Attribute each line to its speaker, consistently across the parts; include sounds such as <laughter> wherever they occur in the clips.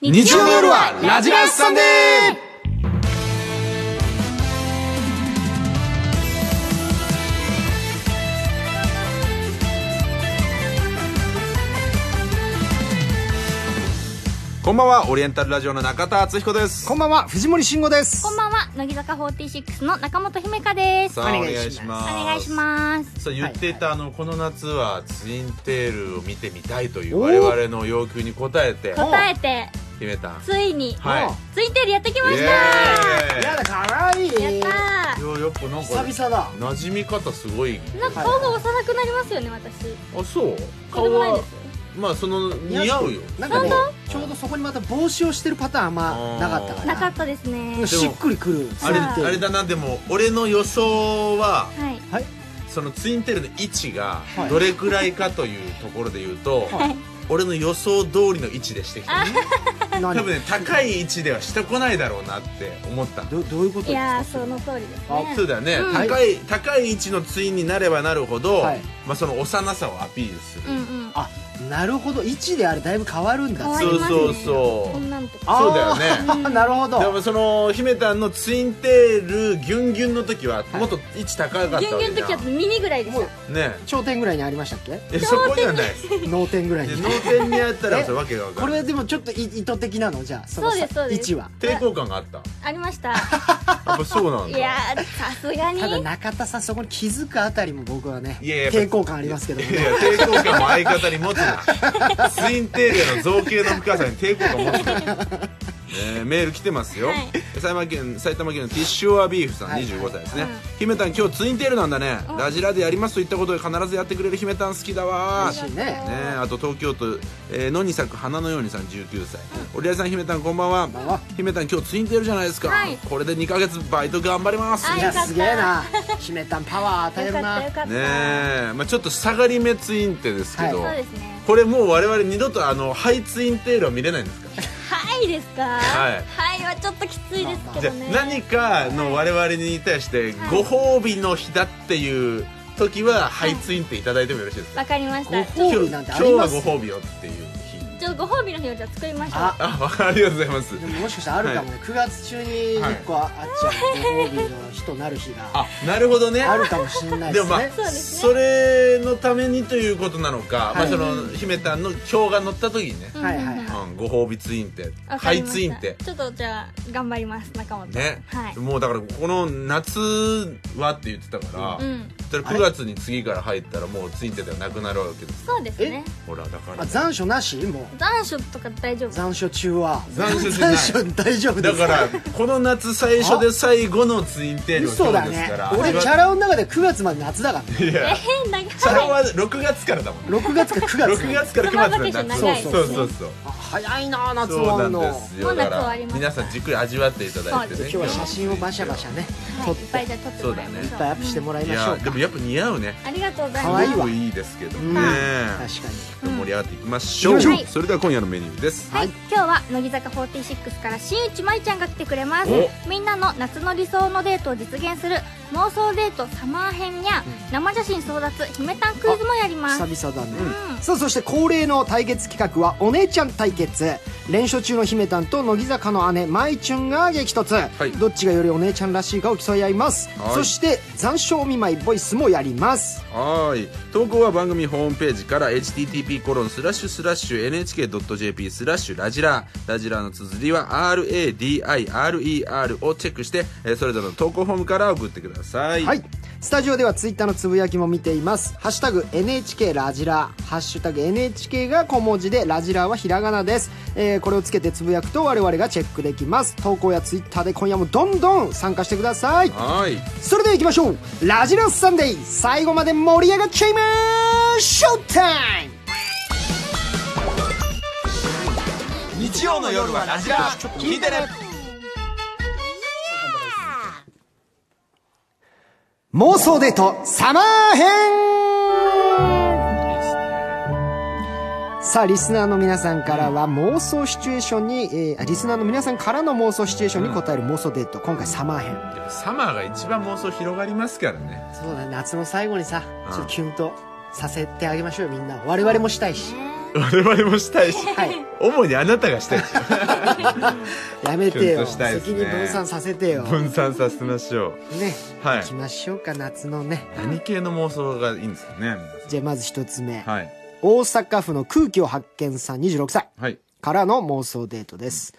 Speaker 1: 日曜の夜はラジラスサンデーこんばんは、オリエンタルラジオの中田敦彦です。
Speaker 2: こんばんは、藤森慎吾です。
Speaker 3: こんばんは、乃木坂46の中本姫香です。お
Speaker 1: さあ、お
Speaker 2: お
Speaker 1: 願
Speaker 2: 願
Speaker 1: い
Speaker 2: い
Speaker 1: し
Speaker 2: し
Speaker 1: ます。
Speaker 3: 願いします。
Speaker 1: さあ、言っていた、あの、この夏はツインテールを見てみたいという我々の要求に応えて、
Speaker 3: 答えて、
Speaker 1: 決めた。
Speaker 3: ついに、
Speaker 1: はい。
Speaker 3: ツインテールやってきま
Speaker 1: イ
Speaker 3: した
Speaker 1: エーイ
Speaker 2: やだ、かわいい。
Speaker 3: やった
Speaker 1: いややっぱなんか
Speaker 2: 久々だ。
Speaker 1: 馴染み方すごい
Speaker 3: ーなんか顔が幼くなりますよね、私。
Speaker 1: あそう
Speaker 3: そうでもないです。
Speaker 1: まあその似合うよ
Speaker 2: なんかね、ちょうどそこにまた帽子をしてるパターンあんまなかったから。
Speaker 3: なかったですね。
Speaker 2: うんしっくりくる。
Speaker 1: あれ
Speaker 3: そう
Speaker 1: あれだなでも俺の予想は
Speaker 3: はい。
Speaker 2: はい。
Speaker 1: そのツインテールの位置が
Speaker 2: はい
Speaker 1: どれくらいかというところで言うと、
Speaker 3: はい。
Speaker 1: 俺の予想通りの位置でしてきた、
Speaker 2: 何
Speaker 1: 多分ね高い位置ではしてこないだろうなって思った
Speaker 2: どどういうこ
Speaker 3: い
Speaker 2: とです
Speaker 3: やー、
Speaker 2: か
Speaker 3: その通りです
Speaker 1: そ
Speaker 3: ね。
Speaker 1: うだよね、
Speaker 3: うん
Speaker 1: 高い高い位置のツインになればなるほど、
Speaker 2: はい
Speaker 1: まあ、その幼さをアピールする、
Speaker 3: うんうん。
Speaker 2: あ、なるほど。位置であれだいぶ変わるんだ。
Speaker 3: 変わ
Speaker 1: る
Speaker 3: りますね。
Speaker 1: そうそうそう
Speaker 3: こんなんとか。
Speaker 2: あー
Speaker 1: そうだよね
Speaker 2: なるほ
Speaker 1: で
Speaker 2: ど。
Speaker 1: もその姫たんのツインテールギュンギュンの時はもっと位置高かったわ
Speaker 3: ギ
Speaker 1: けじ
Speaker 3: ュ
Speaker 1: ゃ
Speaker 3: ン
Speaker 1: ん
Speaker 3: ギュンの時は耳ぐらいでした。
Speaker 1: ね
Speaker 2: 頂点ぐらいにありましたっけ？
Speaker 1: えそこじゃない
Speaker 2: 脳点ぐらいに。
Speaker 1: 脳天にあったら
Speaker 2: え
Speaker 1: それわけがわか
Speaker 2: こ
Speaker 1: ん
Speaker 2: れ
Speaker 1: ない
Speaker 2: でもちょっとい意図的なのじゃあその
Speaker 3: そうですそうです
Speaker 2: 位置は。
Speaker 1: 抵抗感があった
Speaker 3: ありました。
Speaker 1: やっぱ <laughs> そうなん
Speaker 3: い
Speaker 1: だ
Speaker 3: やー、さすがに。
Speaker 2: ただ中田さんそこに気づくあたりも僕はね
Speaker 1: いやいや
Speaker 2: 抵抗感ありますけども <laughs>
Speaker 1: いやいや抵抗感も相方に持つなツインテールの造形の深さに抵抗感持つな、えーメール来てますよ、
Speaker 3: はい
Speaker 1: 埼玉県埼玉県のティッシュオアビーフさん25歳ですね、
Speaker 3: うん
Speaker 1: 姫たん今日ツインテールなんだね、ラジラでやりますと言ったことで必ずやってくれる姫たん好きだわー
Speaker 2: 嬉しいね
Speaker 1: ねえあと東京都、えー野に咲く花のようにさん19歳折合さん姫たんこんばんは
Speaker 2: んは
Speaker 1: 姫たん今日ツインテールじゃないですか、
Speaker 3: はい
Speaker 1: これで2ヶ月バイト頑張ります
Speaker 3: はいい
Speaker 1: ね
Speaker 2: やすげえな姫たんパワー与
Speaker 3: よ
Speaker 2: える
Speaker 3: かった
Speaker 2: な
Speaker 3: よかった。
Speaker 1: え、まあ、ちょっと下がり目ツインテですけど、
Speaker 3: そうですね。
Speaker 1: これもう我々二度とあのハイツインテールは見れないんですか
Speaker 3: はいですか。
Speaker 1: は
Speaker 3: はいい。はちょっときついですけ
Speaker 1: じゃ
Speaker 3: ど
Speaker 1: あ
Speaker 3: ね。
Speaker 1: 何かの我々に対してご褒美の日だっていう時はハイツインテいただいてもよろしいですか、
Speaker 3: わかりまし
Speaker 2: ご
Speaker 3: た。
Speaker 1: 今日
Speaker 2: 褒美なんて
Speaker 1: 今
Speaker 2: あ
Speaker 1: 日
Speaker 2: り
Speaker 1: は
Speaker 2: ます
Speaker 1: ご褒美よっていう日
Speaker 3: ちょっとご褒美の日をじゃあ作りましょう。
Speaker 2: あ
Speaker 1: あわかりがとうございます
Speaker 2: でももしかしたらあるかもね、9月中
Speaker 1: は
Speaker 2: に
Speaker 1: い
Speaker 2: 1個あっちゃうご褒美の日となる日が
Speaker 1: あなるほどね
Speaker 2: あるかもしれない
Speaker 1: で
Speaker 2: で
Speaker 1: も
Speaker 2: す
Speaker 1: まあ
Speaker 2: ね
Speaker 3: そうですね
Speaker 1: それのためにということなのか、まあ
Speaker 2: はい
Speaker 1: その姫たんの今日が乗った時にね、
Speaker 3: うん
Speaker 2: はいはい
Speaker 1: うん、ご褒美ツインテ
Speaker 3: わか
Speaker 1: ハ
Speaker 3: り
Speaker 1: イ
Speaker 3: ました
Speaker 1: ツインテ
Speaker 3: ちょっとじゃあ頑張ります中本
Speaker 1: ね、
Speaker 3: はい
Speaker 1: もうだからこの夏はって言ってたか
Speaker 3: う
Speaker 1: ら、
Speaker 3: ん
Speaker 1: それ9月に次から入ったらもうツインテではなくなるわけです
Speaker 3: そうですね
Speaker 1: ほらだか
Speaker 2: あ
Speaker 1: ら
Speaker 2: 残暑なしも
Speaker 3: 残暑とか大丈
Speaker 2: う
Speaker 3: 夫
Speaker 2: 残暑中は
Speaker 1: 残暑じゃない
Speaker 2: 残暑大丈夫で
Speaker 1: だ
Speaker 2: す
Speaker 1: からこの夏最初で最後のツインテール
Speaker 2: 嘘
Speaker 1: の
Speaker 2: だ
Speaker 1: 日です
Speaker 2: ね
Speaker 1: から
Speaker 2: 俺キャラの中で9月まで夏だからね
Speaker 1: い
Speaker 3: え
Speaker 1: や
Speaker 3: ー長い
Speaker 1: それは6月からだもん
Speaker 2: 6月か9月
Speaker 1: 6月から9月まで
Speaker 3: サマ
Speaker 1: 夏
Speaker 2: ーバケーション長いですね
Speaker 1: そうそうそう
Speaker 2: あ早いな夏
Speaker 1: そう
Speaker 2: もあ
Speaker 1: なんん
Speaker 2: の
Speaker 1: ですよ
Speaker 3: もう夏終
Speaker 1: だから
Speaker 3: わります
Speaker 1: 皆さんじっくり味わっていただいて
Speaker 3: そう
Speaker 1: ね
Speaker 3: です
Speaker 2: 今日は写真をバシャバシャね撮
Speaker 3: はい
Speaker 2: っ
Speaker 3: いっぱい
Speaker 2: て
Speaker 3: じゃあ撮ってもらいまし
Speaker 1: そ
Speaker 3: ょ
Speaker 2: いうっぱいアップしてもらい
Speaker 1: い
Speaker 2: ましょ
Speaker 1: や
Speaker 2: う
Speaker 1: で
Speaker 2: か
Speaker 1: もやっぱ似合うね
Speaker 3: ありがとうござい
Speaker 2: 可
Speaker 3: ま
Speaker 2: 愛
Speaker 3: す
Speaker 2: い
Speaker 1: すご
Speaker 2: わ
Speaker 1: くいいですけど
Speaker 2: うん
Speaker 1: ね
Speaker 2: 確かに
Speaker 1: 盛り上がっていきましょう
Speaker 2: 行きま
Speaker 3: しょう
Speaker 1: それでは今夜のメニューです
Speaker 3: はい、今日は乃木坂46から新内舞ちゃんが来てくれます
Speaker 1: お
Speaker 3: みんなの夏の理想のデートを実現する妄想デートサマー編や生写真争奪姫タンクイズもやります
Speaker 2: 久々だね、
Speaker 3: うん
Speaker 2: さあそして恒例の対決企画はお姉ちゃん対決連勝中の姫たんと乃木坂の姉舞チュンが激突、
Speaker 1: はい
Speaker 2: どっちがよりお姉ちゃんらしいかを競い合います、
Speaker 1: はい
Speaker 2: そして残暑お見舞いボイスもやります
Speaker 1: はーい投稿は番組ホームページから http コロンスラッシュスラッシュ nhk.jp スラッシュラジラーラジラーの綴りは RADIRER をチェックしてえーそれぞれの投稿フォームから送ってください
Speaker 2: はいスタジオではツイッターのつぶやきも見ています「ハッシュタグ #NHK ラジラ」「ハッシュタグ #NHK」が小文字でラジラはひらがなです、えーこれをつけてつぶやくと我々がチェックできます投稿やツイッターで今夜もどんどん参加してください
Speaker 1: はーい
Speaker 2: それではいきましょうラジラスサンデー最後まで盛り上がっちゃいまーショータイム
Speaker 1: 日曜の夜はラジラ聞いてね
Speaker 2: 妄想デートサマー編さあリスナーの皆さんからは妄想シチュエーションに、えーあリスナーの皆さんからの妄想シチュエーションに答える妄想デート、今回サマー編
Speaker 1: サマーが一番妄想広がりますからね
Speaker 2: そうだね夏の最後にさ
Speaker 1: ちょっと
Speaker 2: キュンとさせてあげましょうよみんな我々もしたいし
Speaker 3: ね
Speaker 1: <laughs> 我々もしたいし、
Speaker 2: はい
Speaker 1: 主にあなたがしたいし <laughs>
Speaker 2: やめ
Speaker 1: ち
Speaker 2: て
Speaker 1: ょ
Speaker 2: よ、
Speaker 1: っとしたいです
Speaker 2: 責
Speaker 1: ね
Speaker 2: 任分散させてよ
Speaker 1: 分散させましょう
Speaker 2: ね、
Speaker 1: はい
Speaker 2: 行きましょうか夏のね
Speaker 1: 何系の妄想がいいんですかね皆さ
Speaker 2: じゃあまず一つ目、
Speaker 1: んはい
Speaker 2: 大阪府の空気を発見さん26歳
Speaker 1: はい
Speaker 2: からの妄想デートです、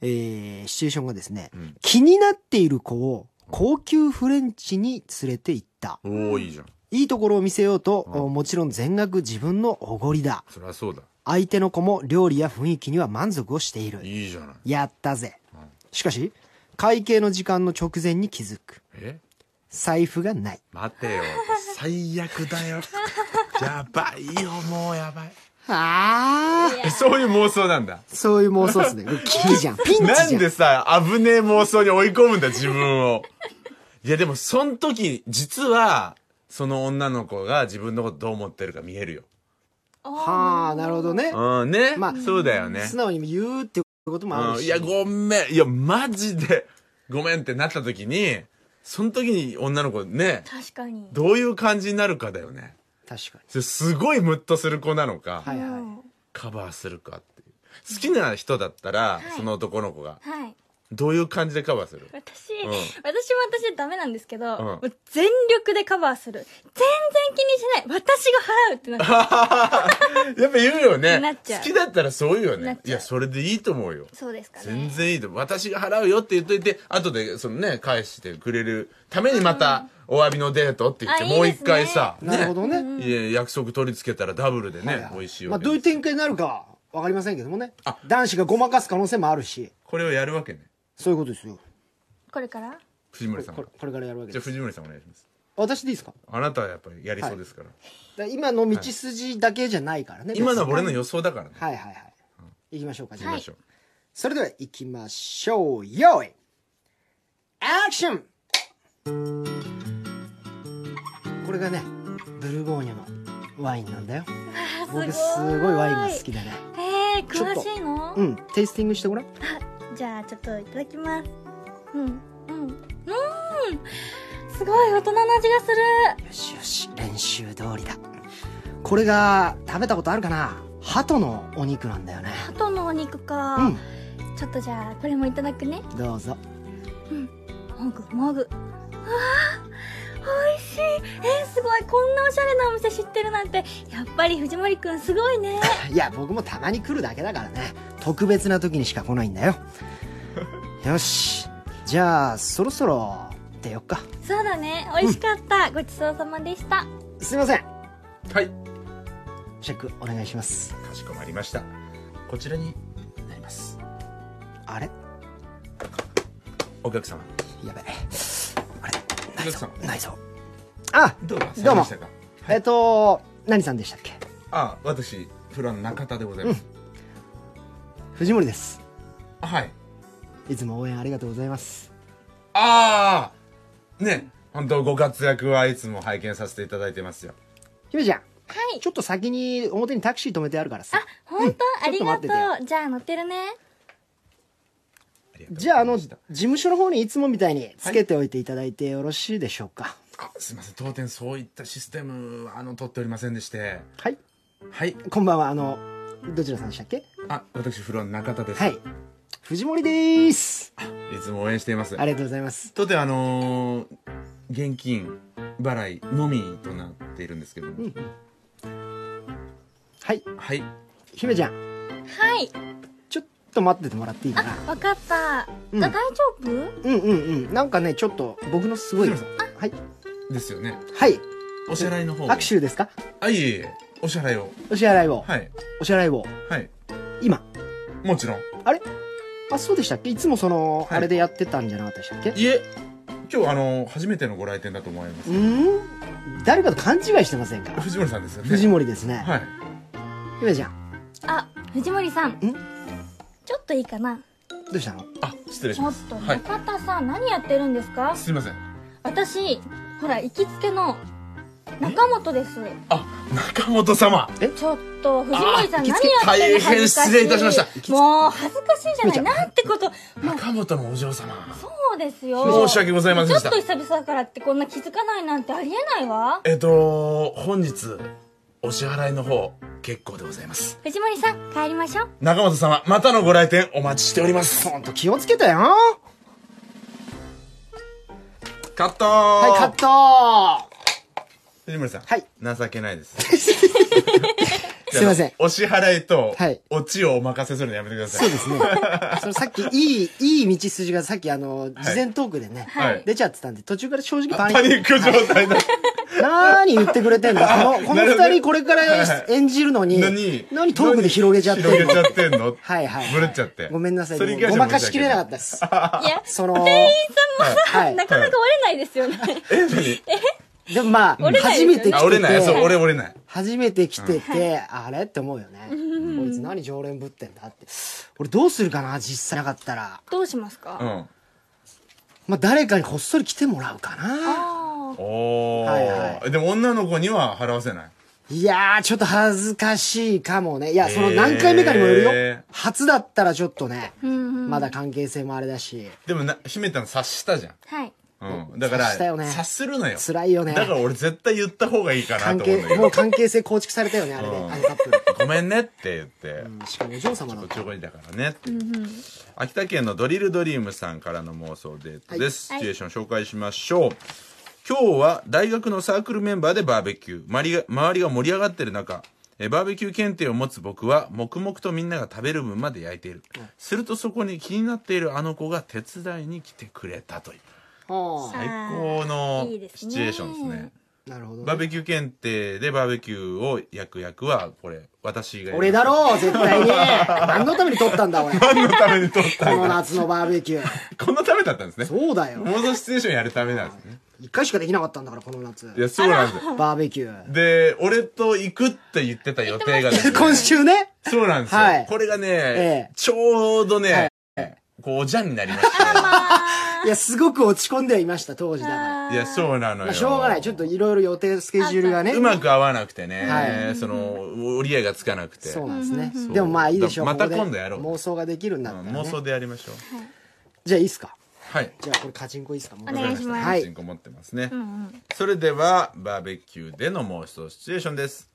Speaker 2: えー、シチュエーションがですね、気になっている子を高級フレンチに連れて行った
Speaker 1: おおいいじゃん
Speaker 2: いいところを見せようと、もちろん全額自分のおごりだ
Speaker 1: そりゃそうだ
Speaker 2: 相手の子も料理や雰囲気には満足をしている
Speaker 1: いいじゃない
Speaker 2: やったぜしかし会計の時間の直前に気づく
Speaker 1: え
Speaker 2: 財布がない
Speaker 1: 待てよ最悪だ
Speaker 2: <laughs>
Speaker 1: よやばいよもうやばい
Speaker 2: ああ
Speaker 1: えそういう妄想なんだ
Speaker 2: そういう妄想
Speaker 1: <laughs>
Speaker 2: ですねこれ危機じゃんピンチじゃん
Speaker 1: なんでさ危ねえ妄想に追い込むんだ自分をいやでもその時実はその女の子が自分のことどう思ってるか見えるよ
Speaker 2: はあなるほどね
Speaker 1: うんね、
Speaker 2: まあ
Speaker 1: そうだよね
Speaker 2: 素直に言うってこともあ
Speaker 1: う
Speaker 2: る
Speaker 1: ん、
Speaker 2: し
Speaker 1: いや、ごめん。いや、マジで、ごめんってなった時に、その時に女の子ね、
Speaker 3: 確かに
Speaker 1: どういう感じになるかだよね。
Speaker 2: 確か
Speaker 1: それすごいムッとする子なのか、
Speaker 2: にはいは
Speaker 3: う
Speaker 2: い
Speaker 3: ん
Speaker 1: カバーするかっていう。好きな人だったら、
Speaker 3: い
Speaker 1: その男の子が、
Speaker 3: はい
Speaker 1: どういう感じでカバーする
Speaker 3: 私、
Speaker 1: う
Speaker 3: 私も
Speaker 1: ん
Speaker 3: 私でダメなんですけど、
Speaker 1: ん
Speaker 3: もう全力でカバーする全然気にしない私が払うってなっちゃう
Speaker 1: やっぱ言うよね。
Speaker 3: なっちゃう
Speaker 1: 好きだったらそう言うよ
Speaker 3: なっ
Speaker 1: ね
Speaker 3: ち。ゃう
Speaker 1: いや、それでいいと思うよ。
Speaker 3: そうですかね
Speaker 1: 全然いいと思う。私が払うよって言っといて、後で、そのね、返してくれるためにまた、お詫びのデートって言って、
Speaker 3: あ
Speaker 1: もう
Speaker 3: いいで
Speaker 1: 一
Speaker 3: すね
Speaker 1: 回さ、
Speaker 2: なるほどね
Speaker 1: いや約束取り付けたらダブルでね、美味しいよ、
Speaker 2: まあどういう展開になるかはわかりませんけどもね男子がごまかす可能性もあるし
Speaker 1: これをやるわけね
Speaker 2: そういうことですよ
Speaker 3: これから
Speaker 1: 藤森さん
Speaker 2: こ
Speaker 1: が
Speaker 2: れこれからやるわけ
Speaker 1: じゃあ
Speaker 2: です
Speaker 1: 藤森さんお願いします
Speaker 2: 私でいいですか
Speaker 1: あなたはやっぱりやりそうですから、
Speaker 2: だから今の道筋だけじゃないからね、
Speaker 1: 今のは
Speaker 2: は
Speaker 1: 俺の予想だからね、
Speaker 2: はいはいはい行きましょうかじゃあ、
Speaker 1: 行きましょう
Speaker 2: それでは行きましょうよいアクションこれがねブルゴーニュのワインなんだよ僕すごいワインが好きでね
Speaker 3: えー、
Speaker 2: ちょっと
Speaker 3: 詳しいの、
Speaker 2: うんテイスティングしてごらん
Speaker 3: じゃあちょっといただきますうんうんうーんすごい大人の味がする
Speaker 2: よしよし練習通りだこれが食べたことあるかな鳩のお肉なんだよね
Speaker 3: 鳩のお肉か、
Speaker 2: うん
Speaker 3: ちょっとじゃあこれもいただくね
Speaker 2: どうぞ
Speaker 3: もぐもぐうわあ美味しいえー、すごいこんなおしゃれなお店知ってるなんてやっぱり藤森くんすごい
Speaker 2: <laughs>
Speaker 3: ね
Speaker 2: いや僕もたまに来るだけだからね特別な時にしか来ない
Speaker 1: <laughs>
Speaker 2: んだよよしじゃあそろそろ出よっか
Speaker 3: そうだね美味しかった、ごちそうさまでした
Speaker 2: すいません
Speaker 1: はい
Speaker 2: チェックお願いします
Speaker 1: かしこまりましたこちらになります
Speaker 2: あれ
Speaker 1: お客様
Speaker 2: やべえ
Speaker 1: お客様
Speaker 2: ないぞあ
Speaker 1: どうか
Speaker 2: どうも
Speaker 1: されましたか
Speaker 2: えっと何さんでしたっけ
Speaker 1: あ私フロアの中田でございます、
Speaker 2: 藤森です
Speaker 1: あはい
Speaker 2: いつも応援ありがとうございます
Speaker 1: ああね本当ご活躍はいつも拝見させていただいてますよ
Speaker 2: ひめちゃん
Speaker 3: はい
Speaker 2: ちょっと先に表にタクシー止めてあるからさ
Speaker 3: 本当、あ
Speaker 2: ちょっ
Speaker 3: り
Speaker 2: と
Speaker 3: が
Speaker 2: 待ってて
Speaker 3: とうじゃあ乗ってるね
Speaker 1: ありがとうございました
Speaker 2: じゃああの事務所の方にいつもみたいにつけておいていただいてよろしいでしょうか
Speaker 1: あすいません当店そういったシステムあの取っておりませんでして
Speaker 2: はい
Speaker 1: はい
Speaker 2: こんばんはあのどちらさんでしたっけ
Speaker 1: あ私フロアの中田です、
Speaker 2: はい藤森です
Speaker 1: いつも応援しています
Speaker 2: ありがとうございます
Speaker 1: 当店あのー現金払いのみとなっているんですけども、
Speaker 2: はい
Speaker 1: はい
Speaker 2: 姫ちゃん
Speaker 3: はい
Speaker 2: ちょっと待っててもらっていいかな
Speaker 3: わかった、
Speaker 2: うん
Speaker 3: あ大丈夫
Speaker 2: うんうんうんなんかねちょっと僕のすごい
Speaker 1: すいま
Speaker 2: はい
Speaker 1: ですよね
Speaker 2: はい
Speaker 1: お支払いの方
Speaker 2: 握手ですか
Speaker 1: あいえいえお支払いを
Speaker 2: お支払いを、
Speaker 1: はい
Speaker 2: お支払いを
Speaker 1: はい
Speaker 2: 今
Speaker 1: もちろん
Speaker 2: あれあそうでしたっけいつもその、
Speaker 1: はい
Speaker 2: あれでやってたんじゃなかったでしたっけ
Speaker 1: いえ今日あのー初めてのご来店だと思いま
Speaker 2: う
Speaker 1: す
Speaker 2: ーん誰かと勘違いしてませんか
Speaker 1: 藤森さんですよね
Speaker 2: 藤森ですね、
Speaker 1: はい
Speaker 2: 姫ちゃん
Speaker 3: あ藤森さん
Speaker 2: ん
Speaker 3: ちょっといいかな
Speaker 2: どうしたの
Speaker 1: あ失礼し
Speaker 3: ちょ
Speaker 1: ま
Speaker 3: っ
Speaker 1: す
Speaker 3: と
Speaker 1: はい
Speaker 3: 中田さん、何やってるんですか
Speaker 1: すいません
Speaker 3: 私ほら行きつけの中本です
Speaker 1: あ中本様
Speaker 3: ちょっと藤森さん
Speaker 1: あー行き
Speaker 3: 何
Speaker 1: つけ
Speaker 3: やってるの
Speaker 1: 大変失礼いたしました行きつけ
Speaker 3: もう恥ずかしいじゃ
Speaker 2: 姫
Speaker 3: な
Speaker 2: ちゃ
Speaker 3: い
Speaker 2: ん
Speaker 3: なんてこともう
Speaker 1: 中本のお嬢様
Speaker 3: そうですよ
Speaker 1: 申し訳ございませんでした
Speaker 3: ちょっと久々だからってこんな気づかないなんてありえないわ
Speaker 1: えっと本日お支払いの方結構でございます
Speaker 3: 藤森さん、帰りましょう。
Speaker 1: 中本様またのご来店お待ちしております
Speaker 2: ほんと気をつけてよ
Speaker 1: カットー
Speaker 2: はい、カットは
Speaker 1: 藤森さん、
Speaker 2: はい
Speaker 1: 情けないです <laughs>
Speaker 2: すいません
Speaker 1: あのお支払いと、
Speaker 2: はい
Speaker 1: オチをお任せするのやめてください
Speaker 2: そうです
Speaker 1: <laughs>
Speaker 2: ね。そのさっき、いい、いい道筋がさっきあの、事前トークでね、
Speaker 1: はい
Speaker 2: 出ちゃってたんで、途中から正直パ
Speaker 1: パ
Speaker 2: ニ
Speaker 1: ニ
Speaker 2: ック。
Speaker 1: ック状態だ
Speaker 2: なーに言ってくれて
Speaker 1: <laughs>
Speaker 2: んだ。この、この
Speaker 1: なるほど
Speaker 2: 二人これから演じるのに、
Speaker 1: 何
Speaker 2: 何トークで広げちゃってんの
Speaker 1: 広げちゃってんの
Speaker 2: はいはい
Speaker 1: ぶれちゃって
Speaker 2: ごめんなさい。
Speaker 1: それに関し
Speaker 2: ご
Speaker 1: て
Speaker 2: ま
Speaker 1: は
Speaker 2: か
Speaker 1: 申
Speaker 2: し
Speaker 1: 訳
Speaker 2: きれなか
Speaker 1: い
Speaker 2: ったです。
Speaker 3: いや、
Speaker 1: <laughs>
Speaker 2: その、は
Speaker 3: さ
Speaker 2: い
Speaker 3: んも、なかなか折れないですよね。
Speaker 2: でもまあ、
Speaker 3: 折れない
Speaker 2: 初めて来
Speaker 1: あ折れないそう
Speaker 2: て
Speaker 1: 俺
Speaker 2: て、
Speaker 1: 折れない
Speaker 2: 初めて来てて、あれって思うよね。こいつ何常連ぶってんだって。俺どうするかな、実際なかったら。
Speaker 3: どうしますか、
Speaker 1: う
Speaker 3: あ
Speaker 1: ん
Speaker 2: まあ誰かにこっそり来てもらうかな。
Speaker 3: あ。
Speaker 1: おお、
Speaker 2: はいは
Speaker 1: でも女の子には払わせない
Speaker 2: いやー、ちょっと恥ずかしいかもね。いや、その
Speaker 1: へー
Speaker 2: 何回目かにもよるよ。初だったらちょっとね、
Speaker 3: うんうん。
Speaker 2: まだ関係性もあれだし、
Speaker 1: でもな秘めたの察したじゃん
Speaker 3: はい。
Speaker 1: うん、だから
Speaker 2: 察したよね
Speaker 1: 察するのよ
Speaker 2: 辛いよね
Speaker 1: だから俺絶対言った方がいいかな
Speaker 2: 関
Speaker 1: と思うん
Speaker 2: 係
Speaker 1: だけ、
Speaker 2: も
Speaker 1: ど
Speaker 2: う関係性構築されたよね、あれで、
Speaker 1: うん
Speaker 2: あのカップ
Speaker 1: ご
Speaker 2: ル。
Speaker 1: めんねって言って、
Speaker 2: うんしかもお嬢様
Speaker 1: こ
Speaker 2: の
Speaker 1: っ。ちおごりだからねって、秋田県のドリルドリームさんからの妄想デートです、
Speaker 3: はい
Speaker 1: シチュエーション紹介しましょう今日は大学のサークルメンバーでバーベキュー周りが周りが盛り上がってる中えバーベキュー検定を持つ僕は黙々とみんなが食べる分まで焼いている、するとそこに気になっているあの子が手伝いに来てくれたという
Speaker 2: は
Speaker 1: 最高のシチュエーションですね
Speaker 3: いいですね
Speaker 2: あなるほどね。
Speaker 1: バーベキュー検定でバーベキューを焼く役はこれ私がやります
Speaker 2: 俺だろう絶対
Speaker 1: <laughs>
Speaker 2: に何のために撮ったんだ俺こ
Speaker 1: 何のために撮った
Speaker 2: の夏のバーベキュー
Speaker 1: このためだったんですね
Speaker 2: そうだよ
Speaker 1: 妄想シチュエーションやるためなんです
Speaker 2: <laughs>
Speaker 1: ね
Speaker 2: 一回しかできなかったんだからこの夏
Speaker 1: いやそうなんですよ
Speaker 2: バーベキュ
Speaker 1: で俺と行くって言ってた予定がです
Speaker 2: ー
Speaker 1: ね
Speaker 2: <laughs> 今週ね
Speaker 1: そうなんですよ、
Speaker 2: はい
Speaker 1: これがね、
Speaker 2: え
Speaker 1: ちょうどね、こうおじゃんになりました
Speaker 2: <laughs> いやすごく落ち込んではいました当時だから
Speaker 1: いやそうなのよ、
Speaker 2: まあしょうがないちょっといろいろ予定スケジュールがね
Speaker 1: うまく合わなくてね、
Speaker 2: は
Speaker 1: その折り合いがつかなくて
Speaker 2: そうなんですね
Speaker 1: ん
Speaker 2: でもまあいいでしょう
Speaker 1: また
Speaker 2: ここで
Speaker 1: 今度やろう
Speaker 2: 妄想ができるんだ
Speaker 1: う
Speaker 2: っ
Speaker 1: ん
Speaker 2: たら
Speaker 1: 妄
Speaker 2: ね
Speaker 1: 想でやりましょう
Speaker 2: じゃあいいっすか
Speaker 1: はい
Speaker 2: じゃあこれカチンコいいっすかもう
Speaker 3: お願いします
Speaker 2: はい
Speaker 1: パチンコ持ってますね、それではバーベキューでの妄想シチュエーションです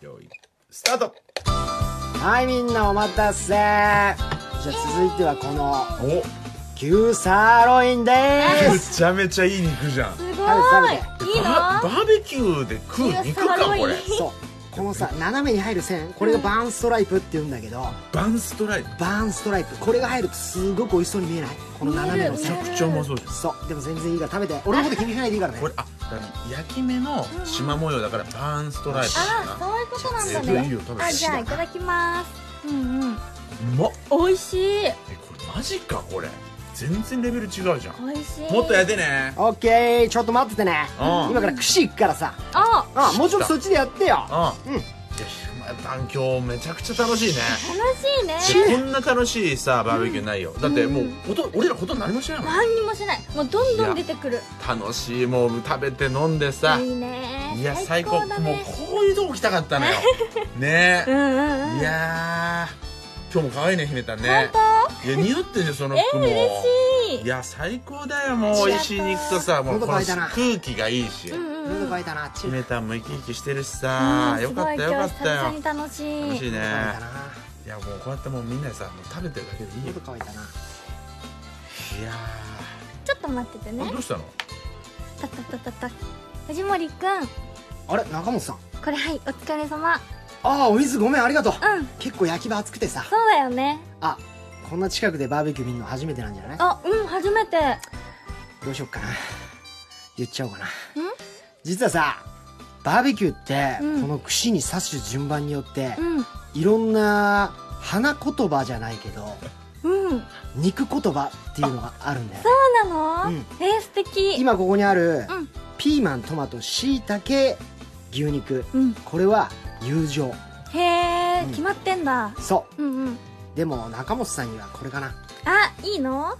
Speaker 1: 用意スタート
Speaker 2: はいみんなお待たせじゃあ続いてはこの <laughs>
Speaker 1: お
Speaker 2: 牛サーロインでー
Speaker 1: め
Speaker 2: す
Speaker 1: ちゃめちゃいい肉じゃん
Speaker 3: すごい。
Speaker 2: 食べて食
Speaker 3: いいの
Speaker 1: ババーベキューで食う肉かこれ
Speaker 2: そうこのさ斜めに入る線これがバーンストライプって言うんだけど
Speaker 1: バンストライプ
Speaker 2: バーンストライプこれが入るとすごく美味しそうに見えないこの斜めの
Speaker 1: めちゃ
Speaker 2: 線
Speaker 1: くちゃうまそうじゃん
Speaker 2: そうでも全然いいから食べて俺のこと気にしないでいいからね
Speaker 1: これあだから焼き目の縞模様だからバンストライプ
Speaker 3: ああ、
Speaker 1: だ
Speaker 3: そういうことなんだ
Speaker 1: いやいい
Speaker 3: ね
Speaker 1: よ食べ。て
Speaker 3: あ、じゃあいただきます。うんうん。
Speaker 1: なうまっ
Speaker 3: 美味しい。
Speaker 1: えこれマジかこれ全然レベル違うじゃん
Speaker 3: 美味しい。
Speaker 1: もっとやってね
Speaker 2: オッケーちょっと待っててね
Speaker 1: うん
Speaker 2: 今から串行くからさ
Speaker 3: あ、
Speaker 2: あもうちょっとそっちでやってよ
Speaker 1: うん
Speaker 2: うん
Speaker 1: いやひまたん今日めちゃくちゃ楽 <laughs> しいね
Speaker 3: 楽しいね。
Speaker 1: いやこんな楽しいさバーベキューないよ、だってもうほとん俺らほとんど何もしないも
Speaker 3: 何にもしない。もうどんどん出てくる。
Speaker 1: ん楽しいもう食べて飲んでさ
Speaker 3: いいね。
Speaker 1: いや最高
Speaker 3: だ
Speaker 1: もう
Speaker 3: ね。
Speaker 1: こういうとこ来たかった <laughs> のよね
Speaker 3: う
Speaker 1: え
Speaker 3: んうんうん。
Speaker 1: いやー今日も可愛いね姫たね
Speaker 3: 本
Speaker 1: いや似合ってるよその
Speaker 3: え
Speaker 1: 服も、
Speaker 3: 嬉しい
Speaker 1: いや最高だよもう美味しい肉とさもうこ
Speaker 2: 喉
Speaker 1: の
Speaker 2: 渇いたな
Speaker 1: 空気がいいし
Speaker 3: 当。うんうん
Speaker 2: 喉乾いたなあっち喉
Speaker 1: 姫たんも生き生きしてるし
Speaker 3: うん。
Speaker 1: さ
Speaker 3: うん
Speaker 1: よかったよかったよ
Speaker 3: すごい今日久々に楽しい。
Speaker 1: 楽しいね
Speaker 2: 乾いたない
Speaker 1: やもうこうやってもうみんなでさもう食べてるだけでいいよ
Speaker 2: 喉乾いたない
Speaker 1: や
Speaker 3: ちょっと待ってて
Speaker 1: ー
Speaker 3: ね
Speaker 1: あ。どうしたの
Speaker 3: たたたたた。藤森くん、
Speaker 2: あれ中本さん
Speaker 3: これはい、お疲れ様。
Speaker 2: ああお水ごめんありがとう
Speaker 3: うん、
Speaker 2: 結構焼き場熱くてさ
Speaker 3: そうだよね。
Speaker 2: あこんな近くでバーベキュー見るの初めてなんじゃない
Speaker 3: あ、うん、初めて。
Speaker 2: どうしよっかな言っちゃおうかな実はさバーベキューって、
Speaker 3: うん
Speaker 2: この串に刺す順番によって
Speaker 3: う、ん、
Speaker 2: いろんな花言葉じゃないけど
Speaker 3: うん。
Speaker 2: 肉言葉っていうのがあるんだよ
Speaker 3: そうなの、
Speaker 2: うん
Speaker 3: えー、素敵。
Speaker 2: 今ここにある、
Speaker 3: うん
Speaker 2: ピーマントマトしいたけ牛肉
Speaker 3: うん。
Speaker 2: これは友情
Speaker 3: へえ、
Speaker 2: うん
Speaker 3: 決まってんだ。
Speaker 2: そ
Speaker 3: うんうん。
Speaker 2: うでも中本さんにはこれかな
Speaker 3: あ、いいの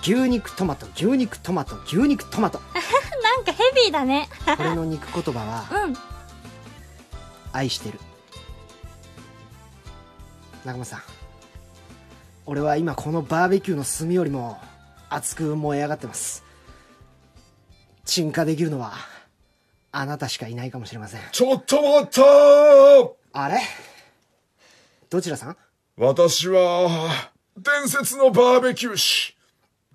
Speaker 2: 牛肉トマト牛肉トマト牛肉トマト
Speaker 3: なんかヘビーだね。
Speaker 2: これの肉言葉は
Speaker 3: うん。
Speaker 2: 愛してる中本さん俺は今このバーベキューの炭よりも熱く燃え上がってます鎮火できるのはあなたしかいないかもしれません。
Speaker 4: ちょっと待った
Speaker 2: あれどちらさん
Speaker 4: 私は、伝説のバーベキュー師、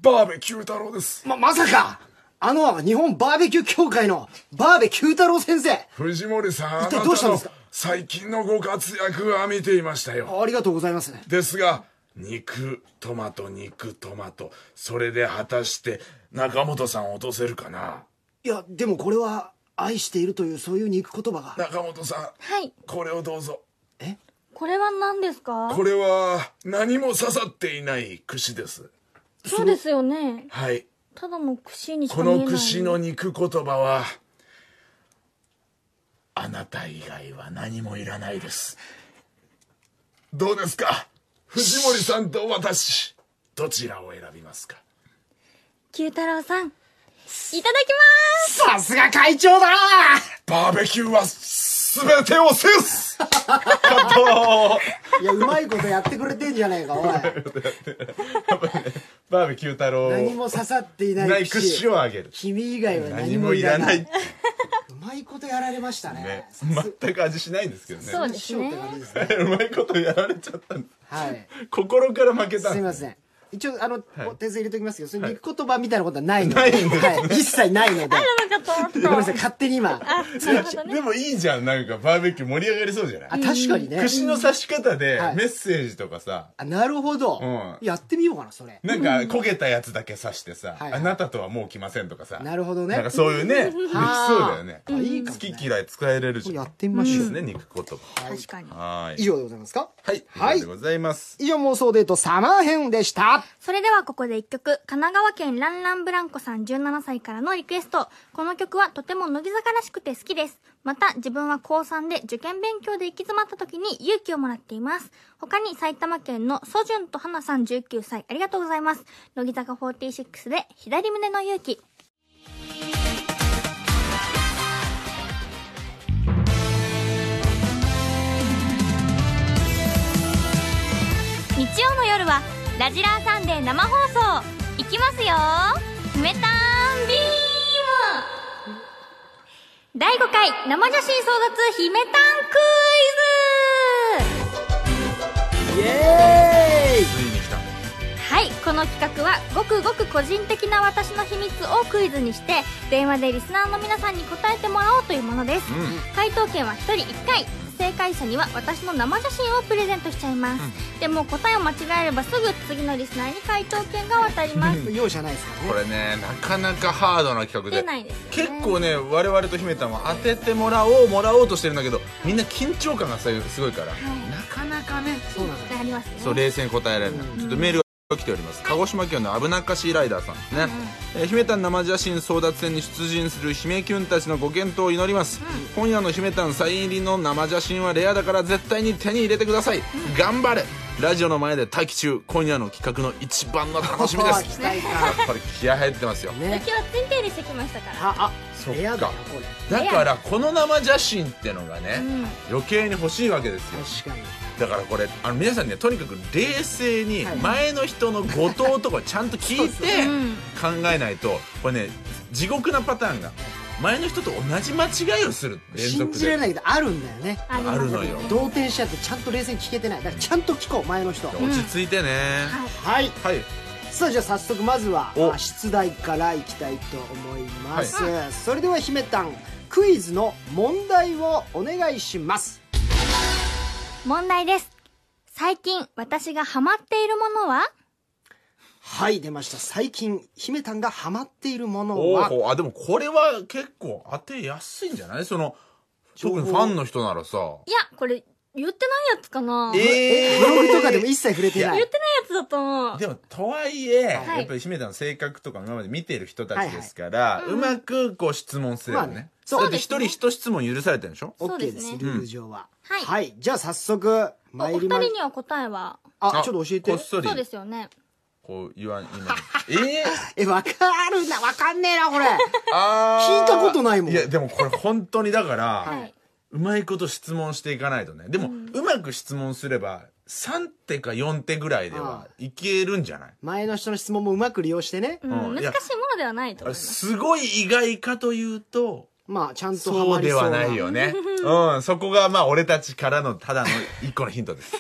Speaker 4: バーベキュー太郎です。
Speaker 2: ま、まさかあの、日本バーベキュー協会のバーベキュー太郎先生
Speaker 4: 藤森さん、あ
Speaker 2: 一体
Speaker 4: な
Speaker 2: どうしたたんで
Speaker 4: の
Speaker 2: すか
Speaker 4: 最近のご活躍は見ていましたよ。
Speaker 2: ありがとうございます。
Speaker 4: ですが、肉、トマト、肉、トマト。それで果たして、中本さんを落とせるかない
Speaker 2: や、でもこれは、愛しているというそういう肉言葉が。
Speaker 4: 中本さん、
Speaker 3: はい。
Speaker 4: これをどうぞ。
Speaker 2: え
Speaker 3: これは何ですか
Speaker 4: これは、何も刺さっていない串です。
Speaker 3: そうですよね。
Speaker 4: はい。
Speaker 3: ただの串にしか
Speaker 4: こ
Speaker 3: 見えない。
Speaker 4: の串の肉言葉は、あなた以外は何もいらないです。どうですか藤森さんと私、どちらを選びますか
Speaker 3: 九太郎さん。いただきます
Speaker 2: さすが会長だ
Speaker 4: バーベキューは全てを制す
Speaker 2: いや、うまいことやってくれてんじゃねえか、
Speaker 1: <laughs>
Speaker 2: おい。
Speaker 1: <laughs> バーベキュー太郎
Speaker 2: 何も刺さっていな
Speaker 1: ないい串をあげる
Speaker 2: 君以外は何
Speaker 1: 何
Speaker 2: も
Speaker 1: も
Speaker 2: い
Speaker 1: い
Speaker 2: ら
Speaker 1: ら
Speaker 2: な。
Speaker 1: ないいって
Speaker 2: うまいことやられましたね。
Speaker 1: ね
Speaker 2: さ
Speaker 1: 全く味しないんですけどね
Speaker 3: そうです
Speaker 2: 塩って
Speaker 3: ね。
Speaker 2: 感じですね。
Speaker 1: <laughs> うまいことやられちゃったんで
Speaker 2: はい。
Speaker 1: す心から負けた
Speaker 2: すい
Speaker 1: んで
Speaker 2: ますせん。一応、あの、
Speaker 1: い
Speaker 2: お訂正入れときますけど、そういう肉言葉みたいなことはないので。
Speaker 1: はいないんです
Speaker 2: はい。一切ないので。
Speaker 3: なんかと思った
Speaker 2: ごめんなさい、勝手に
Speaker 3: あ、
Speaker 2: 今。
Speaker 3: なるほどね。
Speaker 1: でもいいじゃんなんかバーベキュー盛り上がりそうじゃな
Speaker 2: あ、
Speaker 1: い
Speaker 2: 確かにね。
Speaker 1: 串の刺し方で
Speaker 2: はい
Speaker 1: メッセージとかさ
Speaker 2: あ、なるほど
Speaker 1: うん。
Speaker 2: やってみようかな、それ。
Speaker 1: なんか焦げたやつだけ刺してさ
Speaker 2: はいは
Speaker 1: あ
Speaker 2: い
Speaker 1: なたとはもう来ませんとかさ
Speaker 2: なるほどね
Speaker 1: なんかそういうねできそうだよね
Speaker 2: あいいかも
Speaker 1: 好
Speaker 2: ね
Speaker 1: き嫌い使えれるじゃ
Speaker 2: や
Speaker 1: ん
Speaker 2: ってみま
Speaker 1: いい
Speaker 2: し
Speaker 1: で
Speaker 2: ょ
Speaker 1: す
Speaker 2: う。
Speaker 1: ね肉言葉
Speaker 3: 確かに。
Speaker 1: は
Speaker 2: 以
Speaker 1: い
Speaker 2: 上でございますか
Speaker 1: はい
Speaker 2: は
Speaker 1: あ
Speaker 2: い
Speaker 1: りがとうございます
Speaker 2: 以上妄想デートサマー編でした。
Speaker 3: それではここで一曲。神奈川県ランランブランコさん17歳からのリクエスト。この曲はとても乃木坂らしくて好きです。また自分は高3で受験勉強で行き詰まった時に勇気をもらっています。他に埼玉県のソジュンと花さん19歳ありがとうございます。乃木坂46で左胸の勇気。日曜の夜は「ラジラーサンデー」生放送いきますよメタンビーム第5回生写真争奪ひめたんクイズ
Speaker 2: イエ
Speaker 1: ついに来た
Speaker 3: はいこの企画はごくごく個人的な私の秘密をクイズにして電話でリスナーの皆さんに答えてもらおうというものです、回答権は1人1回正解者には私の生写真をプレゼントしちゃいます、でも答えを間違えればすぐ次のリスナーに回答権が渡り <laughs> ます
Speaker 2: ーイ容赦ないですからね
Speaker 1: こ。れねなかなかハードな企画で
Speaker 3: 出ないですよ
Speaker 1: 結
Speaker 3: ね
Speaker 1: 構ね我々と姫たんは当ててもらおうもらおうとしてるんだけどみんな緊張感がすごいから、なかなかね
Speaker 2: そうなのよ
Speaker 3: ありますね
Speaker 1: そう冷静に答えられない、ちょっとメールが来ております鹿児島県の危なっかしいライダーさんですね、えー姫たん生写真争奪戦に出陣する姫キュンたちのご健闘を祈ります、今夜の姫たんサイン入りの生写真はレアだから絶対に手に入れてください、頑張れラジオの前で待機中今夜の企画の一番の楽しみで
Speaker 2: 期
Speaker 1: すやっ
Speaker 2: 待感。
Speaker 1: ぱり気合入ってますよ
Speaker 3: 今
Speaker 2: ね。
Speaker 3: 日はツインテールしてきましたから
Speaker 2: あ、あ、
Speaker 1: そっか
Speaker 2: レアだよ、これ。
Speaker 1: だからこの生写真ってのがね、
Speaker 3: ん
Speaker 1: 余計に欲しいわけですよ
Speaker 2: 確かに。
Speaker 1: だからこれあの皆さんねとにかく冷静に
Speaker 2: はい
Speaker 1: 前の人の後藤とかちゃんと聞い
Speaker 2: そう
Speaker 1: て考えないとこれね地獄なパターンが前の人と同じ間違いをする連
Speaker 2: 信
Speaker 1: 続
Speaker 2: じれ
Speaker 1: で
Speaker 2: ないけど、あるんだよね。
Speaker 3: あり
Speaker 1: あ
Speaker 3: ます
Speaker 1: るのよ
Speaker 2: 動転しちゃって、ちゃんと冷静に聞けてない。だから、ちゃんと聞こう、前の人。
Speaker 1: 落ち着いてね、
Speaker 2: はい。
Speaker 1: はい
Speaker 2: さあじゃあ早速まずは
Speaker 1: お
Speaker 2: あ出題からいきたいと思います、それでは姫たんクイズの問題をお願いします
Speaker 3: 問題です最近私がハマっているものは
Speaker 2: はい出ました最近姫たんがハマっているもの
Speaker 1: お
Speaker 2: は
Speaker 1: おあでもこれは結構当てやすいんじゃないその特にファンの人ならさ
Speaker 3: いやこれ言ってないやつかな言って
Speaker 1: え
Speaker 2: ブログとかでも一切触れてない
Speaker 3: ないやつだと思う
Speaker 1: でもとはいえ、
Speaker 3: い
Speaker 1: やっぱり姫田の性格とか今まで見てる人たちですから、うまくこう質問すればね,、
Speaker 2: まあねそう
Speaker 1: だって一人一質問許されてるでしょ
Speaker 3: そう
Speaker 2: OK
Speaker 3: で
Speaker 2: ですす
Speaker 3: ね
Speaker 2: ルール上は、
Speaker 3: はい
Speaker 2: じゃあ早速
Speaker 3: おお
Speaker 2: 参
Speaker 3: 二
Speaker 2: りま
Speaker 3: 人には答えは
Speaker 2: あちょっと教えて
Speaker 1: こっそり
Speaker 3: そうですよね
Speaker 1: こう言わん
Speaker 2: <laughs>
Speaker 1: 今ええ
Speaker 2: えわかるなわかんねえなこれ <laughs>
Speaker 1: あー
Speaker 2: 聞いたことないもん
Speaker 1: いやでもこれ本当にだから、
Speaker 3: はい、
Speaker 1: うまいこと質問していかないとねでも、うまく質問すれば3手か4手ぐらいで
Speaker 2: あ
Speaker 1: はいけるんじゃない
Speaker 2: 前の人の質問もうまく利用してね
Speaker 3: うん
Speaker 1: うん
Speaker 3: 難しいものではないと思い
Speaker 1: あれ
Speaker 3: ます
Speaker 1: すごい意外かというと
Speaker 2: まあちゃんとハ
Speaker 1: そ
Speaker 2: マ
Speaker 1: う
Speaker 2: り
Speaker 1: で
Speaker 2: そうな
Speaker 1: はないよね。うん、そこがまあ俺たちからのただの一個のヒントです。
Speaker 2: さ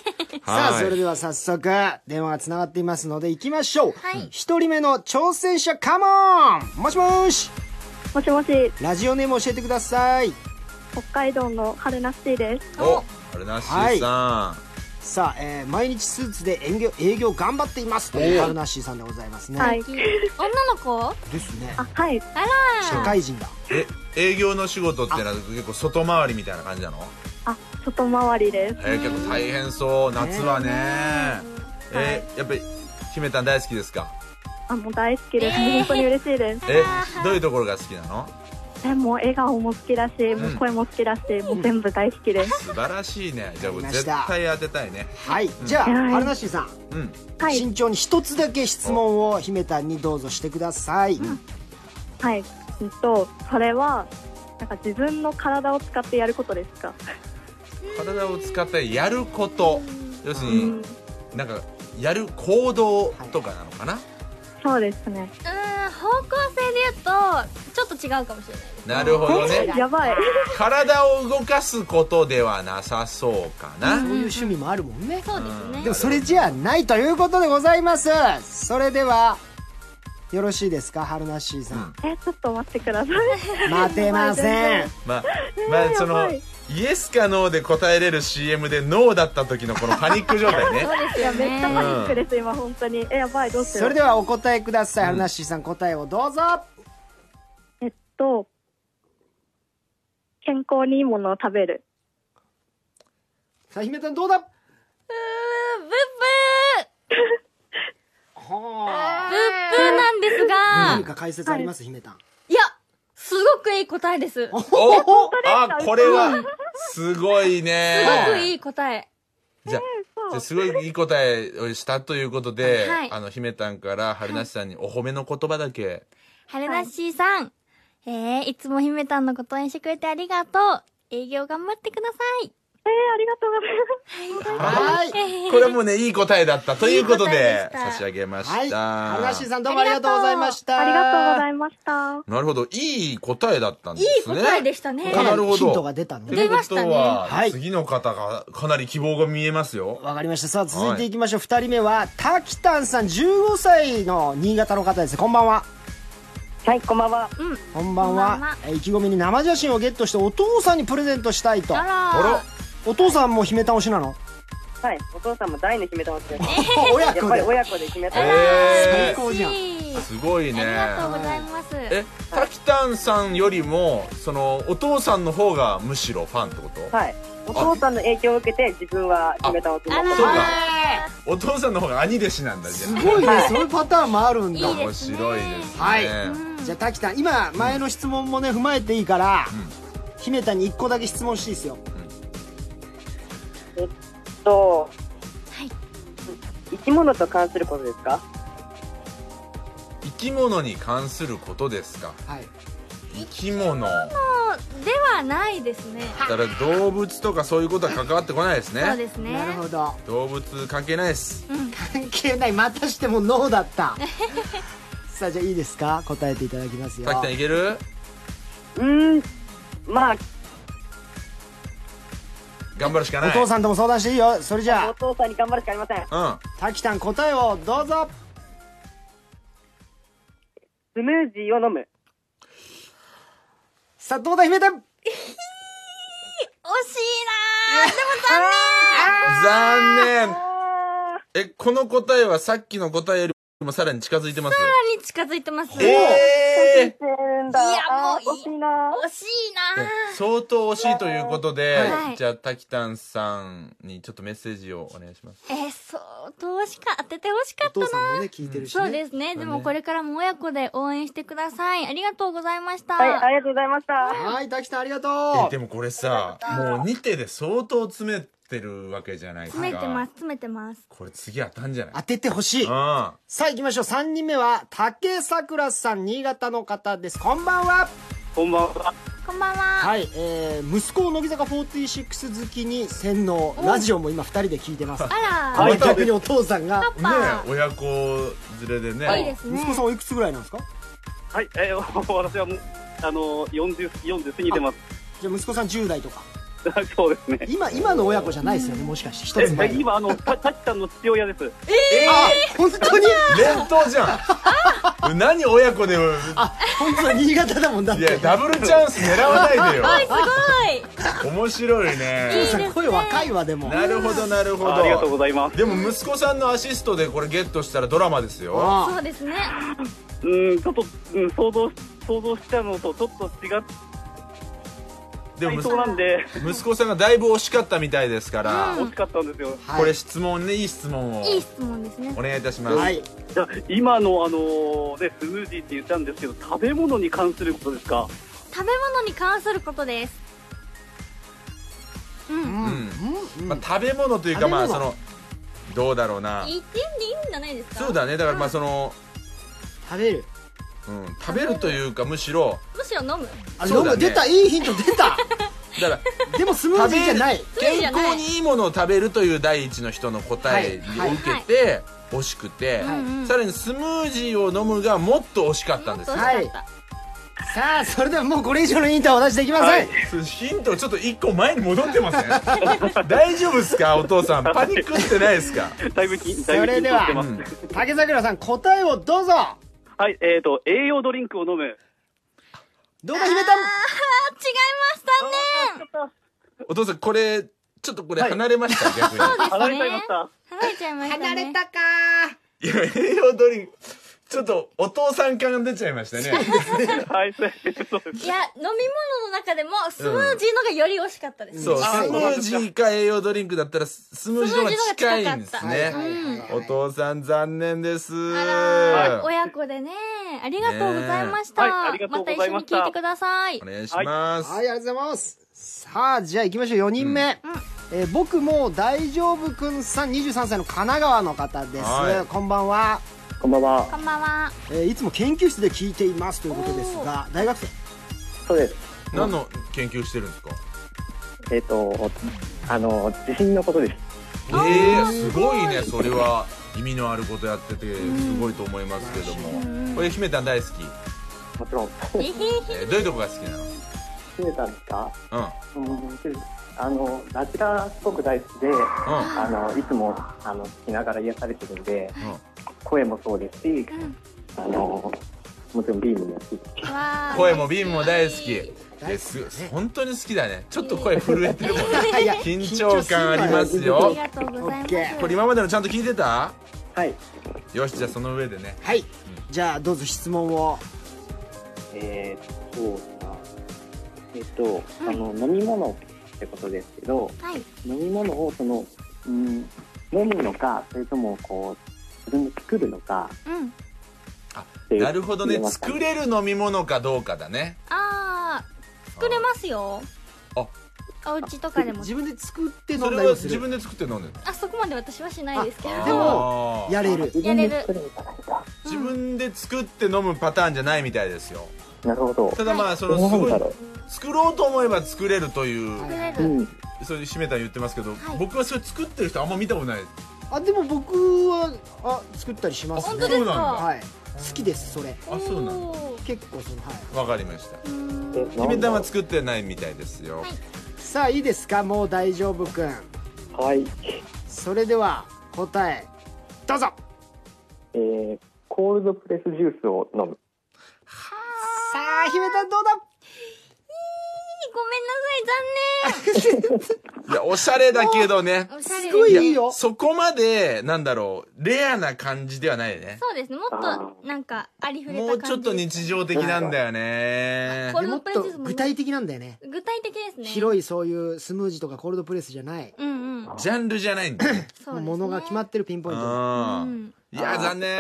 Speaker 2: あ
Speaker 1: はい
Speaker 2: それでは早速電話がつながっていますので行きましょう
Speaker 3: はい
Speaker 2: 一、人目の挑戦者カモンもしもし
Speaker 5: もしもし、
Speaker 2: ラジオネーム教えてください
Speaker 5: 北海道の春なしティです。
Speaker 1: お、あれなしーさ
Speaker 2: さあ、えー毎日スーツで営業営業頑張っていますというハルナッシーさんでございますね、
Speaker 5: はい。
Speaker 3: 女の子
Speaker 2: ですね
Speaker 5: あ、はい。
Speaker 3: あら
Speaker 2: 社会人だ
Speaker 1: ん。え、営業の仕事ってのは結構外回りみたいな感じなの
Speaker 5: あ、外回りです。
Speaker 1: えー、結構大変そう、夏はね。えー、やっぱり、姫たん大好きですか
Speaker 5: あ、もう大好きです。
Speaker 3: えー
Speaker 5: 本当に嬉しいです。
Speaker 1: え、どういうところが好きなの
Speaker 5: え、もう笑顔も好きだし、もう声も好きだし、もう全部大好きです。
Speaker 1: 素晴らしいね。じゃあ
Speaker 2: わ
Speaker 1: 僕
Speaker 2: かりまし
Speaker 1: 絶
Speaker 2: た
Speaker 1: 対当てたいね。
Speaker 2: はいじゃあ、
Speaker 5: はい
Speaker 2: ハルナッシーさん、
Speaker 1: うん。
Speaker 5: はい。
Speaker 2: 慎重に一つだけ質問を姫たんにどうぞしてください、
Speaker 5: はい。うんと、それは、なんか自分の体を使ってやることですか。
Speaker 1: 体を使ってやること。要する
Speaker 5: う
Speaker 1: に
Speaker 5: ん、。
Speaker 1: なんか、やる行動とかなのかな、
Speaker 5: そうですね。
Speaker 3: うーん方向性で言うとちょっと違うかもしれないです
Speaker 1: なるほどね。
Speaker 5: やばい。
Speaker 1: 体を動かすことではなさそうかな、
Speaker 2: そういう趣味もあるもんね、
Speaker 3: そうですね
Speaker 2: でもそれじゃないということでございますそれではよろしいですか春ナッシーさん、
Speaker 5: え、ちょっと待ってください。
Speaker 2: 待てません
Speaker 1: まあまあそ
Speaker 5: や
Speaker 1: の
Speaker 5: ばい
Speaker 1: イエスかノーで答えれる CM でノーだった時のこのパニック状
Speaker 3: <laughs>
Speaker 1: 態ね
Speaker 3: そうです
Speaker 5: いや、
Speaker 3: よ
Speaker 5: めっちゃ
Speaker 3: ね
Speaker 5: パニックです、今、本当に。え、やばい、どうしよう。
Speaker 2: それではお答えください、春ナッシーさん答えをどうぞ
Speaker 5: えっと、健康にいいものを食べる。
Speaker 2: さあ姫たんどうだ
Speaker 3: ブッブー
Speaker 2: はあ
Speaker 3: ブッブーなんです
Speaker 2: 何
Speaker 3: が
Speaker 2: か解説あります、姫たん
Speaker 3: いやすごくいい答えですすご
Speaker 1: おあこれはすごいね
Speaker 3: くいい答え
Speaker 1: じゃあじゃあすごいいい答えをしたということで、
Speaker 3: はい
Speaker 1: あの姫たんから春梨さんにお褒めの言葉だけ、
Speaker 3: はるなっしーさんえーいつも姫たんのこと応援してくれてありがとう営業頑張ってください
Speaker 5: えー、ありがとうございます。
Speaker 2: はい
Speaker 1: これはもうねいい答えだったということ
Speaker 3: いい答え
Speaker 1: で
Speaker 3: でした
Speaker 1: 差し上げました、
Speaker 2: はい春ナッシーさんどうもあ
Speaker 3: あ
Speaker 2: り
Speaker 3: り
Speaker 2: が
Speaker 3: が
Speaker 2: と
Speaker 3: と
Speaker 2: う
Speaker 3: う
Speaker 2: ございました
Speaker 5: ありがとうございました。
Speaker 1: なるほどいい答えだったんで
Speaker 3: いい
Speaker 1: すね
Speaker 3: 答えでしたね
Speaker 2: かな
Speaker 1: な
Speaker 2: り
Speaker 1: るほど
Speaker 2: ヒントが出たの
Speaker 1: と
Speaker 2: で
Speaker 1: い
Speaker 3: 出
Speaker 1: うこ
Speaker 3: まし
Speaker 1: と
Speaker 3: たね
Speaker 1: は、
Speaker 2: はい
Speaker 1: 次の方がかなり希望が見えますよ。
Speaker 2: わかりましたさあ続いていきましょう、2人目はタキタンさん15歳の新潟の方ですこんばんは
Speaker 6: はい、こんばんは。
Speaker 3: うん
Speaker 2: こんばんは
Speaker 3: こんばんは
Speaker 2: えー意気込みに生写真をゲットしてお父さんにプレゼントしたいと
Speaker 3: あ
Speaker 1: あ
Speaker 3: ら
Speaker 1: ら
Speaker 3: ー、
Speaker 2: お父さんも姫倒しなの
Speaker 6: はい、お父さんも大の姫玉です。
Speaker 2: 親
Speaker 6: やっ
Speaker 2: 子
Speaker 6: ぱり
Speaker 2: で
Speaker 6: 親子で決めた。
Speaker 1: え
Speaker 2: 最高じゃん
Speaker 3: 嬉しい
Speaker 1: ー、すごいね。
Speaker 3: ありがとうございます
Speaker 1: え、タキタンさんよりも、そのお父さんの方がむしろファンってこと。
Speaker 6: はい。お父さんの影響を受けて自分は姫玉を決め
Speaker 3: あら
Speaker 6: ま
Speaker 3: ー
Speaker 6: した。
Speaker 1: そうかお父さんの方が兄弟子なんだじゃ
Speaker 2: す
Speaker 1: ん。
Speaker 2: ごいね、そういうパターンもあるんだ
Speaker 3: いい
Speaker 1: 面
Speaker 3: ですね
Speaker 1: 白いですね。
Speaker 2: はい
Speaker 3: うん
Speaker 2: じゃあタキタン今前の質問もね踏まえていいから、姫たんに1個だけ質問していいですよ
Speaker 6: と、
Speaker 3: はい
Speaker 6: 生き物と関することですか
Speaker 1: 生き物に関することですか。
Speaker 2: はい
Speaker 1: 生き物。だ
Speaker 3: そうではないですね
Speaker 1: から動物とかそういうことは関わってこないです
Speaker 3: そう
Speaker 1: ね。
Speaker 3: ですね
Speaker 2: なるほど
Speaker 1: 動物関係ないです。
Speaker 2: 関係ないまたしてもノーだった <laughs> さあじゃあいいですか答えていただきますよ
Speaker 1: タキタンいける。
Speaker 6: うーん、まあ、
Speaker 1: 頑張るしか
Speaker 2: お
Speaker 1: ない。
Speaker 2: 父さんとも相談していいよそれじゃ
Speaker 6: お
Speaker 2: あ
Speaker 6: 父さんに頑張るしかありません。
Speaker 1: うん。
Speaker 2: タキタン答えをどうぞ
Speaker 6: スムージーを飲む。
Speaker 2: さあどうだ姫た
Speaker 3: 惜
Speaker 2: ん
Speaker 3: しいなーでも残念
Speaker 1: 残念え、この答えはさっきの答えよりもさらに近づいてます
Speaker 3: さらに近づいてます惜しい
Speaker 1: え
Speaker 6: えー、だ
Speaker 3: いやもういい
Speaker 6: あー惜しいな。
Speaker 3: なー
Speaker 1: ー、相当惜しいということで、
Speaker 3: はい
Speaker 1: じゃあ、タキタンさんにちょっとメッセージをお願いします。
Speaker 3: えー、そうどうしか当ててほしか
Speaker 2: お
Speaker 3: った
Speaker 2: 父
Speaker 3: な
Speaker 2: さんもね聞いてるし、ね
Speaker 3: そうですねでもこれからも親子で応援してくださいありがとうございました、
Speaker 6: はい、ありがとうございました。
Speaker 2: はいタキタンありがと
Speaker 1: え
Speaker 2: う
Speaker 1: でもこれさ、もう2手で相当詰めてるわけじゃないですか。
Speaker 3: 詰めてます。詰めてます
Speaker 1: これ次当たんじゃない
Speaker 2: 当ててほしい
Speaker 1: あ
Speaker 2: さあ行きましょう3人目は竹さくらさん新潟の方ですこんばんは
Speaker 6: こんばんは。
Speaker 3: こんばんは、
Speaker 2: はい、えー、息子を乃木坂46好きに洗脳ラジオも今2人で聞いて
Speaker 1: <laughs>
Speaker 2: ます
Speaker 3: あら、
Speaker 2: これ逆にお父さんが
Speaker 3: パ
Speaker 1: あ。
Speaker 3: パ、
Speaker 1: ねえ親子連れでね。
Speaker 3: いいですね
Speaker 2: 息子さんおいくつぐらいなんですか
Speaker 7: はい、えー、私はもうあの40 40過ぎてます。 <laughs>
Speaker 2: じゃあ息子さん10代とか
Speaker 7: そうですね。
Speaker 2: 今今の親子じゃないですよねもしかして一つ
Speaker 7: え
Speaker 2: 前の
Speaker 7: 今あのたたちさんの父親です。
Speaker 2: あ本当に
Speaker 1: 連投じゃ
Speaker 3: <laughs>
Speaker 1: ん何親子で
Speaker 2: あ本当は新潟だもんだっ
Speaker 1: い
Speaker 2: て
Speaker 1: やダブルチャンス狙わないでよ
Speaker 3: すご
Speaker 1: 面白いね
Speaker 2: さ声若いわでも
Speaker 1: なるほどなるほど
Speaker 7: あありがとうございます。
Speaker 1: でも息子さんのアシストでこれゲットしたらドラマですよ
Speaker 3: い
Speaker 2: あ
Speaker 3: そうですね
Speaker 7: うんちょっと、うん、想像想像したのとちょっと違っ
Speaker 1: でも
Speaker 7: てそうなんで
Speaker 1: 息子さんがだいぶ惜しかったみたいですから、
Speaker 7: 惜しかったんですよ。
Speaker 2: あ
Speaker 1: これ質問ねいい質問を
Speaker 3: いい質問ですね
Speaker 1: お願いいたします、
Speaker 2: はい
Speaker 7: じゃあ今のあのねスムージーって言ったんですけど食べ物に関することですか。
Speaker 3: 食べ物に関することですう
Speaker 2: うん
Speaker 3: ん
Speaker 2: うん
Speaker 1: まあ、食べ物というかまあ
Speaker 2: 食
Speaker 1: そ
Speaker 2: べ物
Speaker 1: のどうだろうな
Speaker 3: 一点でいいんじゃないですか
Speaker 1: そうだねだからまあその、
Speaker 2: 食べる
Speaker 1: うん、食べるというかむしろ
Speaker 3: むしろ飲む
Speaker 2: あ
Speaker 1: そうだね
Speaker 2: 飲む出たいいヒント出
Speaker 1: <laughs> だ
Speaker 2: た
Speaker 1: から
Speaker 2: でもスムージーじゃない
Speaker 3: べる
Speaker 1: 健康にいいものを食べるという第一の人の答えを
Speaker 2: はい
Speaker 1: 受けて惜しくて、
Speaker 3: はいうんうん
Speaker 1: さらにスムージーを飲むがもっと惜しかったんですよ
Speaker 3: もっ
Speaker 2: はいさあそれではもうこれ以上のヒントはお出しできません、
Speaker 1: ヒントちょっと一個前に戻ってません <laughs> 大丈夫ですかお父さんパニックってないですか
Speaker 7: だいぶき
Speaker 2: そ
Speaker 7: だいぶ
Speaker 2: れ
Speaker 7: 緊
Speaker 2: で
Speaker 7: 張
Speaker 2: は
Speaker 7: してます。
Speaker 2: 竹桜さん答えをどうぞ
Speaker 7: はいえっ、ー、と栄養ドリンクを飲む。
Speaker 2: どうか姫た
Speaker 3: あー違いましたね
Speaker 1: お父さんこれちょっとこれ
Speaker 7: はい
Speaker 1: 離れました、逆に
Speaker 7: 離れちゃいました。
Speaker 3: 離れちゃいましたね離れた
Speaker 2: か
Speaker 1: いや栄養ドリンクちょっとお父さん感が出ちゃいましたね
Speaker 7: はいそうです。
Speaker 3: いや飲み物の中でもスムージーのがより惜しかったです、
Speaker 1: そうス
Speaker 2: はい
Speaker 1: ムージーか栄養ドリンクだったらススムージーの方が近いんです
Speaker 3: スムージーの方が近かった
Speaker 1: ねお父さん残念です
Speaker 3: あらー
Speaker 1: お
Speaker 3: 親子でねありがとうございまし
Speaker 7: ねえはい
Speaker 3: た、
Speaker 7: ありがと
Speaker 3: ま
Speaker 7: う
Speaker 3: た
Speaker 7: ご
Speaker 3: 一
Speaker 7: ざい
Speaker 3: 緒
Speaker 7: ま
Speaker 3: に
Speaker 7: した
Speaker 3: 聞いてください
Speaker 1: 願いします、
Speaker 2: はいありがとうございますさあじゃあ行きましょう4人目、えー僕も大丈夫くんさん23歳の神奈川の方です、
Speaker 1: はい
Speaker 2: こんばんは、
Speaker 6: こんばんは。
Speaker 3: こんばんは
Speaker 2: えーいつも研究室で聞いていますということですが
Speaker 3: <laughs>
Speaker 2: 大学生
Speaker 6: そうです。
Speaker 1: 何の研究してるんですか
Speaker 6: えっ、と、あの、地震のことです。
Speaker 1: えー、すごいねそれは意味のあることやっててすごいと思いますけどもこれ姫たん大好き、
Speaker 6: もちろん。
Speaker 3: え
Speaker 7: <laughs>
Speaker 3: へへ
Speaker 1: えーどういうとこが好きなの
Speaker 6: <laughs> 決めたんですか
Speaker 1: うん
Speaker 6: うん、あの、ラジラすごく大好きで、あの、いつも、あの、聞きながら癒されてるんで、
Speaker 1: うん
Speaker 6: 声もそうですし、あの、もちろんビームも好きです。
Speaker 3: わー
Speaker 1: 声もビームも大好きです本当に好きだねちょっと声震えてるもん <laughs> ね
Speaker 2: いや
Speaker 1: 緊張感あります
Speaker 3: あり
Speaker 1: よ
Speaker 3: がとうございます
Speaker 2: オッケー
Speaker 1: これ今までのちゃんと聞いてた
Speaker 6: はい。
Speaker 1: よしじゃあその上でね
Speaker 2: はいじゃあどうぞ質問を
Speaker 6: えー、そうだな。えっ、と、あの、飲み物ってことですけど、
Speaker 3: はい
Speaker 6: 飲み物をその、うん、飲むのかそれともこう自分で作るのか
Speaker 3: うん
Speaker 6: っていう
Speaker 1: なるほどね作れる飲み物かどうかだね
Speaker 3: あー作れますよ
Speaker 1: あ
Speaker 3: お家とかでも
Speaker 2: 自分で作って飲
Speaker 1: そ
Speaker 2: ん
Speaker 1: れ
Speaker 2: だり
Speaker 1: は
Speaker 2: もす
Speaker 1: 自
Speaker 2: る
Speaker 1: 分で作って飲んでる
Speaker 3: あそこまで私はしないですけど
Speaker 2: あでも
Speaker 1: あー
Speaker 2: やれる
Speaker 6: 自分で作るのかなんか
Speaker 1: 自分で作って飲むパターンじゃないみたいですよ
Speaker 6: なるほど
Speaker 1: ただまあその
Speaker 6: ど
Speaker 1: す
Speaker 6: う
Speaker 1: ご
Speaker 6: ないんだろう
Speaker 1: 作ろうと思えば作れるという
Speaker 3: 作れ
Speaker 6: う
Speaker 3: る
Speaker 6: ん
Speaker 1: それで締めた言ってますけど、
Speaker 3: はい
Speaker 1: 僕はそれ作ってる人あんま見たことない
Speaker 2: あでも僕はあ作ったりします
Speaker 1: あ
Speaker 3: 本
Speaker 2: ね
Speaker 3: 当です
Speaker 1: そうなんだ
Speaker 3: か
Speaker 2: はい好きですそれ
Speaker 1: あそうなの
Speaker 3: おー
Speaker 2: 結構そのはい
Speaker 1: わかりました
Speaker 6: えなんだろう
Speaker 1: 姫たんは作ってないみたいですよ、
Speaker 3: はい
Speaker 2: さあいいですかもう大丈夫くん
Speaker 6: はい
Speaker 2: それでは答えどうぞ
Speaker 6: えー、コールドプレスジュースを飲む
Speaker 2: さあ姫たんどうだ
Speaker 3: ごめんなさい <laughs>
Speaker 1: いやおしゃれだけど
Speaker 3: 残
Speaker 1: ね
Speaker 3: 念おしゃれです
Speaker 2: ご
Speaker 1: いや
Speaker 2: いいいよ
Speaker 1: そこまでなんだろうレアな感じではないね
Speaker 3: そうですねもっとなんかありふれた
Speaker 1: も
Speaker 3: 感じ
Speaker 1: うちょっと日常的なんだよね
Speaker 3: これ
Speaker 2: でも
Speaker 3: の
Speaker 2: っ
Speaker 3: プレゼン
Speaker 2: と
Speaker 3: トも
Speaker 2: 具体的なんだよね
Speaker 3: 具体的ですね
Speaker 2: 広いそういうスムージーとかコールドプレスじゃない
Speaker 3: うんうん
Speaker 1: ジャンルじゃないんだ
Speaker 3: <coughs>
Speaker 1: よね
Speaker 3: そうですね
Speaker 2: ものが決まってるピンポイントの
Speaker 1: うんいや残念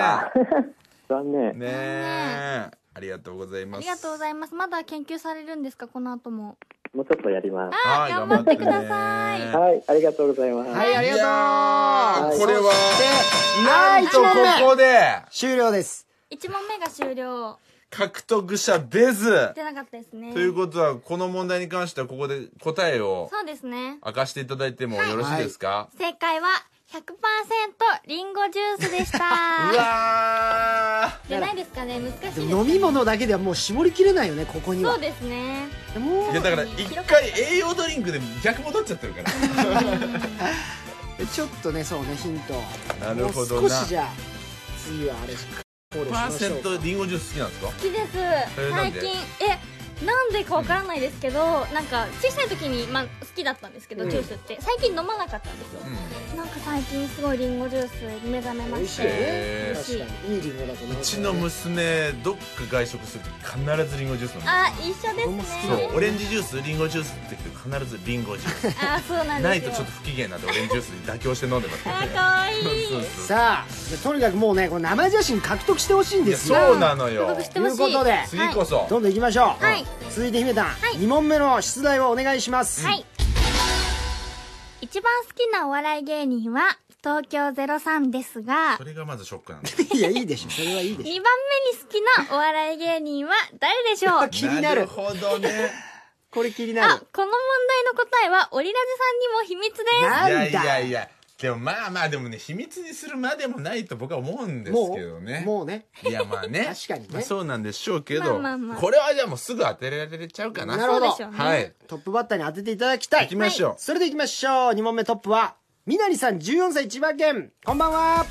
Speaker 6: 残念、
Speaker 1: ねえありがとうござい
Speaker 3: あ
Speaker 1: ます
Speaker 3: りがとうございますまだ研究されるんですかこの後も
Speaker 6: もうちょっとやります
Speaker 3: あ
Speaker 1: はい
Speaker 3: 頑張ってください
Speaker 1: 頑張っ
Speaker 6: はいありがとうございます、
Speaker 2: はいあり
Speaker 1: いや
Speaker 2: が
Speaker 1: ー
Speaker 2: とう
Speaker 1: これは
Speaker 2: そして
Speaker 1: てねなんとここで
Speaker 2: 終了です
Speaker 3: 一問目が終了
Speaker 1: 獲得者出ず
Speaker 3: 出なかったですね
Speaker 1: ということはこの問題に関してはここで答えを
Speaker 3: そうですね
Speaker 1: 明かしていただいてもよろしいですか、
Speaker 3: 正解は100%リンゴジュースでした
Speaker 1: うわ
Speaker 3: じゃないですかね難しいです
Speaker 2: で
Speaker 3: ね
Speaker 2: も飲み物だけではもう絞りきれないよねここには
Speaker 3: そうですね
Speaker 2: も
Speaker 1: いやだから一回栄養ドリンクで逆戻っちゃってるから
Speaker 2: うちょっとねそうねヒント
Speaker 3: <laughs>
Speaker 1: なるほどな
Speaker 2: もう少しじゃあ次はあれ考慮し
Speaker 1: パー
Speaker 2: まし
Speaker 1: セ
Speaker 2: ょ
Speaker 1: ン
Speaker 2: うか
Speaker 1: トリンゴジュース好きなんですか
Speaker 3: 好きです
Speaker 1: えなん
Speaker 3: 最
Speaker 1: で
Speaker 3: 近えなんでかわからないですけど、なんか小さい時に、まあ、好きだったんですけど、
Speaker 2: うん
Speaker 3: ジュースって最近飲まなかったんですよ、なんか最近すごいリンゴジュース目覚めま
Speaker 2: 美味
Speaker 3: し
Speaker 2: しい
Speaker 3: て
Speaker 2: よね、
Speaker 1: へ
Speaker 3: ー
Speaker 2: 確かにいいリンゴだと思う
Speaker 1: うちの娘どっか外食すると必ずリンゴジュース飲む
Speaker 3: あ一緒ですね
Speaker 1: そうオレンジジュースリンゴジュースって言って必ずリンゴジ
Speaker 3: <laughs>
Speaker 1: ュー
Speaker 3: あそうな
Speaker 1: ス
Speaker 3: ん
Speaker 1: な
Speaker 3: で
Speaker 1: い
Speaker 3: す
Speaker 1: と
Speaker 3: よ
Speaker 1: ちょっと不機嫌になってオレンジジュースに妥協して飲んでます
Speaker 3: あーかわいい
Speaker 1: そうそうそう
Speaker 2: さあじゃあとにかくもうねこの生写真獲得してほしいん
Speaker 1: い
Speaker 2: で
Speaker 1: や
Speaker 2: すよ
Speaker 1: そうなのよ
Speaker 3: 獲得してほしい
Speaker 2: ということで
Speaker 1: 次こそ
Speaker 2: どんどんいきましょう、
Speaker 3: はい
Speaker 2: 続いて姫たん、
Speaker 3: い
Speaker 2: 2問目の出題をお願いします、
Speaker 3: はい。一番好きなお笑い芸人は、東京03ですが、
Speaker 1: それがまずショックなんだ
Speaker 2: <laughs> いやいいでしょそれはいいで
Speaker 3: 2番目 <laughs>
Speaker 2: し
Speaker 3: に好きなお笑い芸人は誰でし
Speaker 1: <laughs>
Speaker 3: ょう
Speaker 2: 気にな
Speaker 1: な
Speaker 2: る
Speaker 1: るほど
Speaker 2: <laughs>
Speaker 1: ね
Speaker 2: ょこれ気にな
Speaker 3: あ
Speaker 2: る、
Speaker 3: この問題の答えは、オリラジさんにも秘密で
Speaker 2: なん
Speaker 1: い
Speaker 2: だ
Speaker 1: やいやいやでもまあまあでもね秘密にするまでもないと僕は思うんです
Speaker 2: も
Speaker 1: けど
Speaker 2: う
Speaker 1: ね
Speaker 2: もうね
Speaker 1: いやまあね
Speaker 2: <laughs> 確かにね
Speaker 1: まあそうなんでしょうけど、
Speaker 3: まあまあまあ
Speaker 1: これはじゃあもうすぐ当てられちゃうかな
Speaker 2: なるほど
Speaker 3: そうでしょうね
Speaker 1: はい
Speaker 2: トップバッターに当てていただきたい
Speaker 1: 行きましょう
Speaker 2: それでいきましょう2問目トップはみなりさん14歳千葉県こんばんは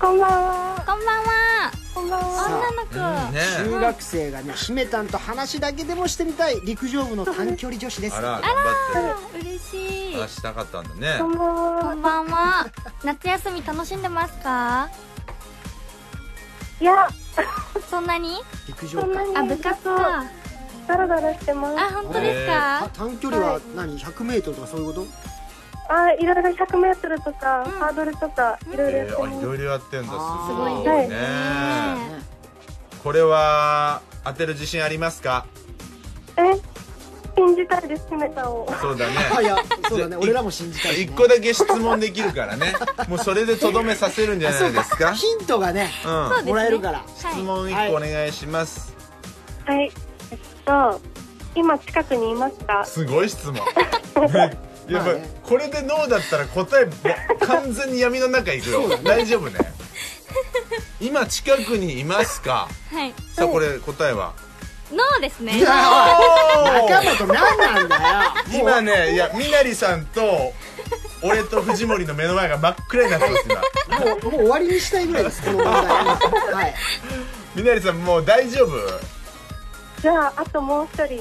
Speaker 5: こんばんは。
Speaker 3: す。こんばんは。
Speaker 5: こんばんは。
Speaker 3: 女の子。
Speaker 1: うんね
Speaker 2: 中学生がね姫たんと話だけでもしてみたい陸上部の短距離女子です
Speaker 1: あら頑張っ
Speaker 3: あ嬉してい
Speaker 1: 話。したかったんだね
Speaker 5: こんばん
Speaker 3: こ
Speaker 5: は。
Speaker 3: んばんは。夏休み楽しんでますか
Speaker 5: いや、
Speaker 3: そんなに
Speaker 2: 陸上
Speaker 5: そんな
Speaker 2: か
Speaker 5: に
Speaker 3: あ、部活
Speaker 5: そう
Speaker 3: か。
Speaker 5: ダラダラしてま
Speaker 3: あ、
Speaker 5: す。
Speaker 3: 本当です
Speaker 2: あ
Speaker 3: か
Speaker 2: 短距離は何 100m とかそういうこと
Speaker 5: あ、いろいろ100メートルとか、
Speaker 3: ん
Speaker 5: ハードルとか、いろいろや
Speaker 1: え
Speaker 5: って
Speaker 1: ー、あい
Speaker 5: ま
Speaker 1: ろ
Speaker 5: す。
Speaker 1: いろやってんだす
Speaker 2: あー
Speaker 1: ごい
Speaker 5: すごい
Speaker 1: ね
Speaker 5: ね
Speaker 3: ね
Speaker 1: これは当てる自信ありますか
Speaker 5: え、信じたいです、姫さんを。
Speaker 1: そうだね
Speaker 2: あいやそうだね俺らも信じたいし
Speaker 1: 一
Speaker 2: ね
Speaker 1: 個だけ質問できるからねもうそれでとどめさせるんじゃないですか
Speaker 2: ヒントがね
Speaker 1: うん
Speaker 3: そうですね
Speaker 2: もらえるから
Speaker 1: 質問一個お願いします、
Speaker 5: はい。えっと、今近くにいますか
Speaker 1: すごい質問ねやっぱ
Speaker 2: まあね
Speaker 1: これでノーだったら答えも完全に闇の中いくよ、大丈夫ね今近くにいますか
Speaker 3: はい。
Speaker 1: さあこれ答えは
Speaker 3: ノーですね。
Speaker 2: 中本何なんだよ
Speaker 1: 今ねいやみなりさんと俺と藤森の目の前が真っ暗になってます今
Speaker 2: もうもう終わりにしたいぐらいですこの問題はい
Speaker 1: みなりさんもう大丈夫
Speaker 5: じゃあ、あともう一人、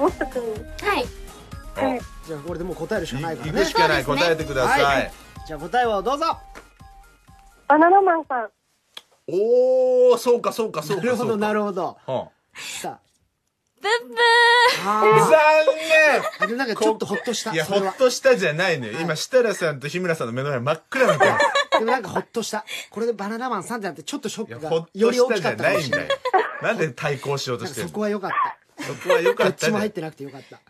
Speaker 5: もう一組。
Speaker 3: はい。
Speaker 5: はい。
Speaker 2: じゃあこれでもう答えるしかないから
Speaker 1: 行
Speaker 2: ね
Speaker 1: くしかない
Speaker 3: そうですね
Speaker 1: 答えてください、
Speaker 2: はいじゃあ答えをどうぞ
Speaker 5: バナナマンさん。
Speaker 1: おおそうかそうかそう
Speaker 2: な
Speaker 1: か
Speaker 2: るほどな
Speaker 1: る
Speaker 2: るほど
Speaker 1: ほど
Speaker 2: さ
Speaker 3: ブッブー
Speaker 2: あ
Speaker 1: 残
Speaker 2: あ
Speaker 1: 念
Speaker 2: ーでもなんかちょっとほっとした
Speaker 1: いや、
Speaker 2: そ
Speaker 1: ほ
Speaker 2: れは
Speaker 1: っとしたじゃないのよ。今、設楽さんと日村さんの目の前真っ暗なんだよ。
Speaker 2: でもなんかほっとしたこれでバナナマンさんってなってちょっとショ
Speaker 1: いや、
Speaker 2: ックが
Speaker 1: ほっと
Speaker 2: より
Speaker 1: し
Speaker 2: 大
Speaker 1: た
Speaker 2: き
Speaker 1: じ
Speaker 2: か
Speaker 1: ゃ
Speaker 2: ったか
Speaker 1: な
Speaker 2: も
Speaker 1: い
Speaker 2: し
Speaker 1: ん
Speaker 2: れな
Speaker 1: だ
Speaker 2: い
Speaker 1: よ。なんで対抗しようと
Speaker 2: なん
Speaker 1: して
Speaker 2: か
Speaker 1: る
Speaker 2: そ
Speaker 1: の
Speaker 2: こは良かった
Speaker 1: そこは良か
Speaker 2: ど
Speaker 1: っ
Speaker 2: ったちも入
Speaker 1: ね
Speaker 2: っ。てなくてよかった
Speaker 1: こ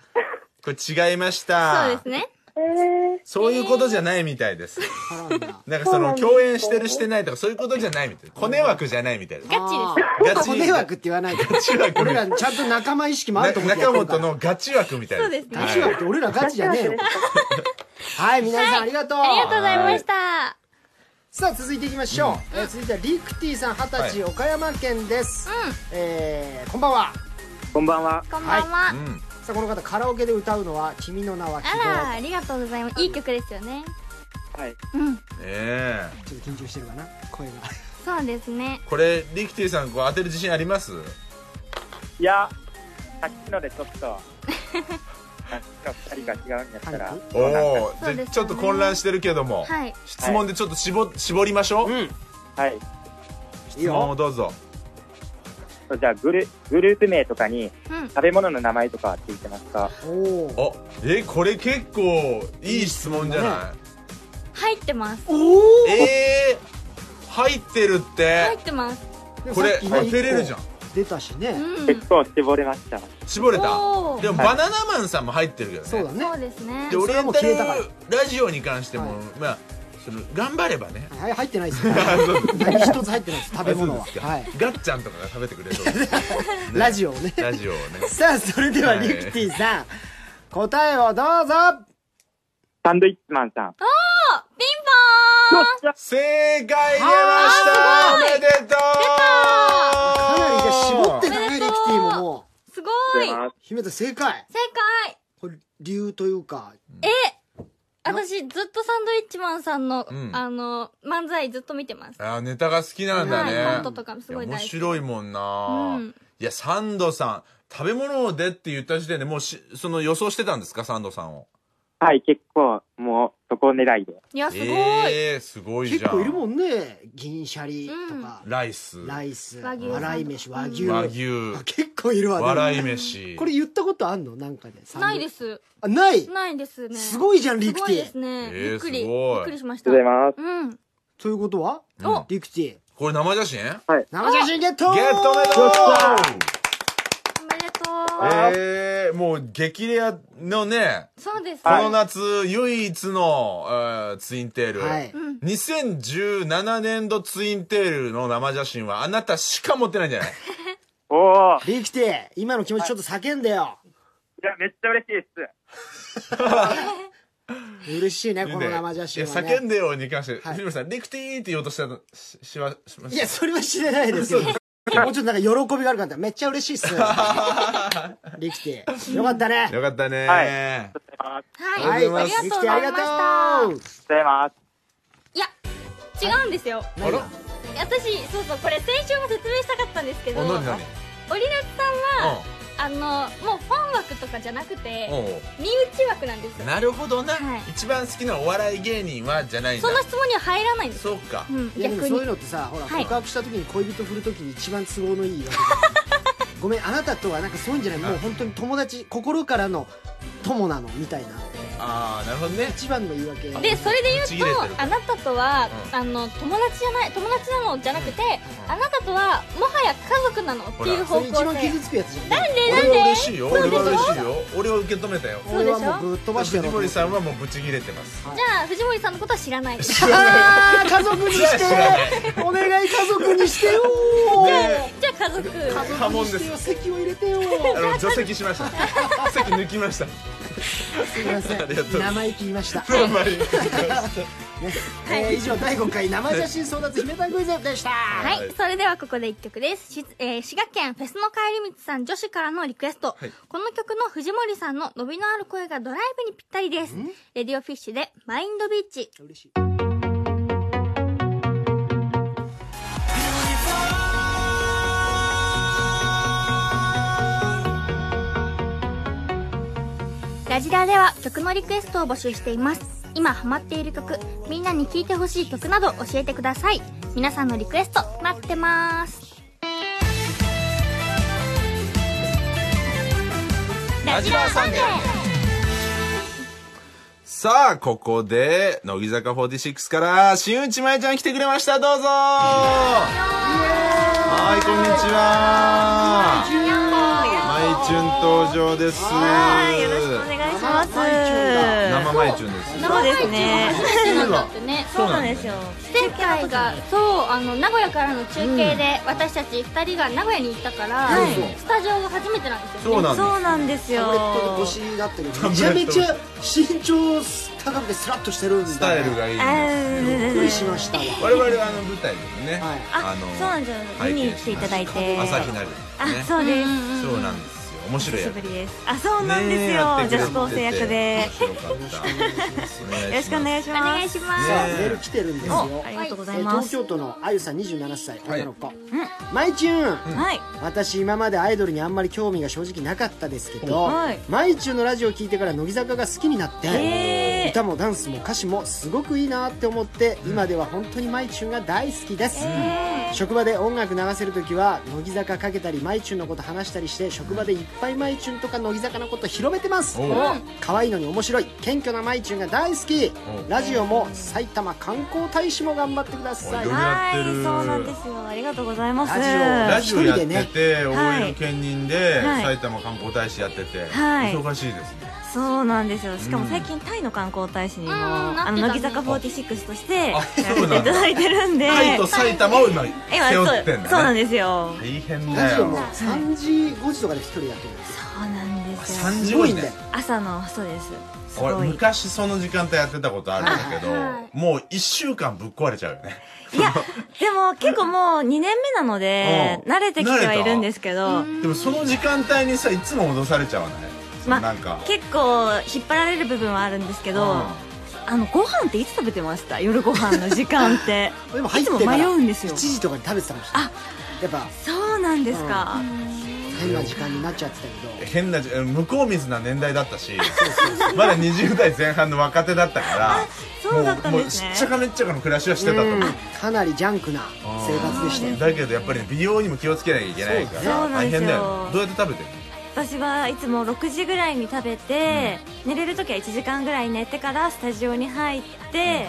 Speaker 1: れ違いました。
Speaker 3: そうですね。
Speaker 5: えー、
Speaker 1: そういうことじゃないみたいです。
Speaker 2: あらんだ
Speaker 1: なんかその、共演してるしてないとか、そういうことじゃないみたい。コネ枠じゃないみたいな。
Speaker 3: ガチです。
Speaker 2: あー
Speaker 1: ガチ
Speaker 2: 骨枠って言わないで
Speaker 1: チ枠
Speaker 2: 俺らちゃんと仲間意識も
Speaker 1: な
Speaker 2: あると思ってや
Speaker 1: 中
Speaker 2: ってるか
Speaker 1: 本
Speaker 2: ら
Speaker 1: のガチ枠みたいな。
Speaker 3: そうですね
Speaker 1: はい
Speaker 2: ガチ枠って俺らガチじゃ
Speaker 1: <laughs>
Speaker 2: ねえよはい皆さんありがとう
Speaker 3: ありがとうございました。
Speaker 2: さあ続いていきましょうえー続いてはリクティさん二十歳
Speaker 1: は
Speaker 2: 岡山県です
Speaker 3: うん
Speaker 2: えーこんばんは
Speaker 7: こんばんは。
Speaker 3: こんばんは。
Speaker 1: うん。
Speaker 2: さあこの方カラオケで歌うのは「君の名は希
Speaker 3: あら、
Speaker 2: 望
Speaker 3: ありがとうございます。いい曲ですよね。
Speaker 7: はい。
Speaker 3: うん。
Speaker 1: ねえ」
Speaker 2: ちょっと緊張してるかな声が
Speaker 3: そうですね。
Speaker 1: これ、リキティさん、こう当てる自信あります
Speaker 7: いや、さっきのでちょっと、さっきの2人が違うんやったら、
Speaker 1: おお
Speaker 3: そうですよね
Speaker 1: ちょっと混乱してるけども。
Speaker 3: はい。
Speaker 1: 質問でちょっと絞絞りましょう。
Speaker 7: はい。
Speaker 2: いい
Speaker 1: 質問を
Speaker 2: よ
Speaker 1: どうぞ。
Speaker 7: じゃあグル、グループ名とかに、
Speaker 3: うん。
Speaker 7: 食べ物の名前とかって言ってますか
Speaker 2: おお
Speaker 1: あえこれ結構いい質問じゃな
Speaker 3: 入ってます。
Speaker 2: お
Speaker 1: い、えー、入ってるって
Speaker 3: 入ってます。
Speaker 1: これ当てれるじゃん
Speaker 2: 出たし
Speaker 3: う
Speaker 2: ね
Speaker 3: ん。
Speaker 7: 結構絞れました。
Speaker 1: 絞れた
Speaker 3: おー
Speaker 1: でもバナナマンさんも入ってるけどね
Speaker 2: そうだね
Speaker 3: そうですね
Speaker 1: で。オ
Speaker 2: そ
Speaker 1: リ
Speaker 2: れ
Speaker 1: エ
Speaker 2: は
Speaker 1: ン
Speaker 2: もう
Speaker 1: タ
Speaker 2: 消
Speaker 1: ル
Speaker 2: えたから
Speaker 1: ラジオに関しても、
Speaker 2: は
Speaker 1: まあその頑張ればね
Speaker 2: はい入ってない
Speaker 1: <laughs>
Speaker 2: ですよ
Speaker 1: そう
Speaker 2: 何一つ入ってないです食べ物は
Speaker 1: あそうですか
Speaker 2: はい
Speaker 1: ガッちゃんとかが食べてくれそうです
Speaker 2: <laughs> ラジ
Speaker 1: <laughs>
Speaker 2: オをね
Speaker 1: ラジオをね
Speaker 2: さあそれでは
Speaker 1: はい
Speaker 2: リクティさん答えをどうぞ
Speaker 7: サンドイッチマンさん。よ
Speaker 3: あピンポーン
Speaker 7: っしゃ
Speaker 1: 正解出まし
Speaker 2: は
Speaker 1: たおめでとう
Speaker 7: ざいます。
Speaker 2: 姫田正解
Speaker 3: 正解
Speaker 2: これ理由というか
Speaker 3: 私ずっとサンドイッチマンさんの、
Speaker 1: うん
Speaker 3: あの漫才ずっと見てます
Speaker 1: あーネタが好きなんだね、
Speaker 3: はいコントとかもすごい大
Speaker 1: や
Speaker 3: 好
Speaker 1: 面
Speaker 3: き
Speaker 1: 白いもんな、
Speaker 3: うん
Speaker 1: いやサンドさん食べ物でって言った時点でもうしその予想してたんですかサンドさんを
Speaker 7: はい、結構、もう、そこ狙いで。
Speaker 3: いやすごい、
Speaker 1: えー、すごいじゃん
Speaker 2: 結構いるもんね銀シャリとか、
Speaker 1: ライス
Speaker 2: ライス
Speaker 3: 和牛
Speaker 2: 笑い飯和牛
Speaker 1: 和牛
Speaker 2: あ結構いるわでも
Speaker 1: 笑い飯
Speaker 2: これ言ったことあんのなんかで
Speaker 3: ないですす
Speaker 2: あない
Speaker 3: ないですね
Speaker 2: すごいじゃん
Speaker 3: す
Speaker 2: リク
Speaker 3: ご
Speaker 2: テ
Speaker 3: い
Speaker 2: ィ、
Speaker 3: ですね、
Speaker 1: えー
Speaker 3: びっくり
Speaker 1: すごい
Speaker 3: びっくりしました
Speaker 7: ありがとうございま
Speaker 3: う
Speaker 7: す。
Speaker 3: ん
Speaker 2: ということは、
Speaker 3: お
Speaker 2: リクティ
Speaker 1: これ生写真ゲッ
Speaker 2: 生写真ゲット
Speaker 1: トメ
Speaker 2: やった
Speaker 3: おめでとう
Speaker 1: ダルえー、もう激レアのね
Speaker 3: そうです
Speaker 1: この夏唯一の、えーツインテール、
Speaker 2: はい
Speaker 1: 2017年度ツインテールの生写真はあなたしか持ってないんじゃない
Speaker 7: おお。
Speaker 2: リクティ今の気持ちちょっと叫んでよ、
Speaker 7: いや、めっちゃ嬉しいです。
Speaker 2: 嬉しいねこの生写真は、
Speaker 1: い
Speaker 2: ね、
Speaker 1: や叫んでよに関して、
Speaker 2: はい
Speaker 1: 藤森さん、リクティーンって言おうとしたの、し、しま、しま
Speaker 2: いや、それは知れない
Speaker 1: <laughs>
Speaker 2: ですよ。もうちょっとなんか喜びがあるからめっちゃ嬉しいっす。リキティ。よかったね。
Speaker 1: よかったね、
Speaker 7: はありがとう
Speaker 1: あ
Speaker 3: は
Speaker 1: り
Speaker 3: い、
Speaker 1: がとうご
Speaker 3: ありがとうございました
Speaker 1: ざいます
Speaker 2: リキティありがとう。
Speaker 7: ございます。
Speaker 3: いや違うんですよ
Speaker 1: あら
Speaker 3: 私そうそうこれ先週も説明したかったんですけどオ
Speaker 1: お、
Speaker 3: リ
Speaker 1: な
Speaker 3: ラ
Speaker 1: になに
Speaker 3: ジさんは、あのもうファン枠とかじゃなくて
Speaker 1: うん。おう
Speaker 3: 身内枠なんですよ
Speaker 1: なるほどな、
Speaker 3: はい
Speaker 1: 一番好きなお笑い芸人は、じゃないんだ
Speaker 3: その。質問には入らないんですよ、
Speaker 1: そうか
Speaker 3: う。ん、
Speaker 2: いや、でも
Speaker 3: 逆
Speaker 2: そういう
Speaker 3: に
Speaker 2: のってさ、ほら、
Speaker 3: はい
Speaker 2: 告白した時に恋人振る時に一番都合のいい
Speaker 3: <laughs>
Speaker 2: わけじゃんごめん、あなたとはなんかそういうんじゃない。もう本当に友達、心からの友なの、みたいな。
Speaker 1: ああ、なるほどね。
Speaker 2: 一番の言い訳。
Speaker 3: でそれで
Speaker 1: ち
Speaker 3: 言
Speaker 1: ぎ
Speaker 3: う
Speaker 1: れ
Speaker 3: と
Speaker 1: てるから
Speaker 3: あなたとは、
Speaker 1: うん
Speaker 3: あの友達じゃない友達なのじゃなくて、あなたとはもはや家族なのっていう方
Speaker 2: それ
Speaker 3: 向
Speaker 2: 一番
Speaker 3: 性
Speaker 2: 傷つくやつじゃん。
Speaker 3: なんでな
Speaker 1: 俺
Speaker 3: んで
Speaker 1: は嬉しいよ。
Speaker 3: そう
Speaker 1: 俺
Speaker 3: でしょ
Speaker 1: は
Speaker 3: じ
Speaker 1: 嬉しいよ。俺は受け止めたよ。
Speaker 3: そう
Speaker 2: 俺
Speaker 3: でしょ
Speaker 2: はもうぶっ飛ばしてや
Speaker 1: 藤
Speaker 2: ろ
Speaker 1: 森
Speaker 2: うと思って。
Speaker 1: さんはもうブチ切れてます。
Speaker 3: ゃあ藤森さんのことは知らないじゃ
Speaker 2: あー家族に
Speaker 1: <laughs>
Speaker 2: し
Speaker 1: 知らない
Speaker 2: てお願い家族にしてよ
Speaker 1: ね
Speaker 3: あ家族
Speaker 1: 家
Speaker 2: 家
Speaker 1: カ
Speaker 2: 族
Speaker 1: モ
Speaker 2: に
Speaker 1: ンで
Speaker 2: してよ
Speaker 1: す。
Speaker 2: 席を入れてよ
Speaker 1: あの、除籍しました。席抜きました。
Speaker 2: すいません
Speaker 1: ありがとう
Speaker 2: 生意気言いました、
Speaker 1: あんまり
Speaker 2: えー以上第5回生写真争奪姫田クイズでした
Speaker 3: はい、
Speaker 1: はい
Speaker 3: それではここで1曲です、しえー滋賀県フェスの帰り道さん女子からのリクエスト、
Speaker 1: はい
Speaker 3: この曲の藤森さんの伸びのある声がドライブにぴったりですレディオフィッシュで「マインドビーチ
Speaker 2: 嬉しい
Speaker 3: ラジラでは曲のリクエストを募集しています今ハマっている曲みんなに聴いてほしい曲など教えてください皆さんのリクエスト待ってますラジラサンデー
Speaker 1: さあ、ここで、乃木坂46から、新内まえちゃん来てくれました。どうぞはい、こんにちは。まいちゅん登場です。
Speaker 8: はい、よろしくお願いします。
Speaker 1: 生まいちゅんです。
Speaker 8: そうですね。
Speaker 3: なんだってね
Speaker 8: そうなんですよ。
Speaker 3: 前回がそうあの名古屋からの中継で私たち2人が名古屋に行ったから、スタジオが初めてなんですよ
Speaker 1: そうなんです。
Speaker 8: そうなんですよ
Speaker 2: タブ。レットの腰だったけどめちゃめちゃ身長高くてスラッとしてるんだ
Speaker 1: スタイルがいいんです。
Speaker 2: びっくりしましたわ
Speaker 1: 我々はあの舞台でね、
Speaker 2: はい
Speaker 8: あ、そうなんですよ。見に来ていただいて。
Speaker 1: 朝日奈
Speaker 8: あ
Speaker 1: るね、
Speaker 8: そうです。
Speaker 1: そうなんですよ面白い
Speaker 8: 久
Speaker 1: や
Speaker 8: し
Speaker 1: つ
Speaker 8: ぶりです。あ、そうなん
Speaker 1: ね
Speaker 8: で
Speaker 1: え
Speaker 8: すよ
Speaker 1: やっ。てくれ
Speaker 8: 女子高生役で。
Speaker 1: て面白かった
Speaker 8: よろしくお願いし
Speaker 3: お願
Speaker 8: ま
Speaker 3: い
Speaker 8: す。
Speaker 3: します、
Speaker 2: さあメール来てるんですよ
Speaker 8: お、ありがとうござ
Speaker 2: え
Speaker 8: い
Speaker 2: ー
Speaker 8: ま
Speaker 2: 東
Speaker 8: す。
Speaker 2: 京都のあゆさん27歳
Speaker 1: い
Speaker 2: 女の子、まいちゅん
Speaker 8: はい。
Speaker 2: 私今までアイドルにあんまり興味が正直なかったですけど
Speaker 8: はい
Speaker 2: 毎中のラジオを聞いてから乃木坂が好きになって、
Speaker 8: へー
Speaker 2: 歌もダンスも歌詞もすごくいいなって思って、今では本当に毎中が大好きです、職場で音楽流せる時は乃木坂かけたり毎中のこと話したりして職場でいっぱい毎中とか乃木坂のこと広めてます
Speaker 1: おう
Speaker 2: 可愛いのに面白い謙虚な毎中が大好き
Speaker 1: お
Speaker 2: ラジオも埼玉観光大使も頑張ってください
Speaker 1: おいろ
Speaker 8: はい、
Speaker 1: やってる
Speaker 8: そうなんですよ。ありがとうございます。
Speaker 1: ラ
Speaker 2: ラ
Speaker 1: ジオやってて、
Speaker 8: はい
Speaker 1: OL 兼任で、
Speaker 8: はい
Speaker 1: 埼玉観光大使やってて、
Speaker 8: はい
Speaker 1: 忙しいですね
Speaker 8: そうなんですよしかも最近タイの観光大使にも、
Speaker 3: うんな
Speaker 8: あ
Speaker 3: って
Speaker 8: の
Speaker 3: たね
Speaker 8: 乃木坂46としてや
Speaker 1: あ
Speaker 8: らせ
Speaker 1: そう
Speaker 8: て
Speaker 1: ないんだ
Speaker 8: ただいてるんで
Speaker 1: タイと埼玉を今
Speaker 8: 今
Speaker 1: 背
Speaker 8: そう
Speaker 1: 負ってん
Speaker 8: そう
Speaker 1: だ
Speaker 8: なん
Speaker 1: ね
Speaker 8: ですよ
Speaker 1: 大変
Speaker 2: ラ
Speaker 1: だ
Speaker 2: ジオも
Speaker 1: よ
Speaker 2: 3時5時とかで一人やってるんですよ
Speaker 8: そうなんです
Speaker 1: 3時
Speaker 2: すごい
Speaker 1: 起
Speaker 2: ん
Speaker 1: き
Speaker 2: だよ
Speaker 1: ね
Speaker 8: 朝のそうですす
Speaker 1: 俺
Speaker 8: ごい
Speaker 1: 昔その時間帯やってたことあるんだけど、
Speaker 3: は
Speaker 1: もう1週間ぶっ壊れちゃうよね
Speaker 8: いやでも結構もう2年目なので
Speaker 1: うん
Speaker 8: 慣れてきてはいるんですけ
Speaker 3: う
Speaker 8: ど
Speaker 3: ん
Speaker 1: でもその時間帯にさいつも脅されちゃわない、その
Speaker 8: ま
Speaker 1: なんか
Speaker 8: 結構引っ張られる部分はあるんですけど、あのご飯っていつ食べてました夜ご飯の時間って
Speaker 2: でも入
Speaker 8: い
Speaker 2: っ
Speaker 8: つ
Speaker 2: て
Speaker 8: も
Speaker 2: から
Speaker 8: 迷うんですよ
Speaker 2: 7時とかに食べてたかもしれないやっぱ
Speaker 8: そうなんですか、
Speaker 2: 変な時間になっちゃってた
Speaker 1: うん
Speaker 2: け
Speaker 1: 変なじ向こう水な年代だったしまだ20代前半の若手だったから
Speaker 8: そうだったん
Speaker 1: もう
Speaker 8: で
Speaker 1: もう
Speaker 8: す
Speaker 1: し
Speaker 8: ね
Speaker 1: っちゃかめっちゃかの暮らしはしてた
Speaker 2: ど
Speaker 1: と思う、
Speaker 2: うんかなりジャンクな生活でしたよ
Speaker 1: だけどやっぱり美容にも気をつけなきゃいけないか
Speaker 8: そ
Speaker 1: ら
Speaker 8: うなん
Speaker 1: 大
Speaker 8: です
Speaker 1: 変
Speaker 8: よ
Speaker 1: だよねどうやって食べてる
Speaker 8: 私はいつも6時ぐらいに食べて、寝れる時は1時間ぐらい寝てからスタジオに入って、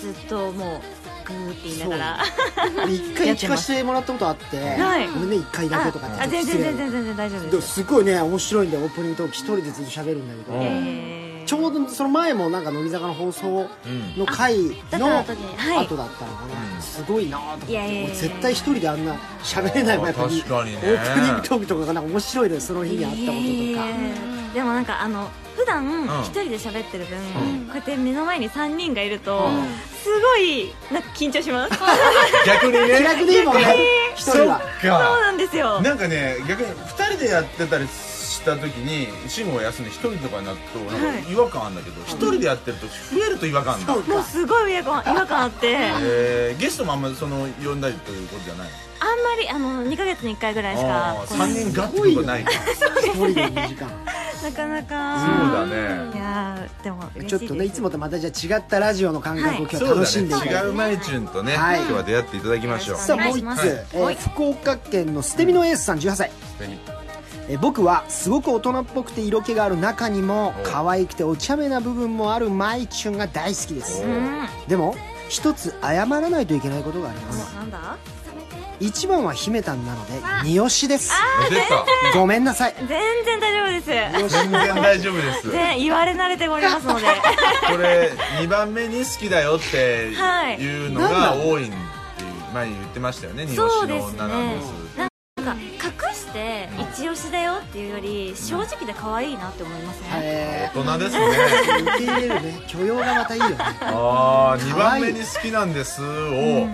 Speaker 8: ずっともうグーって言いながら <laughs>
Speaker 2: 俺一回聞かせてもらったことあって
Speaker 8: はい
Speaker 2: 俺ね一回だけとかって
Speaker 8: あ全然全然全然大丈夫
Speaker 2: で
Speaker 8: で
Speaker 2: も
Speaker 8: す
Speaker 2: すごいね面白いんだよオープニングトーク一人でずっと喋るんだけど、
Speaker 1: うん
Speaker 8: えー
Speaker 2: ちょうどその前もなんか乃木坂の放送の回
Speaker 8: だか
Speaker 2: の
Speaker 8: ら後にはい
Speaker 2: 後だったのかな、すごいなと思って
Speaker 8: いやいやいや
Speaker 2: 俺絶対一人であんな喋れない前
Speaker 1: あー確かにね
Speaker 2: オープニングトークとかがなんか面白いのよその日にあったこととか、
Speaker 8: えーでもなんかあの普段
Speaker 1: ん
Speaker 8: 一人で喋ってる分、こうやって目の前に3人がいると、
Speaker 1: うん
Speaker 8: すごいなんか緊張しますそう <laughs>
Speaker 1: 逆に
Speaker 2: 気楽
Speaker 1: ね
Speaker 2: でいいもんね一
Speaker 1: そ
Speaker 2: 人
Speaker 1: っ
Speaker 2: は
Speaker 1: か
Speaker 8: なんですよ
Speaker 1: なんかね逆に2人でやってたりした時に慎吾が休んで1人とかになるとなんか違和感あるんだけど、一1人でやってると増えると違和感あるんだ
Speaker 2: そう
Speaker 8: もう
Speaker 2: か
Speaker 8: すごい違和感違和感あってあんま
Speaker 1: えー、ゲストもあんまりその呼んだりということじゃない
Speaker 8: りあの2ヶ月に1回ぐらいし
Speaker 1: あ
Speaker 8: か
Speaker 1: あ
Speaker 8: こ
Speaker 1: 3人ガッとことないから
Speaker 2: 一人で2時間
Speaker 8: うなかな
Speaker 1: そう
Speaker 8: か
Speaker 1: だね
Speaker 8: いやーでも嬉しい
Speaker 2: ちょっとねい
Speaker 8: です
Speaker 2: つもとまたじゃあ違ったラジオの感覚を今日
Speaker 1: そう
Speaker 2: 楽しんでい
Speaker 1: だ
Speaker 2: ただい
Speaker 1: ね
Speaker 2: て
Speaker 1: 違うマイチューンとね、
Speaker 2: はい
Speaker 1: 今日は出会っていただきましょう
Speaker 8: そう
Speaker 2: さあ
Speaker 8: お願
Speaker 2: も
Speaker 8: いうし
Speaker 2: 一
Speaker 8: ます
Speaker 2: つ、えー
Speaker 8: はい
Speaker 2: 福岡県の捨て身のエースさん18歳えー僕はすごく大人っぽくて色気がある中にも
Speaker 1: お
Speaker 2: 可愛くてお茶目な部分もあるマイチュンが大好きですでも一つ謝らないといけないことがありま
Speaker 8: お
Speaker 2: す
Speaker 8: なんだ
Speaker 2: 一番は姫たんなので三好です
Speaker 1: 出た
Speaker 2: ごめんなさい
Speaker 8: 全然大丈夫です
Speaker 1: 全然大丈夫です
Speaker 8: 全言われ慣れておりますので
Speaker 1: これ2番目に好きだよっていうのが多いっていう前に言ってましたよね日本
Speaker 8: そう
Speaker 1: 酒の
Speaker 8: ですね
Speaker 1: 女なんです
Speaker 8: なんか隠して一押しだよっていうより正直で可愛いなって思いますね、
Speaker 2: え
Speaker 1: 大人ですね
Speaker 2: <laughs> ー受け入れるね許容がまたいいよね
Speaker 1: ああ2番目に好きなんですを、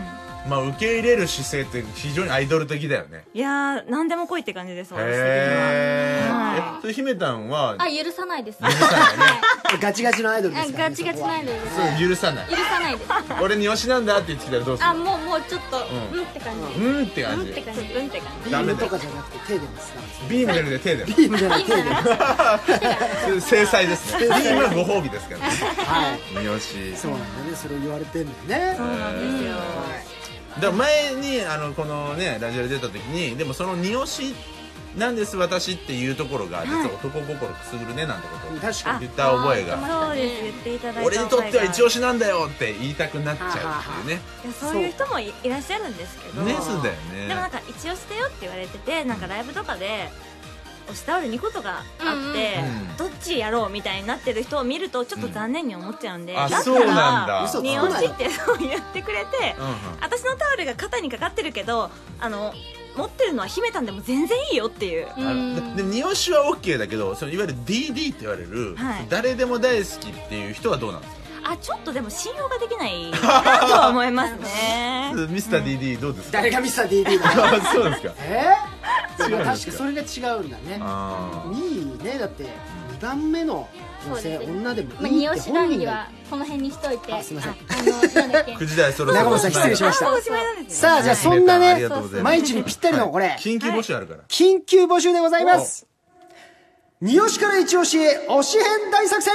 Speaker 1: まあ、受け入れる姿勢って非常にアイドル的だよね
Speaker 8: いやー何でも来いって感じです私的には
Speaker 1: へ
Speaker 8: は
Speaker 1: えそれ姫たんは
Speaker 3: あ許さないです
Speaker 2: ガチガチのアイドルですから、
Speaker 3: ガ
Speaker 2: ね、
Speaker 3: チガチ
Speaker 2: そこは
Speaker 3: ないです
Speaker 1: そう許さない
Speaker 3: 許さないです
Speaker 1: 俺に推しなんだって言ってきたらどうする
Speaker 3: あもうもうちょっとうんって感じ
Speaker 1: うんって
Speaker 3: う
Speaker 1: 感
Speaker 3: んって
Speaker 1: じ
Speaker 3: 感じうんって感じ
Speaker 2: ビームとかじゃなくて手でますからね
Speaker 1: ビームじゃなくて手で
Speaker 2: ビームじゃなくて手でます
Speaker 1: 制裁ですねビームはご褒美ですからね
Speaker 2: はい
Speaker 1: 三好
Speaker 2: そうなんだねそれを言われてんだよね
Speaker 8: そうなんですよ
Speaker 1: だから前にあのこのねラジオで出た時にでもその二押しなんです私っていうところが実は男心くすぐるねなんてことを
Speaker 2: 確かに
Speaker 1: 言った覚えが
Speaker 8: そうです言っていただいた
Speaker 1: 俺にとっては一
Speaker 8: 応
Speaker 1: 押しなんだよって言いたくなっちゃうっていうね
Speaker 8: そういう人もいいらっしゃるんですけど
Speaker 1: ねそうだよ
Speaker 8: でもなん
Speaker 1: ね
Speaker 8: か一押しだよって言われててなんかライブとかで押しタオル2個とかあって、
Speaker 1: うん
Speaker 8: どっちやろうみたいになってる人を見るとちょっと残念に思っちゃうんで、
Speaker 1: あ
Speaker 8: だった
Speaker 1: そうなん
Speaker 8: ら
Speaker 1: だ
Speaker 2: 嘘つ
Speaker 8: 二
Speaker 2: く
Speaker 8: 押
Speaker 2: な
Speaker 8: し
Speaker 2: よ
Speaker 8: ってそう言ってくれて、
Speaker 1: うんうん
Speaker 8: 私のタオルが肩にかかってるけどあの持ってるのは姫たんでも全然いいよっていう
Speaker 1: あのででも二押しは OK だけどそのいわゆる DD って言われる、
Speaker 8: はい
Speaker 1: 誰でも大好きっていう人はどうなんですか
Speaker 8: あちょっとでも信用ができないなとは思います
Speaker 1: <laughs>
Speaker 8: ね
Speaker 1: ミスター DD どうですか、
Speaker 2: 誰がミスター DD だよ
Speaker 1: <laughs> あそうですか
Speaker 2: えー、
Speaker 1: 違うんですか
Speaker 2: 確かにそれが違うんだね
Speaker 1: あー
Speaker 2: 2位ねだって2番目の女性、
Speaker 3: そうです
Speaker 2: 女で
Speaker 3: ま
Speaker 2: も
Speaker 3: あ、
Speaker 2: いい
Speaker 3: 二
Speaker 2: っ
Speaker 3: 押
Speaker 2: て
Speaker 3: し
Speaker 2: 本
Speaker 3: 談義
Speaker 2: 人
Speaker 3: は
Speaker 2: が
Speaker 3: この辺にしといて
Speaker 2: あすいません
Speaker 3: のなん
Speaker 1: <laughs>
Speaker 3: だっけ
Speaker 1: 9時台そろそろ
Speaker 2: 中本さん失礼しました
Speaker 8: あもうおしまいなんですね
Speaker 2: さあじゃあそんな
Speaker 1: あり
Speaker 2: ね
Speaker 1: がとうございます
Speaker 2: 毎日にぴったりのこれ、
Speaker 1: 緊急募集あるから、
Speaker 2: 緊急募集でございます三好から一押しへ推し編大作戦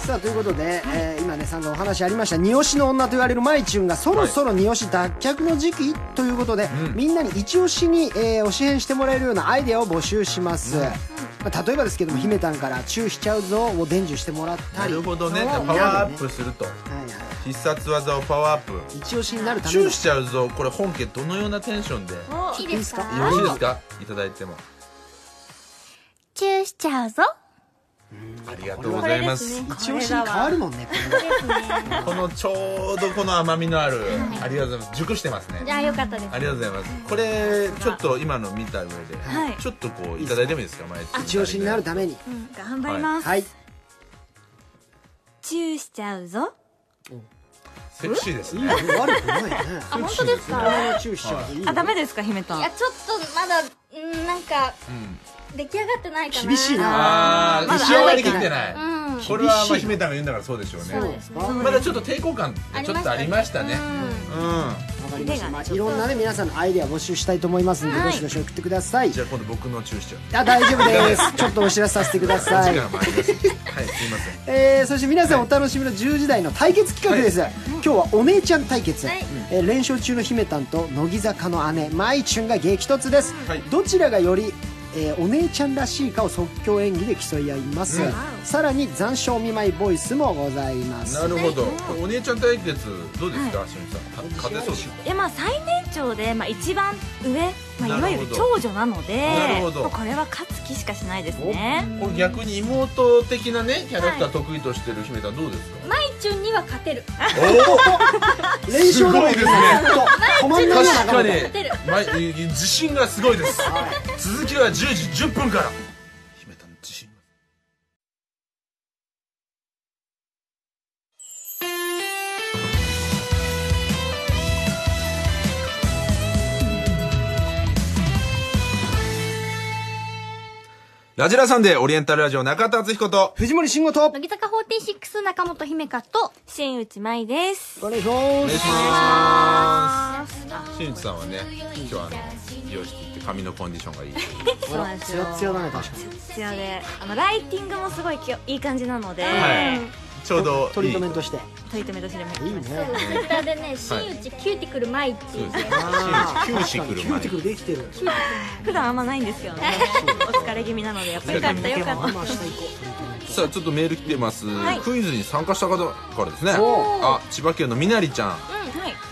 Speaker 2: さあということで、えー今ね散々お話ありました三好の女と言われるマイチュンがそろそろ三好脱却の時期ということで、みんなに一押しに、えー推し編してもらえるようなアイデアを募集します、まあ例えばですけども、姫たんから「チューしちゃうぞ」を伝授してもらった
Speaker 1: な
Speaker 2: り
Speaker 1: るほどね
Speaker 2: そう
Speaker 1: パワーアップすると
Speaker 2: はいはい
Speaker 1: 必殺技をパワーアップ
Speaker 2: 一押しになるた
Speaker 1: チ
Speaker 2: め
Speaker 1: ュ
Speaker 2: の
Speaker 1: ーしちゃうぞこれ本家どのようなテンションでよ
Speaker 8: お
Speaker 3: いいですか
Speaker 1: ろしいですかいただいても
Speaker 3: チューしちゃうぞ
Speaker 1: ありがとうございます
Speaker 8: これですね
Speaker 2: 一押しに変わるもん <laughs> ねこれ
Speaker 3: ですね。
Speaker 1: このちょうどこの甘みのある、ありがとうございます熟してます
Speaker 3: じ
Speaker 1: ね
Speaker 3: ゃあよかったです
Speaker 1: あ。りがとうございますこれちょっと今の見た上で、
Speaker 8: はい
Speaker 1: ちょっとこういただいてもいいですか毎
Speaker 2: 一押しになるために
Speaker 8: 頑張ります、
Speaker 2: はい
Speaker 8: チューしちゃうぞ
Speaker 1: セクシーです
Speaker 2: い
Speaker 1: ね
Speaker 2: いよ悪くないね
Speaker 3: あ本当ですか。
Speaker 2: 体のチューしちゃういいよ
Speaker 8: あダメですか姫
Speaker 3: い
Speaker 8: た
Speaker 3: や
Speaker 8: ん
Speaker 3: ちょっとまだうんなんか
Speaker 1: うん
Speaker 3: 出来上がってないかな。
Speaker 2: 厳しい
Speaker 1: あ
Speaker 2: な
Speaker 1: あ
Speaker 2: まだ
Speaker 1: 仕上がりきってな
Speaker 3: うん。
Speaker 1: いこれはまあ姫たんが言うんだからそうでしょうね
Speaker 3: そうですね。
Speaker 1: まだちょっと抵抗感ちょっとありましたね
Speaker 3: うん
Speaker 1: う
Speaker 2: わかりました、
Speaker 8: 腕がね
Speaker 2: まあ、
Speaker 8: ちょっと
Speaker 2: いろんなね皆さんのアイデア募集したいと思いますんで、
Speaker 8: はい
Speaker 2: どしどし送ってください
Speaker 1: んじゃあ今度僕の注射時
Speaker 2: あ大丈夫ですちょっとお知らせさせてください
Speaker 1: 間もありますはいすいません
Speaker 2: えーそして皆さんお楽しみの10時台の対決企画です、今日はお姉ちゃん対決、
Speaker 3: はい
Speaker 2: えー連勝中の姫たんと乃木坂の姉舞チュンが激突です、
Speaker 1: はい
Speaker 2: どちらがより、えーお姉ちゃんらしいかを即興演技で競い合います、
Speaker 1: うん
Speaker 2: さらに残暑お見舞いボイスもございます
Speaker 1: なるほどお姉ちゃん対決どうですかしみさん勝てそうですか
Speaker 8: いやまあ最年長で、まあ、一番上、まあ、いわゆ
Speaker 1: なるほ
Speaker 8: る
Speaker 1: ど
Speaker 8: 長女なので
Speaker 1: なるほど
Speaker 8: もうこれは勝つ気しかしないですね
Speaker 1: これ逆に妹的なねキャラクター得意としてる姫たんどうですか
Speaker 3: マイチュンには勝てる。
Speaker 2: 連勝だもん
Speaker 1: すごいですね
Speaker 2: ずっと止まんないな
Speaker 1: 確かに
Speaker 2: なかなか
Speaker 1: ま自信がすごいです続きは10時10分から姫たんの自信ラジラさんでオリエンタルラジオ中田敦彦と
Speaker 2: 藤森慎吾と
Speaker 3: 乃木坂46中本姫香と
Speaker 8: 新内舞です
Speaker 2: お願いし
Speaker 1: お
Speaker 2: ま
Speaker 1: 願い
Speaker 2: す
Speaker 1: しますしんちさんはね今日はあの美容室行って髪のコンディションがいい
Speaker 2: ほらツヤツヤだね確かに
Speaker 8: こちらであのライティングもすごいきよいい感じなので、
Speaker 1: はいちょうどいい
Speaker 2: トリートメントして
Speaker 8: トリートメントしても
Speaker 2: いいね
Speaker 3: ツイッターでね新内キューティクルマイって
Speaker 1: そう
Speaker 3: い
Speaker 1: で
Speaker 3: う
Speaker 1: すね
Speaker 2: あー
Speaker 1: キューシクル
Speaker 2: キュ
Speaker 1: ま
Speaker 2: ーテ
Speaker 1: で
Speaker 2: ィクルできてる
Speaker 8: 普段あんまないんですけどねお疲れ気味なのでやっぱり
Speaker 1: よか
Speaker 8: 買
Speaker 1: っ
Speaker 8: ったた
Speaker 2: で
Speaker 8: よ
Speaker 2: も
Speaker 8: か
Speaker 2: まあ
Speaker 8: っ
Speaker 2: 明日行こ
Speaker 1: さあちょっとメール来てます、
Speaker 8: い
Speaker 1: クイズに参加した方からですね
Speaker 2: お
Speaker 1: あ千葉県のみなりちゃん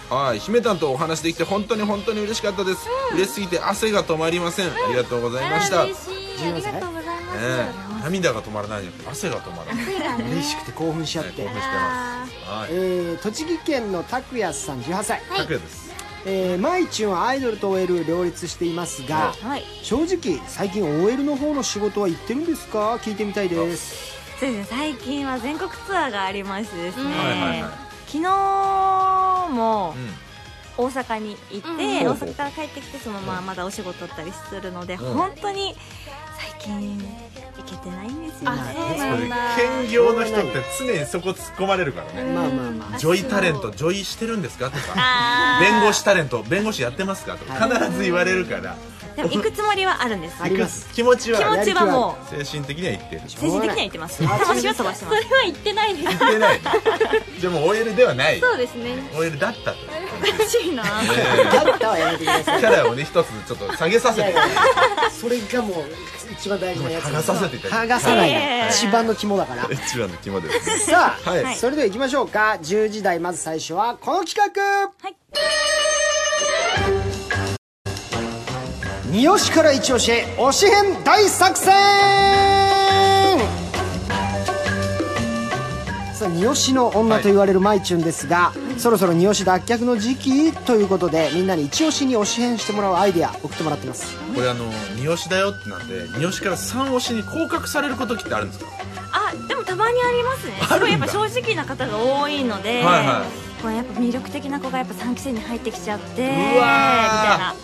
Speaker 8: たはい
Speaker 1: はい姫たんとお話できて本当に本当に嬉しかったです、嬉しすぎて汗が止まりません、ありがとうございました、ね
Speaker 3: 嬉しいありがとうございます、
Speaker 1: え涙が止まらないじゃなくて汗が止まらない、ね、
Speaker 2: う嬉しくて興奮しちゃって
Speaker 1: 興奮してますはい
Speaker 2: えー栃木県の拓也さん18歳、
Speaker 1: 拓也です
Speaker 2: えー、マイチュンはアイドルと OL 両立していますが、
Speaker 8: はい
Speaker 2: 正直最近 OL の方の仕事は行ってるんですか聞いてみたいです
Speaker 8: そうですね最近は全国ツアーがありましてですね、
Speaker 1: はいはいはい
Speaker 8: 昨日も
Speaker 1: うん
Speaker 8: 大阪に行って、
Speaker 3: うん
Speaker 8: 大阪から帰ってきてそのまままだお仕事だったりするので、
Speaker 1: うん
Speaker 8: 本当に最近行けてないんですよ
Speaker 3: あ
Speaker 8: ね
Speaker 3: そうなんだ
Speaker 1: 兼業の人って常にそこ突っ込まれるからね、
Speaker 2: まあまあまあ
Speaker 1: ジョイタレントジョイしてるんですかとか
Speaker 8: あー
Speaker 1: 弁護士タレント弁護士やってますかとか必ず言われるから、
Speaker 8: でも行くつもりはあるんです
Speaker 2: あります
Speaker 1: 気持ちは
Speaker 8: 気持ちはもう
Speaker 1: 精神的には言ってる
Speaker 8: 精神的には行ってます魂は飛ばしてま
Speaker 3: そ
Speaker 8: す
Speaker 3: れは言ってないです
Speaker 1: 言ってないじゃあもう OL ではない
Speaker 3: そうですね
Speaker 1: OL だったと
Speaker 8: おかし <laughs> いな
Speaker 2: だったはやめて
Speaker 1: <laughs>
Speaker 2: ください
Speaker 1: キャラをね一つちょっと下げさ
Speaker 2: い
Speaker 1: せ
Speaker 2: や
Speaker 1: て
Speaker 2: いやそれがもう一番大事なやつ
Speaker 1: 剥がさせていただ
Speaker 2: 剥
Speaker 1: い
Speaker 2: がさない
Speaker 8: いやいやい
Speaker 2: で
Speaker 8: や
Speaker 2: 一番の肝だから
Speaker 1: て一番の肝ですね
Speaker 2: さあ、
Speaker 1: はい
Speaker 2: それでは行きましょうか10時台まず最初はこの企画
Speaker 8: はい
Speaker 2: 三好から一押しへ推し編大作戦さあ三好の女と言われるまいちゅんですが、そろそろ三好脱却の時期ということでみんなに一押しに推し編してもらうアイデア送ってもらってます
Speaker 1: これあの三好だよってなって三好から三推しに降格されることきってあるんですか
Speaker 8: あでもたまにありますね
Speaker 1: あ
Speaker 8: す
Speaker 1: る
Speaker 8: ご
Speaker 1: んだ
Speaker 8: いやっぱ正直な方が多いので、
Speaker 1: はいは
Speaker 8: これやっぱ魅力的な子がやっぱ3期生に入ってきちゃってみた
Speaker 1: うわ
Speaker 8: いな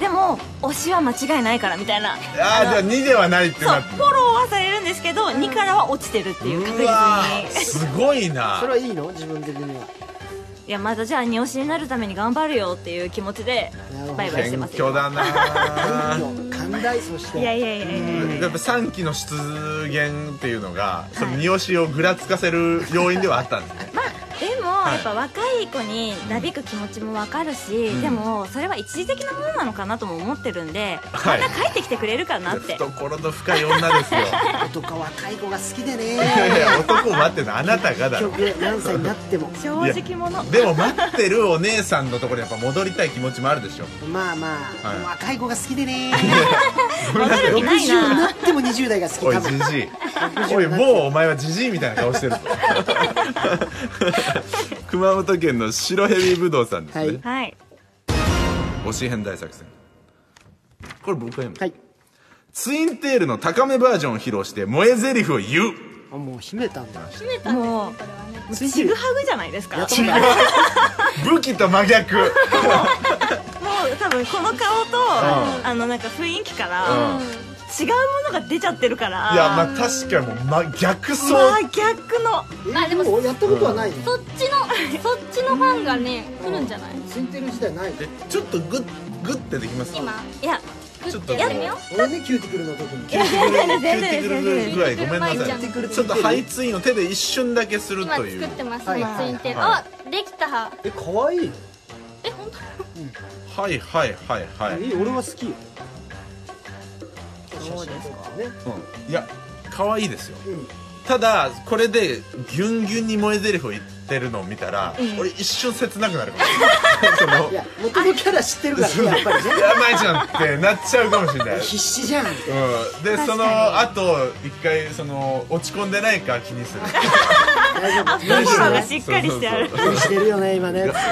Speaker 8: でも推しは間違いないからみたいな
Speaker 1: ああじゃあ2ではないって
Speaker 8: そう
Speaker 1: なって
Speaker 8: フォローはされるんですけど2からは落ちてるっていう確実
Speaker 1: う
Speaker 8: に
Speaker 1: わーすごいな
Speaker 2: それはいいの自分的にはい
Speaker 8: やまだじゃあ二押しになるために頑張るよっていう気持ちで
Speaker 2: なるほど
Speaker 8: バイバイして
Speaker 1: 謙
Speaker 8: ます
Speaker 1: 虚だ
Speaker 2: 謙
Speaker 1: な
Speaker 2: 虚寛大そして
Speaker 8: いやいやいやいやいやい
Speaker 1: やっぱ3期の出現っていうのがその三好をぐらつかせる要因ではあったんですね
Speaker 8: まあでも、
Speaker 1: い
Speaker 8: やっぱ若い子になびく気持ちもわかるし、
Speaker 1: ん
Speaker 8: でもそれは一時的なものなのかなとも思ってるんで、
Speaker 1: はい
Speaker 8: また帰ってきてくれるかなって
Speaker 1: 懐の深い女ですよ
Speaker 2: 男は若い子が好きで
Speaker 1: いやい
Speaker 2: ね
Speaker 1: や男を待ってるのあなたがだ
Speaker 2: 結
Speaker 1: ろ
Speaker 2: 局何歳になっても
Speaker 8: 正直者
Speaker 1: でも待ってるお姉さんのところにやっぱ戻りたい気持ちもあるでしょ
Speaker 2: まあまあ、
Speaker 1: はい
Speaker 2: 若い子が好きでね
Speaker 1: ごめんなさい
Speaker 8: 戻る
Speaker 2: 60
Speaker 8: 気
Speaker 2: に
Speaker 8: ないな
Speaker 2: なっても20代が好き
Speaker 1: おい
Speaker 2: 多
Speaker 1: じ
Speaker 2: 分
Speaker 1: じい67
Speaker 9: おいもうお前はジジイみたいな顔してるぞ
Speaker 1: 熊本県の白ヘビぶどうさんですね、
Speaker 2: はい
Speaker 8: はい
Speaker 1: 推し変大作戦これ僕が読む、
Speaker 2: はい
Speaker 1: ツインテールの高めバージョンを披露して萌え台詞を言う
Speaker 2: あもう秘めたんだ
Speaker 8: もうちぐはぐじゃないですかもう
Speaker 9: 武器と真逆
Speaker 8: 多分この顔と、あのなんか雰囲気から、違うものが出ちゃってるから
Speaker 9: いやまあ確かにもう真逆走
Speaker 8: 真逆の
Speaker 3: あでも
Speaker 2: もうやったことはないの
Speaker 3: そっちのそっちのファンがね来るんじゃない
Speaker 2: ツインテール時代ないの
Speaker 1: えちょっとグッグッてできます
Speaker 3: 今
Speaker 8: いや
Speaker 1: ちょっと
Speaker 3: やってみよう
Speaker 2: 俺ねキューティクルの時に
Speaker 1: キューティクル
Speaker 8: 全然
Speaker 1: キューティクルぐらいごめんな
Speaker 3: キューティ
Speaker 1: さいちょっとハイツインを手で一瞬だけする
Speaker 3: 今
Speaker 1: と
Speaker 3: 作
Speaker 1: いう
Speaker 3: ってます
Speaker 2: はい
Speaker 3: ね
Speaker 2: はい
Speaker 3: ツインテール
Speaker 1: は
Speaker 3: あできた
Speaker 2: え可愛い
Speaker 3: え本当
Speaker 1: はいはいはいはい、
Speaker 2: いい俺は好きよそうですかね
Speaker 1: うんいや可愛いですよ
Speaker 2: うん
Speaker 1: ただこれでギュンギュンに萌え台詞を言ってるのを見たら、俺一瞬切なくなるかもしれないその
Speaker 2: <laughs> いや元のキャラ知ってるからねやっぱりね
Speaker 9: やばいじゃんってなっちゃうかもしれない
Speaker 2: 必死じゃん
Speaker 1: うん、でその後一回その落ち込んでないか気にする
Speaker 2: 大丈夫
Speaker 8: フォローがしっかりしてある
Speaker 1: そうそう
Speaker 2: 何してるよね
Speaker 1: <laughs>
Speaker 2: 今ね
Speaker 1: そうがが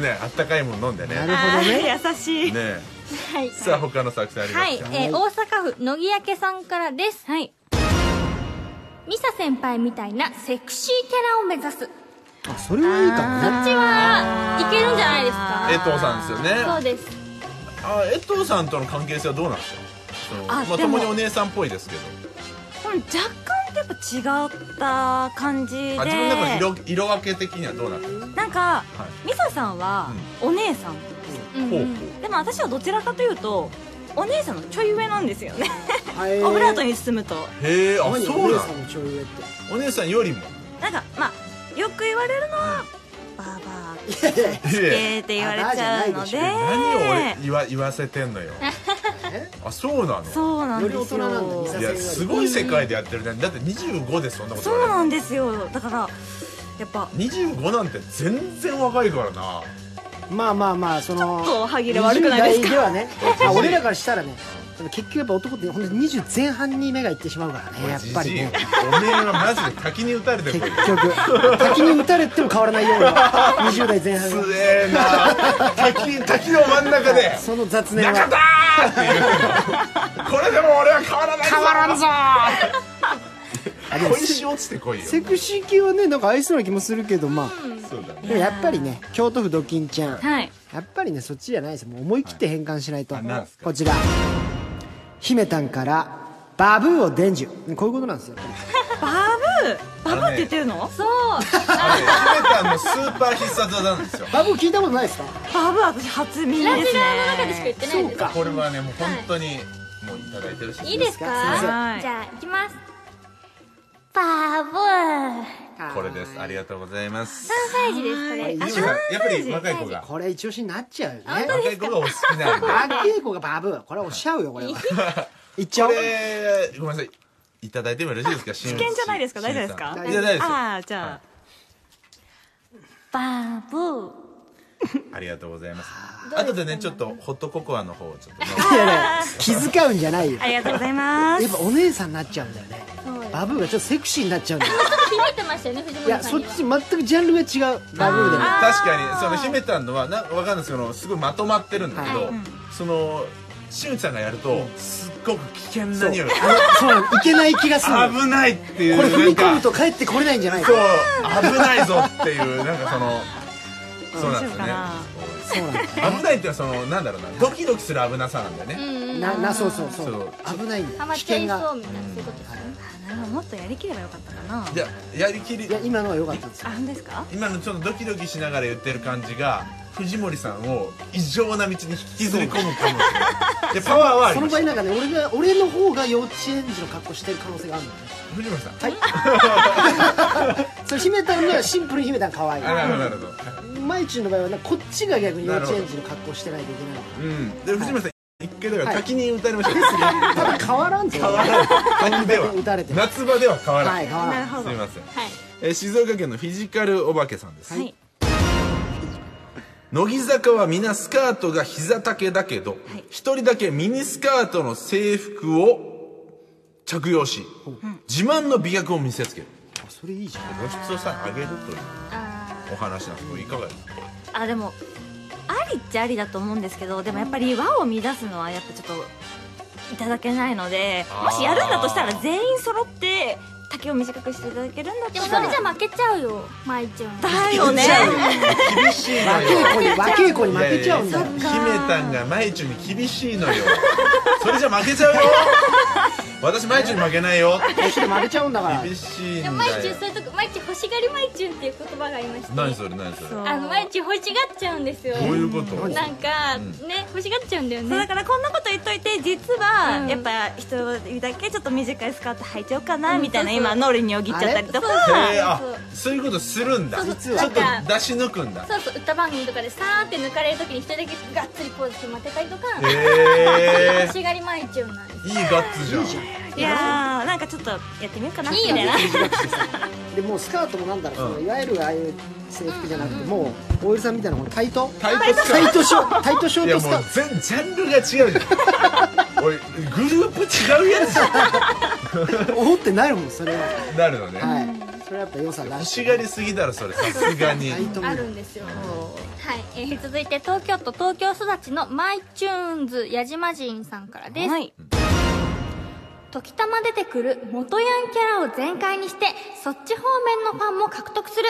Speaker 1: ねあったかいもの飲んでね
Speaker 2: な
Speaker 1: ね
Speaker 2: るほどね
Speaker 8: あー優しい、
Speaker 3: はい
Speaker 1: さあ他の作戦ありま
Speaker 3: はい、
Speaker 1: すか、
Speaker 3: えー大阪府野木明さんからです
Speaker 8: はい
Speaker 3: ミサ先輩みたいなセクシーキャラを目指すこ
Speaker 2: あそれはいいかもね
Speaker 3: っちはいけるんじゃないですか
Speaker 1: 江藤さんですよね
Speaker 3: そうです
Speaker 1: あ江藤さんとの関係性はどうなんですかその
Speaker 8: あ
Speaker 1: まあ
Speaker 8: で
Speaker 1: 共
Speaker 8: も
Speaker 1: にお姉さんっぽいですけど
Speaker 8: これ若干やっぱ違った感じで
Speaker 1: あ自分の中の色色分け的にはどうなってるんです
Speaker 8: なんかミサさんはお姉さ
Speaker 3: う
Speaker 8: ん、
Speaker 3: ん
Speaker 1: ほうほ
Speaker 8: でも私はどちらかというとお姉さんのちょい上なんですよね
Speaker 2: はい
Speaker 8: オブラートに包むと
Speaker 1: うへえあ
Speaker 2: 何
Speaker 1: そう
Speaker 2: お姉
Speaker 1: な
Speaker 2: さ
Speaker 1: の
Speaker 2: んのちょい上って
Speaker 1: お姉さんよりも
Speaker 8: なんかまあよく言われるのはバーバー
Speaker 2: いやいやいや
Speaker 1: いやいや
Speaker 8: 系って言われちゃうので
Speaker 2: あ
Speaker 1: 何を俺言わ言わせてんのよあそうなの
Speaker 8: そうなん
Speaker 2: よ
Speaker 8: で
Speaker 2: り
Speaker 8: す
Speaker 2: 大
Speaker 8: よ
Speaker 2: 人なんだミサ
Speaker 1: いやすごい世界でやってるねだって25でそんなこと言われ
Speaker 8: そう
Speaker 1: る
Speaker 8: なんですよだからやっぱ
Speaker 1: 25なんて全然若いからな
Speaker 2: まあまあまあその
Speaker 8: ちょっと歯切れ悪くないですか
Speaker 2: 20代ではねあ俺らからしたらねでも結局やっぱ男って本当に20前半に目がいってしまうからねやっぱりね
Speaker 1: じじいおめえはマジで滝に打たれて
Speaker 2: 結
Speaker 1: るこれ
Speaker 2: 局滝に打たれても変わらないような20代前半
Speaker 1: 強えな滝滝の真ん中で
Speaker 2: その雑
Speaker 1: 「
Speaker 2: 念
Speaker 1: 中田
Speaker 2: は!」
Speaker 1: って言うのこれでも俺は変わらない変わらんぞ
Speaker 2: あでも
Speaker 1: 小石落ちてこいよ
Speaker 2: セクシー系はねなんか合いそうな気もするけどま
Speaker 1: そうだね
Speaker 2: あでもやっぱりね京都府ドキンちゃん
Speaker 8: はい
Speaker 2: やっぱりねそっちじゃないですもう思い切って変換しないと、
Speaker 1: はいあなんですか
Speaker 2: こちら姫たんからバブーを伝授こういうことなんですよ
Speaker 8: バブーバブーって言ってるの
Speaker 3: そう
Speaker 1: あれ姫たんのスーパー必殺技なんですよ
Speaker 2: バブー聞いたことないですか
Speaker 8: バブーは私初耳です
Speaker 3: ラ
Speaker 8: ね
Speaker 3: ジラーの中でしか言ってないんです
Speaker 1: これはねもう本当にもういただいてるし
Speaker 3: いいですか
Speaker 2: すいません
Speaker 8: はい
Speaker 3: じゃあ行きますバブー
Speaker 1: これですありがとうございます
Speaker 3: 3歳児ですこれ
Speaker 1: 姫さんやっぱり若い子が
Speaker 2: これ一押しになっちゃうよね
Speaker 1: 若い子がお好きなんで
Speaker 2: あっい子がバブーこれおっしゃうよこれは <laughs> いっち
Speaker 1: <laughs>
Speaker 2: ゃ
Speaker 1: こ
Speaker 2: おう
Speaker 1: れごめんなさいいただいてもよろしいですか試
Speaker 8: 危険じゃないですか大丈夫ですか
Speaker 1: いや大丈夫ですよ
Speaker 8: ああじゃあ、
Speaker 1: は
Speaker 8: バブー
Speaker 1: ありがとうございます後でねちょっとホットココアの方をちょっと飲んで
Speaker 2: いやいや気遣うんじゃないよ
Speaker 8: ありがとうございます
Speaker 2: やっぱお姉さんになっちゃうんだよねバブーがちょっとセクシーになっちゃうんだよ
Speaker 3: 気づいてましたよね藤
Speaker 2: いや
Speaker 3: 森さ
Speaker 2: そ
Speaker 3: ん
Speaker 2: っ
Speaker 3: には
Speaker 2: ち全くジャンルが違うバブーでも
Speaker 1: 確かにその姫たんのはなわかんないですけどすごいまとまってるんだけど、その新内さんがやるとすっごく危険な匂いが
Speaker 2: そうなのいけない気がするのよ
Speaker 1: 危ないっていう
Speaker 2: これ踏み込
Speaker 1: なん
Speaker 2: む
Speaker 1: か
Speaker 2: と帰ってこれないんじゃないか
Speaker 1: そう危ないぞっていうなんかそのそうなんですよね
Speaker 8: 大丈夫かな
Speaker 2: そうなんだよ
Speaker 1: 危ないっていうのはそのなんだろうなドキドキする危なさなんだよね、
Speaker 2: ななそうそうそう
Speaker 1: そう
Speaker 2: 危ないん
Speaker 3: ハ
Speaker 2: だよ
Speaker 3: マっ
Speaker 2: 危
Speaker 3: ちゃ
Speaker 2: 険
Speaker 3: いそ
Speaker 2: が
Speaker 3: うみたいなそういうことですよね
Speaker 8: なんかもっとやりきればよかったかな
Speaker 1: じゃあやりきり
Speaker 2: いや今のは良かったですよ
Speaker 8: あんですか
Speaker 1: 今のちょっとドキドキしながら言ってる感じが藤森さんを異常な道に引きずり込むかもしれ
Speaker 2: <laughs>
Speaker 1: ないでパワーはあ
Speaker 2: そ
Speaker 1: り
Speaker 2: の
Speaker 1: ま
Speaker 2: 場合
Speaker 1: し
Speaker 2: な
Speaker 1: た
Speaker 2: んかね俺が俺の方が幼稚園児の格好してる可能性があるのね
Speaker 1: 藤森さん
Speaker 2: それ姫たんがシンプルに姫たん可愛い
Speaker 1: あなるほどなるほど
Speaker 2: まいちゅんの場合はねこっちが逆に幼稚園児の格好してないといけないの
Speaker 1: うんで藤森さん一回だから滝に打たれましたよ、
Speaker 2: ただ変わらんぞ
Speaker 1: 変わらない滝で
Speaker 2: 打たれ
Speaker 1: は
Speaker 2: てる
Speaker 1: 夏場では変わらな、
Speaker 2: はいい変わらん
Speaker 1: すみません、
Speaker 3: はい
Speaker 1: えー静岡県のフィジカルお化けさんです、
Speaker 8: はい
Speaker 1: 乃木坂は皆スカートが膝丈だけど一、人だけミニスカートの制服を
Speaker 10: 着用し、自慢の美脚を見せつける
Speaker 2: あそれいいじゃん
Speaker 10: 露出をさ上げるという
Speaker 8: あ
Speaker 10: お話なんですけどいかがですか
Speaker 8: ーあでもありっちゃありだと思うんですけどでもやっぱり和を乱すのはやっぱちょっといただけないのでもしやるんだとしたら全員揃って丈を短くしていただけるんだっ
Speaker 3: でも
Speaker 8: た
Speaker 3: それ
Speaker 8: ら
Speaker 3: じゃ負けちゃうよ舞ちゃん
Speaker 8: だよ <laughs> ね
Speaker 1: 厳しい
Speaker 2: 和稽古に和稽古に負けちゃうんだよ
Speaker 1: いやいや姫たんが舞中に厳しいのよそれじゃ負けちゃうよ私舞中に負けないよ
Speaker 2: どうしても負けちゃうんだから
Speaker 1: 厳しいんだ
Speaker 3: で
Speaker 1: よ
Speaker 3: も舞中そういうとこ舞中欲しがり舞中っていう言葉がありまして
Speaker 10: 何それ何それ
Speaker 3: あの毎日欲しがっちゃうんですよ
Speaker 10: どういうこと
Speaker 3: なんか、ね欲しがっちゃうんだよ
Speaker 8: そうだ
Speaker 3: ね
Speaker 8: からこんなこと言っといて実は、
Speaker 3: うん
Speaker 8: やっぱ人だけちょっと短いスカート履いちゃおうかなみたいな、今脳裏によぎっちゃったりとか
Speaker 1: へえあそういうことするんだ
Speaker 3: そう
Speaker 1: ち
Speaker 3: そう
Speaker 1: ょっと
Speaker 3: なんか
Speaker 1: 出し抜くんだ
Speaker 3: そうそう歌番組とかでさーって抜かれるときに一人だけがっつりポーズ決まってたりとか
Speaker 1: へえ
Speaker 3: 欲しがり舞中なんです
Speaker 1: いいガッツじゃん
Speaker 8: いやーなんかちょっとやってみようかないみ
Speaker 3: い
Speaker 8: た
Speaker 3: よ
Speaker 8: いな
Speaker 2: でもうスカートもなんだろうそのいわゆるああいう制服じゃなくてもう大江さんみたいなこのタイト
Speaker 1: タイトスカ
Speaker 2: タイ
Speaker 1: ー
Speaker 2: トショータイトショ
Speaker 1: トい
Speaker 2: ー
Speaker 1: や
Speaker 2: トス
Speaker 1: も
Speaker 2: カー
Speaker 1: う
Speaker 2: ト
Speaker 1: 全ジャンルが違うじゃんおいグループ違うやつじ
Speaker 3: <laughs>
Speaker 1: ゃ
Speaker 2: 思ってないもんそれは
Speaker 1: んなるのね
Speaker 2: はいそれはやっぱ良さら
Speaker 1: 欲
Speaker 2: しい
Speaker 1: しがりすぎだろそれさすがに
Speaker 2: タイトも
Speaker 3: あるんですよはい、えー続いて東京都東京育ちのマイチューンズ矢島人さんからです、
Speaker 8: はい
Speaker 3: 時たま出てくる元ヤンキャラを全開にしてそっち方面のファンも獲得する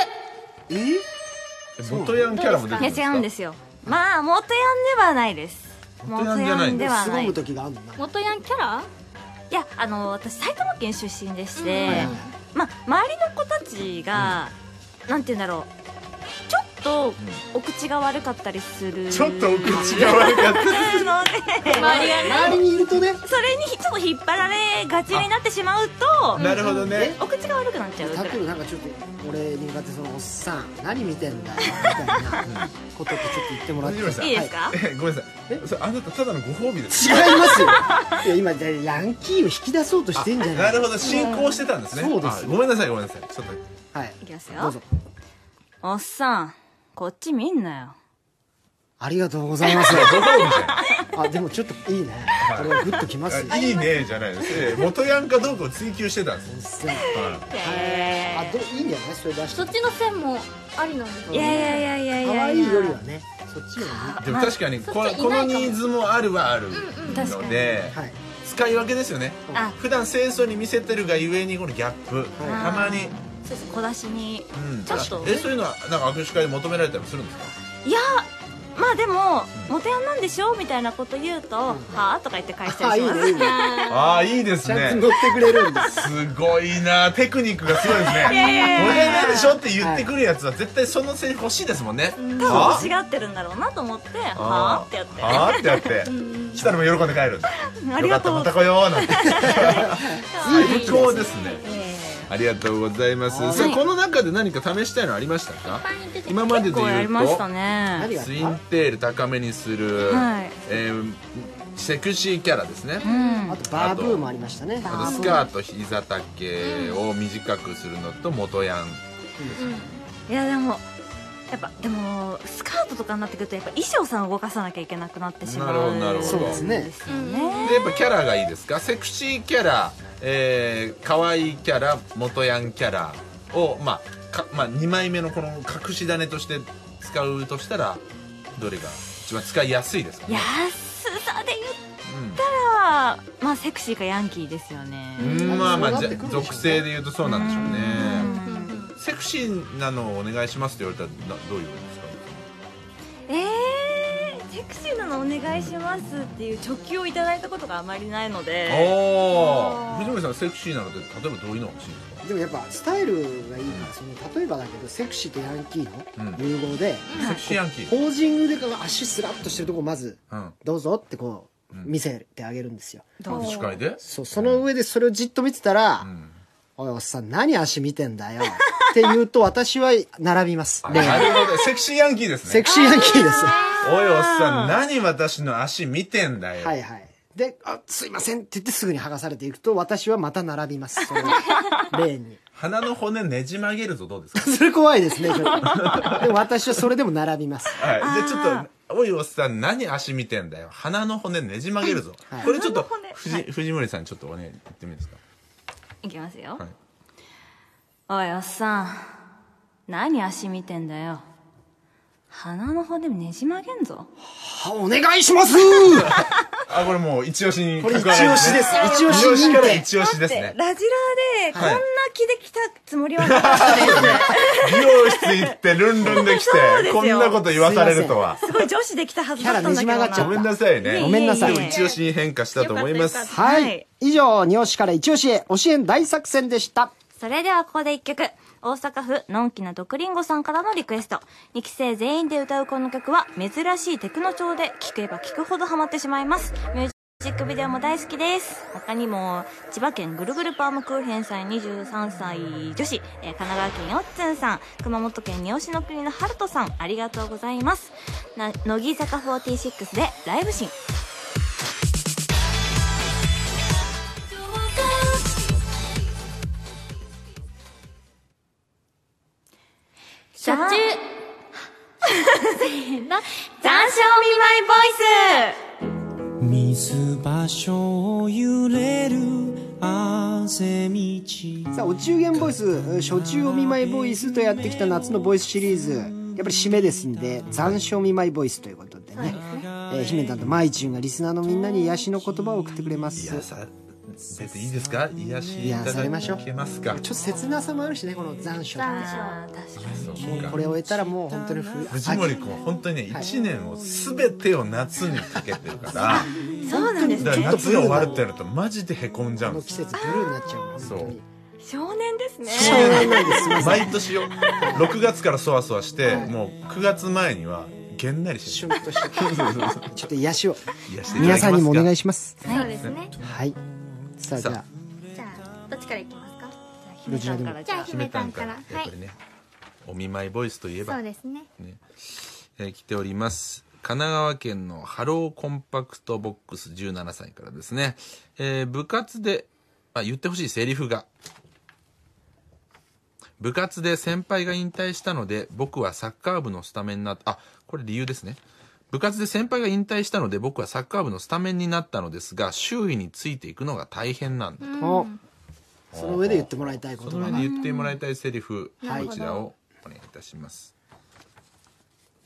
Speaker 2: え
Speaker 1: 元ヤンキャラも出てくるん
Speaker 8: いや違うんですすよまあ元ヤンではないです
Speaker 10: 元ヤンじ
Speaker 8: で
Speaker 10: ゃ
Speaker 8: は
Speaker 2: すご
Speaker 8: ない
Speaker 2: む
Speaker 8: い
Speaker 2: 時があるのな
Speaker 3: 元ヤンキャラ
Speaker 8: やあの私埼玉県出身でして、まあ周りの子たちが、なんて言うんだろうちょっとお口が悪かったりする
Speaker 1: ちょっとお
Speaker 8: <laughs>
Speaker 1: 口が悪かっ
Speaker 8: なので
Speaker 2: 周りにいるとね
Speaker 8: それにちょっと引っ張られがちになってしまう
Speaker 1: た
Speaker 8: と
Speaker 1: なるほどね
Speaker 8: お口が悪くなっちゃうぐ
Speaker 2: タ
Speaker 8: らい
Speaker 2: クルなんかちょっと俺苦手そのおっさん何見てんだよみたいなことってちょっと言ってもらっていい
Speaker 1: 藤森さん
Speaker 8: いいですか
Speaker 1: はえごめんなさいそれあなたただのご褒美です
Speaker 2: 違います <laughs> よいや今じゃあヤンキーを引き出そうとしてんじゃな
Speaker 1: ないるほど進行してたんですね
Speaker 2: そうです
Speaker 1: あごめんなさいごめんなさいちょっと
Speaker 2: はい
Speaker 8: いきます
Speaker 2: どう
Speaker 8: よ
Speaker 2: ぞ
Speaker 8: おっさんこっち見んなよ
Speaker 2: ありがとうござい <laughs> ます
Speaker 1: ご褒美じゃん
Speaker 2: あでもちょっといいねこれはグッときますよ
Speaker 1: あいいねじゃないですええ元ヤンかどうかを追求してたんです
Speaker 2: おっさん
Speaker 8: へ
Speaker 2: あどういいんじゃないそれ出し
Speaker 3: そってちの線もありなんです
Speaker 8: ーいやいやいやいやいや
Speaker 2: 可愛いよりはねそっちよ
Speaker 1: でも確かにこ
Speaker 3: そっちい
Speaker 1: こ
Speaker 3: な
Speaker 1: の
Speaker 3: いかも
Speaker 1: ニーズもあるはある
Speaker 8: 確か
Speaker 1: の
Speaker 8: に
Speaker 1: で
Speaker 2: りはい
Speaker 1: 使い分けですよね
Speaker 8: あ
Speaker 1: 普段清楚に見せてるがゆえにこのギャップ
Speaker 2: はい
Speaker 1: たまに
Speaker 8: そうです小出しに
Speaker 1: うん
Speaker 8: ちょっと
Speaker 1: えそういうのはなんか握手会で求められたりもするんですか
Speaker 8: いやまあでもモテヤンなんでしょみたいなこと言うと「はあ?」とか言って返した
Speaker 2: あい
Speaker 8: り
Speaker 2: い
Speaker 8: します
Speaker 2: ねいいね
Speaker 1: ああいいです
Speaker 2: ちゃんと乗ってくれるんです
Speaker 1: すごいなテクニックがすごいですね「これなんでしょ?」って言ってくるやつは絶対そのセリフ欲しいですもんね
Speaker 8: 多
Speaker 1: は
Speaker 8: 分違ってるんだろうなと思って「
Speaker 1: あ
Speaker 8: はあ?」ってやって
Speaker 1: はあってやって来たらもう喜んで帰るんだ
Speaker 8: ありがとう
Speaker 1: よかったまた来ようなんて最高ですねありがとうございます
Speaker 2: はい
Speaker 1: さあこの中で何か試したいのありましたか今までで
Speaker 8: こうや
Speaker 1: 言
Speaker 8: り
Speaker 1: う
Speaker 8: ま
Speaker 1: と
Speaker 8: したね
Speaker 2: 何があっ
Speaker 1: ツインテール高めにする、
Speaker 8: はい
Speaker 1: えーセクシーキャラですね、
Speaker 2: たあとバーブーもありましたね
Speaker 1: あとスカート膝丈を短くするのと元ヤン
Speaker 8: いやでもやっぱでもスカートとかになってくるとやっぱ衣装さんを動かさなきゃいけなくなってしま
Speaker 1: なるほど
Speaker 8: う
Speaker 1: なるほど
Speaker 2: そうですね
Speaker 8: ですよね
Speaker 1: でやっぱキャラがいいですかセクシーキャラ、えー、可愛いキャラ元ヤンキャラを、まあかまあ、2枚目のこの隠し種として使うとしたらどれが一番使いやすいですかね
Speaker 8: 安さで言ったら、まあセクシーかヤンキーですよね
Speaker 1: うんまあまあじゃ
Speaker 2: そうなってくるでしょうね
Speaker 1: 属性で言うとそうなんでしょうね
Speaker 8: うん
Speaker 1: セクシーなのをお願いしますって言われたらなどういうことですか
Speaker 8: えー、セクシーなのお願いしますっていう直球をいただいたことがあまりないので
Speaker 1: おお藤森さんセクシーなので例えばどういうのが欲しいですか
Speaker 2: でもやっぱスタイルがいいからその例えばだけどセクシーとヤンキーの融合で、
Speaker 1: セクシーヤンキー
Speaker 2: ポージングでかが足スラッとしてるとこをまず
Speaker 1: うん
Speaker 2: どうぞってこう見せてあげるんですよ、
Speaker 8: どう
Speaker 1: 司会で
Speaker 2: そうその上でそれをじっと見てたら「おいおっさん何足見てんだよ」 <laughs> って言うと私は並びます、ね、
Speaker 1: なるほどセクシーヤンキーですね
Speaker 2: セクシーヤンキー <laughs> です
Speaker 1: おいおっさん何私の足見てんだよ、
Speaker 2: はいはいであ「すいません」って言ってすぐに剥がされていくと私はまた並びますそ <laughs> のレーンに
Speaker 1: 鼻の骨ねじ曲げるぞどうですか
Speaker 2: <laughs> それ怖いですねちょっとでも私はそれでも並びます
Speaker 1: はいでちょっとおいおっさん何足見てんだよ鼻の骨ねじ曲げるぞ、これちょっと
Speaker 8: 鼻の骨
Speaker 1: 藤,、藤森さんちょっとお願い言ってみいですか
Speaker 8: いきますよ、
Speaker 1: はい
Speaker 8: おいおっさん何足見てんだよ鼻の方でもねじ曲げんぞ
Speaker 2: あ <laughs> お願いします
Speaker 1: あこれもう一押しに
Speaker 2: これ一
Speaker 1: 関わら
Speaker 2: 押
Speaker 1: ず
Speaker 2: し
Speaker 1: ね
Speaker 2: です。一押し
Speaker 1: 一押し
Speaker 2: 認
Speaker 1: から
Speaker 2: 定。
Speaker 1: 一押しです
Speaker 8: だっ
Speaker 1: ね
Speaker 8: てラジラでこん
Speaker 1: はい
Speaker 8: な気で来たつもりはなかったです、
Speaker 1: 美容室行ってルンルンでき
Speaker 8: そ
Speaker 1: て
Speaker 8: うですよ
Speaker 1: こんなこと言わされるとは
Speaker 8: すごい女子できたはずだったんだけど
Speaker 2: キャラねじ曲が
Speaker 8: な
Speaker 2: っちゃ
Speaker 1: ご
Speaker 2: った
Speaker 1: めんなさい
Speaker 8: いえいえ
Speaker 1: ね
Speaker 8: いえ
Speaker 2: ごめんなさい
Speaker 1: でも一押しに変化したと思いま
Speaker 8: よかっ
Speaker 1: す
Speaker 8: たよかっ
Speaker 2: はい。
Speaker 8: はい
Speaker 2: 以上、二押しから一押しへ、教えん大作戦でした。
Speaker 8: それではここで一曲大阪府のんきな毒りんごさんからのリクエスト2期生全員で歌うこの曲は珍しいテクノ調で聴けば聴くほどハマってしまいますミュージックビデオも大好きです他にも千葉県ぐるぐるパームクーヘンさん23歳女子、えー神奈川県よっつんさん熊本県三好の国のハルトさんありがとうございますな乃木坂46でライブシーン
Speaker 3: 初 <laughs> 中
Speaker 8: 残賞見舞いボイス
Speaker 11: 水場所を揺れる汗道
Speaker 2: さあ、お中元ボイス、初中お見舞いボイスとやってきた夏のボイスシリーズ、やっぱり締めですんで、残暑お見舞いボイスということでね、えー姫たんとまいちゅんがリスナーのみんなに癒しの言葉を送ってくれます。
Speaker 9: いやさ出ていいですか癒しい
Speaker 2: 癒
Speaker 9: た
Speaker 2: さ
Speaker 9: だ
Speaker 2: れましょう
Speaker 9: けますか
Speaker 2: ちょっと切なさもあるしね、この残暑って。
Speaker 8: あー確かに
Speaker 9: そうか
Speaker 2: これを終えたらもう本当に冬。
Speaker 9: 藤森君は本当にね1年を全てを夏にかけてるから
Speaker 8: そうなんです
Speaker 9: だから
Speaker 8: ね
Speaker 9: 夏が終わるってなるとマジでへこんじゃう
Speaker 2: こ
Speaker 9: ん
Speaker 2: の
Speaker 9: で
Speaker 2: 季
Speaker 9: す
Speaker 2: 節ブルーになっちゃうから、
Speaker 9: そう
Speaker 2: 本当に。
Speaker 8: 少年ですね
Speaker 9: 毎年よ6月からそわそわしてもう9月前にはげんなりして
Speaker 2: シ
Speaker 9: る
Speaker 2: ュンとして、ちょっと癒しを、
Speaker 9: 癒していただけます
Speaker 2: 皆さ
Speaker 9: か
Speaker 2: んにもお願いします。
Speaker 3: そうですね
Speaker 2: はい。さあ、じ
Speaker 9: さあ
Speaker 2: ゃあ、
Speaker 3: じゃあどっちからいきますか
Speaker 2: どちらでも。
Speaker 3: じゃあ姫
Speaker 9: 姫
Speaker 3: た
Speaker 9: た
Speaker 3: ん
Speaker 9: ん
Speaker 3: か
Speaker 9: からら
Speaker 3: は
Speaker 9: や
Speaker 3: い
Speaker 9: っぱりねお見舞いボイスといえ
Speaker 3: そう
Speaker 9: ば
Speaker 3: ですね
Speaker 1: えー来ております。神奈川県のハローコンパクトボックス17歳からですね。えー部活で、あ、言ってほしいセリフが。部活で先輩が引退したので、僕はサッカー部のスタメンになった、あ、これ理由ですね。部活で先輩が引退したので、僕はサッカー部のスタメンになったのですが、周囲についていくのが大変なんだと。
Speaker 2: おその上で言ってもらいたい言
Speaker 1: その
Speaker 2: 葉
Speaker 1: 上
Speaker 2: が
Speaker 1: で言ってもらいたいセリフ、
Speaker 3: はい
Speaker 1: こちらをお願いいたします。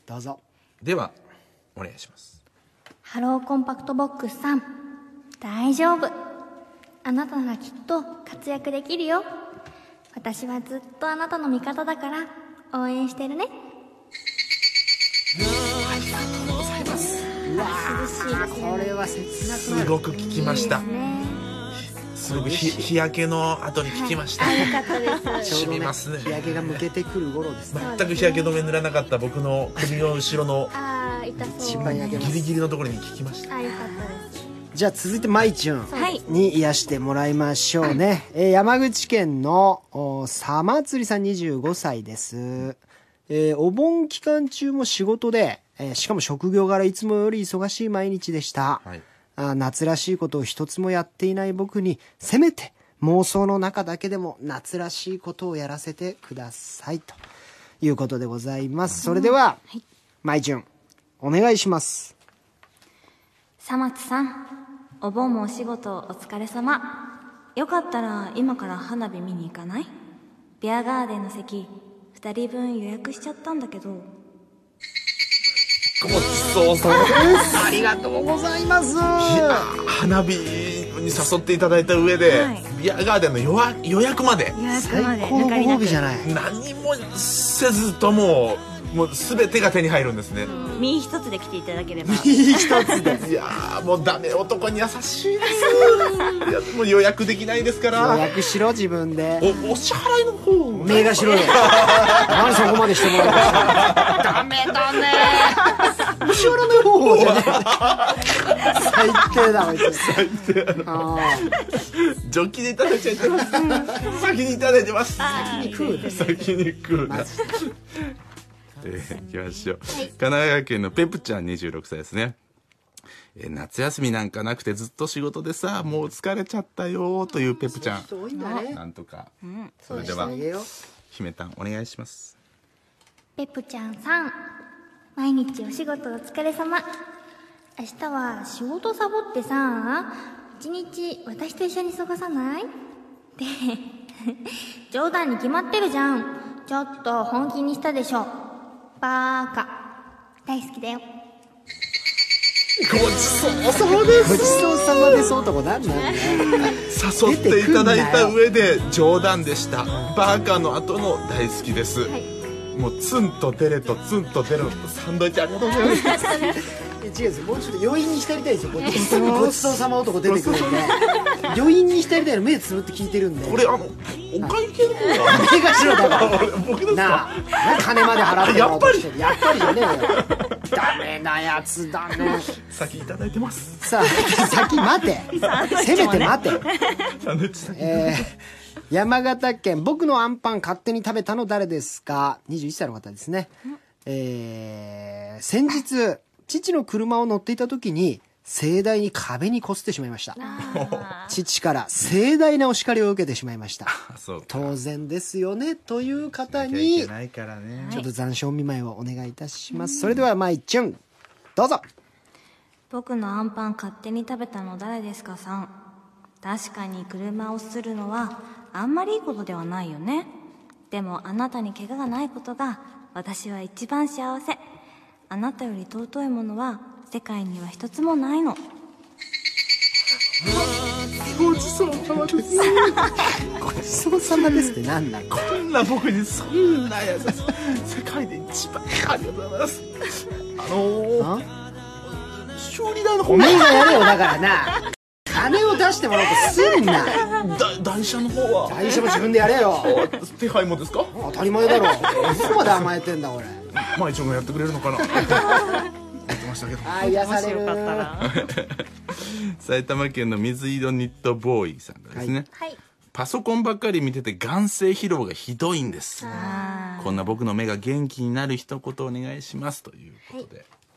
Speaker 2: どうぞ
Speaker 1: では、お願いします。
Speaker 3: ハローコンパクトボックスさん大丈夫あなたならきっと活躍できるよ私はずっとあなたの味方だから応援してるね
Speaker 2: これは切なくな
Speaker 1: す
Speaker 2: る
Speaker 1: ごく聞きました。
Speaker 3: ね
Speaker 1: すごくひ日焼けの後に聞きました。
Speaker 3: よかった
Speaker 2: <laughs>
Speaker 3: です
Speaker 2: ちょうど
Speaker 1: 染み
Speaker 2: ね
Speaker 1: ますね
Speaker 2: 日焼けが向けてくる頃ですね
Speaker 1: 全く日焼け止め塗らなかった僕の首の後ろの
Speaker 3: ああ痛
Speaker 2: 一
Speaker 3: そう
Speaker 2: 番焼けま
Speaker 1: ギリ
Speaker 2: す
Speaker 1: ギリのところに聞きました。
Speaker 3: あーよかったです
Speaker 2: じゃあ続いてまいちゅん
Speaker 8: はい
Speaker 2: に癒してもらいましょうね、えー山口県のおさまつりさん25歳です、えーお盆期間中も仕事で、えーしかも職業柄いつもより忙しい毎日でした、
Speaker 1: はい
Speaker 2: あー夏らしいことを一つもやっていない僕にせめて妄想の中だけでも夏らしいことをやらせてくださいということでございますそれでは、まいちゅんお願いします
Speaker 8: さまつさんお盆もお仕事お疲れ様よかったら今から花火見に行かないビアガーデンの席2人分予約しちゃったんだけど
Speaker 2: ありがとうございます
Speaker 9: 花火に誘っていただいた上で、
Speaker 8: はい
Speaker 9: ビアガーデンの予約予約まで
Speaker 8: 予約
Speaker 2: 最
Speaker 8: まで
Speaker 2: 高のご
Speaker 8: りな
Speaker 2: 褒
Speaker 8: く
Speaker 2: 美じゃない
Speaker 9: 何もせずとももう全てが手に入るんですね、
Speaker 8: 身一つで来ていただければ
Speaker 9: いやーもうダメ男に優しいですいやもう予約できないですか
Speaker 2: <laughs> 予
Speaker 9: ら
Speaker 2: 約しろ自分で
Speaker 9: おお支払いの方を
Speaker 2: 名がしろよなんでそこまでしてもらえダメだね後ろの方法じゃねえ最低だこいつ最低だあ
Speaker 9: ジョッキでいただいちゃってます先にいただいてます
Speaker 2: あ食うです
Speaker 9: 先に食う
Speaker 2: マ
Speaker 9: な
Speaker 2: ジ
Speaker 1: えー、行きましょう。神奈川県のペプちゃん26歳ですね。えー夏休みなんかなくてずっと仕事でさ、もう疲れちゃったよーというペプちゃん。
Speaker 2: 多いんだね
Speaker 1: なんとか。それでは
Speaker 2: あ、げよう
Speaker 1: 姫たんお願いします。
Speaker 3: ペプちゃんさん毎日お仕事お疲れ様明日は仕事サボってさ一日私と一緒に過ごさない <laughs> で冗談に決まってるじゃんちょっと本気にしたでしょバーカ大好きだよ
Speaker 2: ごちそうさまですごちそうさまです男なんなんだよ
Speaker 9: 誘っていただいた上で冗談でしたバーカーの後の大好きです、もうツンとデレとツンとデレのサンドイッチありがとうございます
Speaker 2: いや違うんですよもうちょっと余韻に浸りたいですよこっちすぐごちそうさま男出てくるんで余韻に浸りたいの目つぶって聞いてるんでこれ
Speaker 9: あのお会計の方
Speaker 2: が目が白だから
Speaker 9: 僕ですか
Speaker 2: なあなんで金まで払って
Speaker 9: やっぱり
Speaker 2: もらおうとしてるやっぱ
Speaker 9: <laughs>
Speaker 2: りじゃねえよダメなやつだね
Speaker 9: 先いただいてます
Speaker 2: さあ先待てせめて待て
Speaker 9: サンドイッチ先
Speaker 2: えー山形県僕のアンパン勝手に食べたの誰ですか21歳の方ですねえー先日父の車を乗っていた時に盛大に壁にこすってしまいました父から盛大なお叱りを受けてしまいました
Speaker 9: そう
Speaker 2: 当然ですよねという方
Speaker 9: い
Speaker 2: に
Speaker 9: けないからね
Speaker 2: ちょっと残暑見舞いをお願いいたしますそれではまいちゅんどうぞ
Speaker 8: 僕のアンパン勝手に食べたの誰ですかさん確かに車をするのはあんまりいいことではないよねでもあなたに怪我がないことが私は一番幸せあなたより尊いものは世界には一つもないの
Speaker 9: ごちそうさまです
Speaker 2: ごちそうさまですって何なんだ
Speaker 9: こんな僕にそんな優しい世界で一番ありがとうございますあのー、修理代の方
Speaker 2: おめえがやれよだからな金を出してもらおうとすんな
Speaker 9: だ台車の方は
Speaker 2: 台車も自分でやれよ
Speaker 9: あ手配もですか
Speaker 2: 当たり前だろいつまで甘えてんだ俺
Speaker 9: まいちゃんがやってくれるの
Speaker 1: <laughs>
Speaker 9: かなやってましたけど
Speaker 2: あー癒される
Speaker 1: 埼玉県の水色ニットボーイさんがですね、パソコンばっかり見てて眼性疲労がひどいんですこんな僕の目が元気になる一言お願いしますという
Speaker 3: はい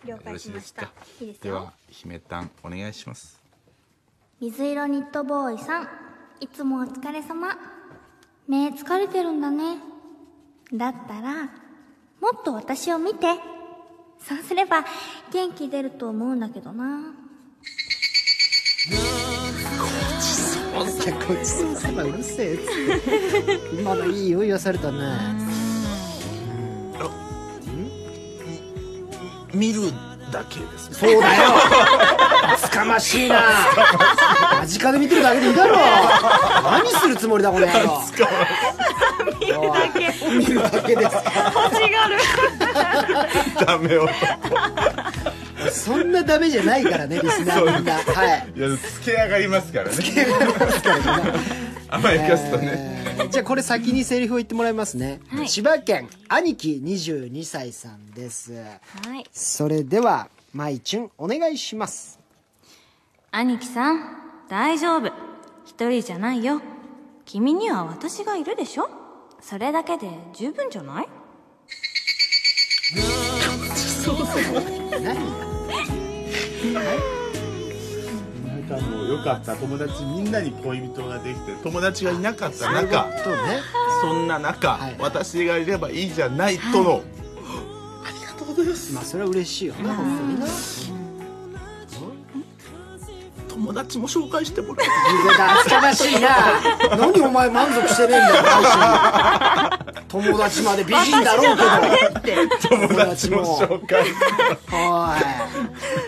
Speaker 3: 了解しました
Speaker 1: よ
Speaker 3: いいです
Speaker 1: で
Speaker 3: よ
Speaker 1: は姫たんお願いします
Speaker 3: 水色ニットボーイさんいつもお疲れ様目疲れてるんだねだったらもっと私を見てそうすれば元気出ると思うんだけどな
Speaker 2: じゃあごちそうさまうるせえっつって今のいいよ癒されたね
Speaker 9: 見るだけです
Speaker 2: そうだよつかましいな間近で見てるだけでいいだろ何するつもりだこの野郎見るだけ見るだけです
Speaker 9: ダメよ
Speaker 2: そんなダメじゃないからねリスナーみんなはい
Speaker 9: いやつけ上がりますからね甘やかすとね
Speaker 2: じゃあこれ先にセリフを言ってもらいますね、
Speaker 8: はい
Speaker 2: 千葉県兄貴22歳さんです
Speaker 8: はい
Speaker 2: それではまいちゅんお願いします
Speaker 8: 兄貴さん大丈夫一人じゃないよ君には私がいるでしょそれだけで十分じゃない
Speaker 2: 何
Speaker 9: なんかもうよかった友達みんなに恋人ができて友達がいなかった中
Speaker 2: とね
Speaker 9: そんな中、私がいればいいじゃないとの、
Speaker 2: まあそれは嬉しいよな本当にな
Speaker 9: 友達も紹介してもらう
Speaker 2: 恥ずかしいな <laughs> 何お前満足してねえんだよ大将友達まで美人だろうけど友達もおい
Speaker 9: 紹
Speaker 1: <laughs>
Speaker 9: 介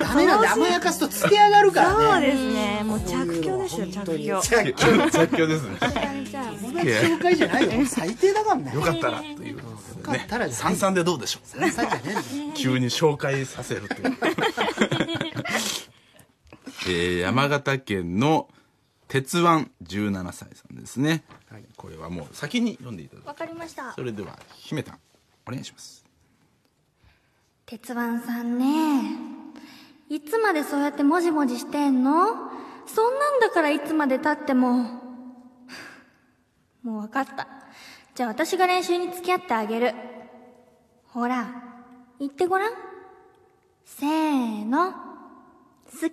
Speaker 2: ダメなんで甘やかすとつけ上がるからね
Speaker 8: そうですねもう着氷ですよ着氷
Speaker 2: 着
Speaker 9: 着氷ですね
Speaker 2: 紹介じゃないよ最低だからね
Speaker 9: よかったらということで
Speaker 2: よかったら
Speaker 9: ね三々でどうでしょう
Speaker 2: 最低じゃねえんだよ
Speaker 9: 急に紹介させるという
Speaker 1: <laughs> えー山形県の鉄腕17歳さんですね、これはもう先に読んでいただ
Speaker 3: わかりました
Speaker 1: それでは姫たんお願いします
Speaker 3: 鉄腕さんねいつまでそうやってもじもじしてんのそんなんだからいつまで経っても <laughs> もう分かったじゃあ私が練習に付き合ってあげるほら言ってごらんせーの好き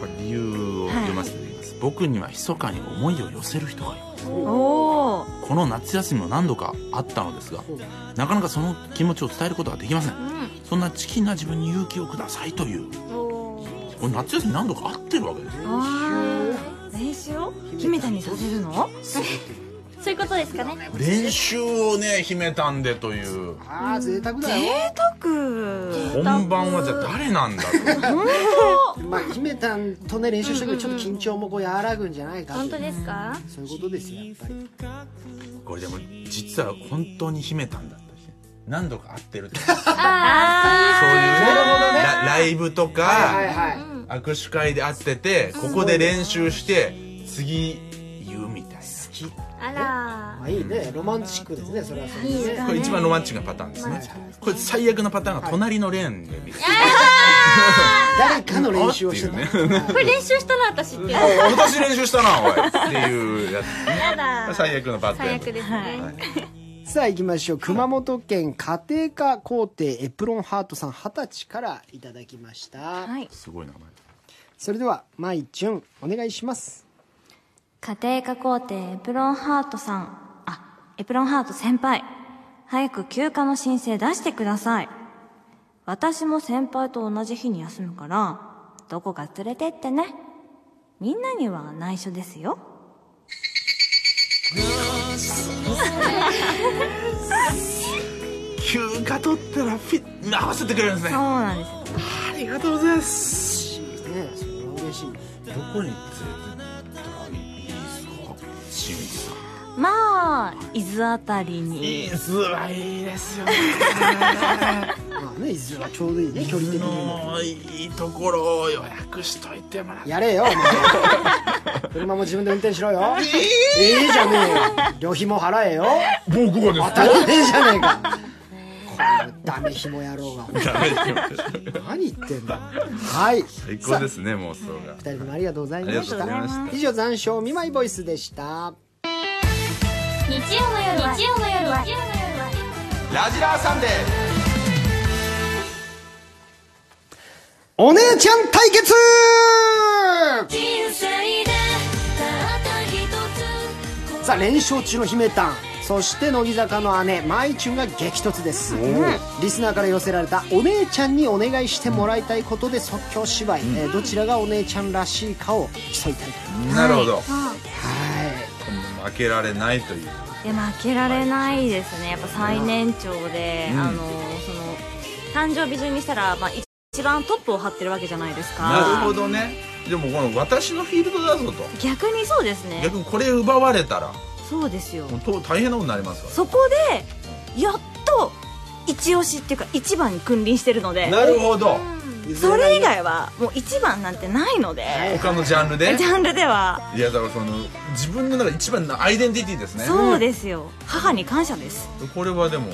Speaker 1: これ理由を読ませていただきます、僕には密かに思いを寄せる人がいる
Speaker 8: おお
Speaker 1: この夏休みも何度かあったのですがなかなかその気持ちを伝えることができません、そんなチキンな自分に勇気をくださいというこれ夏休み何度か会ってるわけですよ
Speaker 8: 練習を姫谷にさせるの
Speaker 3: そういうことですかね
Speaker 1: 練習をね姫たんでという
Speaker 2: ああ贅沢だよ
Speaker 8: 贅沢
Speaker 1: 本番はじゃあ誰なんだ
Speaker 2: まあ姫たんとね練習したけどちょっと緊張もこう和らぐんじゃないかと
Speaker 3: 本当ですか
Speaker 2: そういうことですよやっぱり
Speaker 1: これでも実は本当に姫たんだったし何度か会ってると
Speaker 2: <laughs>
Speaker 1: か
Speaker 3: あ
Speaker 1: そういうね
Speaker 2: なるほどね
Speaker 1: ラライブと
Speaker 2: はい
Speaker 1: か
Speaker 2: はいはい
Speaker 1: 握手会で会っててここで練習して次言うみたいな
Speaker 3: ーあら
Speaker 2: まあいいねロマンチックですねそれはそれ
Speaker 3: いい
Speaker 2: で
Speaker 3: です
Speaker 2: ね
Speaker 1: これ一番ロマンチックなパターンですねこれ最悪なパターンが隣のレーンで見る
Speaker 2: 誰かの練習をしてた
Speaker 1: あっ
Speaker 2: ね
Speaker 1: ていうね
Speaker 3: これ練習したな私ってや
Speaker 1: お私練習したなおいっていうやつ
Speaker 3: だ
Speaker 1: 最悪のパターン
Speaker 3: 最悪ですね
Speaker 1: はい
Speaker 2: さあ行きましょう熊本県家庭科工程エプロンハートさん二十歳からいただきました、
Speaker 8: はい
Speaker 1: すごい名前
Speaker 2: それではまいちゅんお願いします
Speaker 8: 家庭科工程エプロンハートさんあエプロンハート先輩早く休暇の申請出してください私も先輩と同じ日に休むからどこか連れてってねみんなには内緒ですよ
Speaker 1: 休暇取ったらフィッ合わせてくれるんですね
Speaker 8: そうなんです
Speaker 1: ありがとうございます
Speaker 2: ねそれは嬉しい
Speaker 1: どこに連れてったらいいですか清水さん
Speaker 8: まあ伊豆あたりに
Speaker 1: 伊豆はいいですよね
Speaker 2: まあね伊豆はちょうどいいね距離的にも
Speaker 1: もういいところを予約しといてもらって
Speaker 2: やれよお前車も自分で運転しろよええじゃねえよ旅費も払えよ
Speaker 1: 僕が
Speaker 2: 当たり前じゃねえかこのダメ紐野郎が何言ってんだはい
Speaker 1: <laughs> 最高ですね妄想が
Speaker 2: 二人ともありがとうございま
Speaker 1: ありが
Speaker 2: し
Speaker 1: とうござい
Speaker 2: た
Speaker 1: ました
Speaker 2: 以上残暑見舞いボイスでした
Speaker 3: 日曜の夜は日曜の夜は
Speaker 1: ラジラーサンデー
Speaker 2: お姉ちゃん対決さあ連勝中の姫たんそして乃木坂の姉まいちゅんが激突ですリスナーから寄せられたお姉ちゃんにお願いしてもらいたいことで即興芝居、えーどちらがお姉ちゃんらしいかを競いたい
Speaker 1: なるほど
Speaker 2: はい
Speaker 1: 負けられないという
Speaker 8: で負けられないですねやっぱ最年長で、
Speaker 1: うん
Speaker 8: あのその誕生日順にしたら、まあ、一一番トップを張ってるわけじゃないですか
Speaker 1: なるほどねでもこの私のフィールドだぞと
Speaker 8: 逆にそうですね
Speaker 1: 逆にこれ奪われたら
Speaker 8: そうですよ
Speaker 1: 本当大変なことになりますか
Speaker 8: そこでやっと一押しっていうか一番に君臨してるので
Speaker 1: らなるほど
Speaker 8: それ以外はもう一番なんてないので、
Speaker 1: 他のジャンルで
Speaker 8: ジャンルではい
Speaker 1: やだからその自分の中で一番のアイデンティティですね
Speaker 8: そうですよ母に感謝です
Speaker 1: これはでも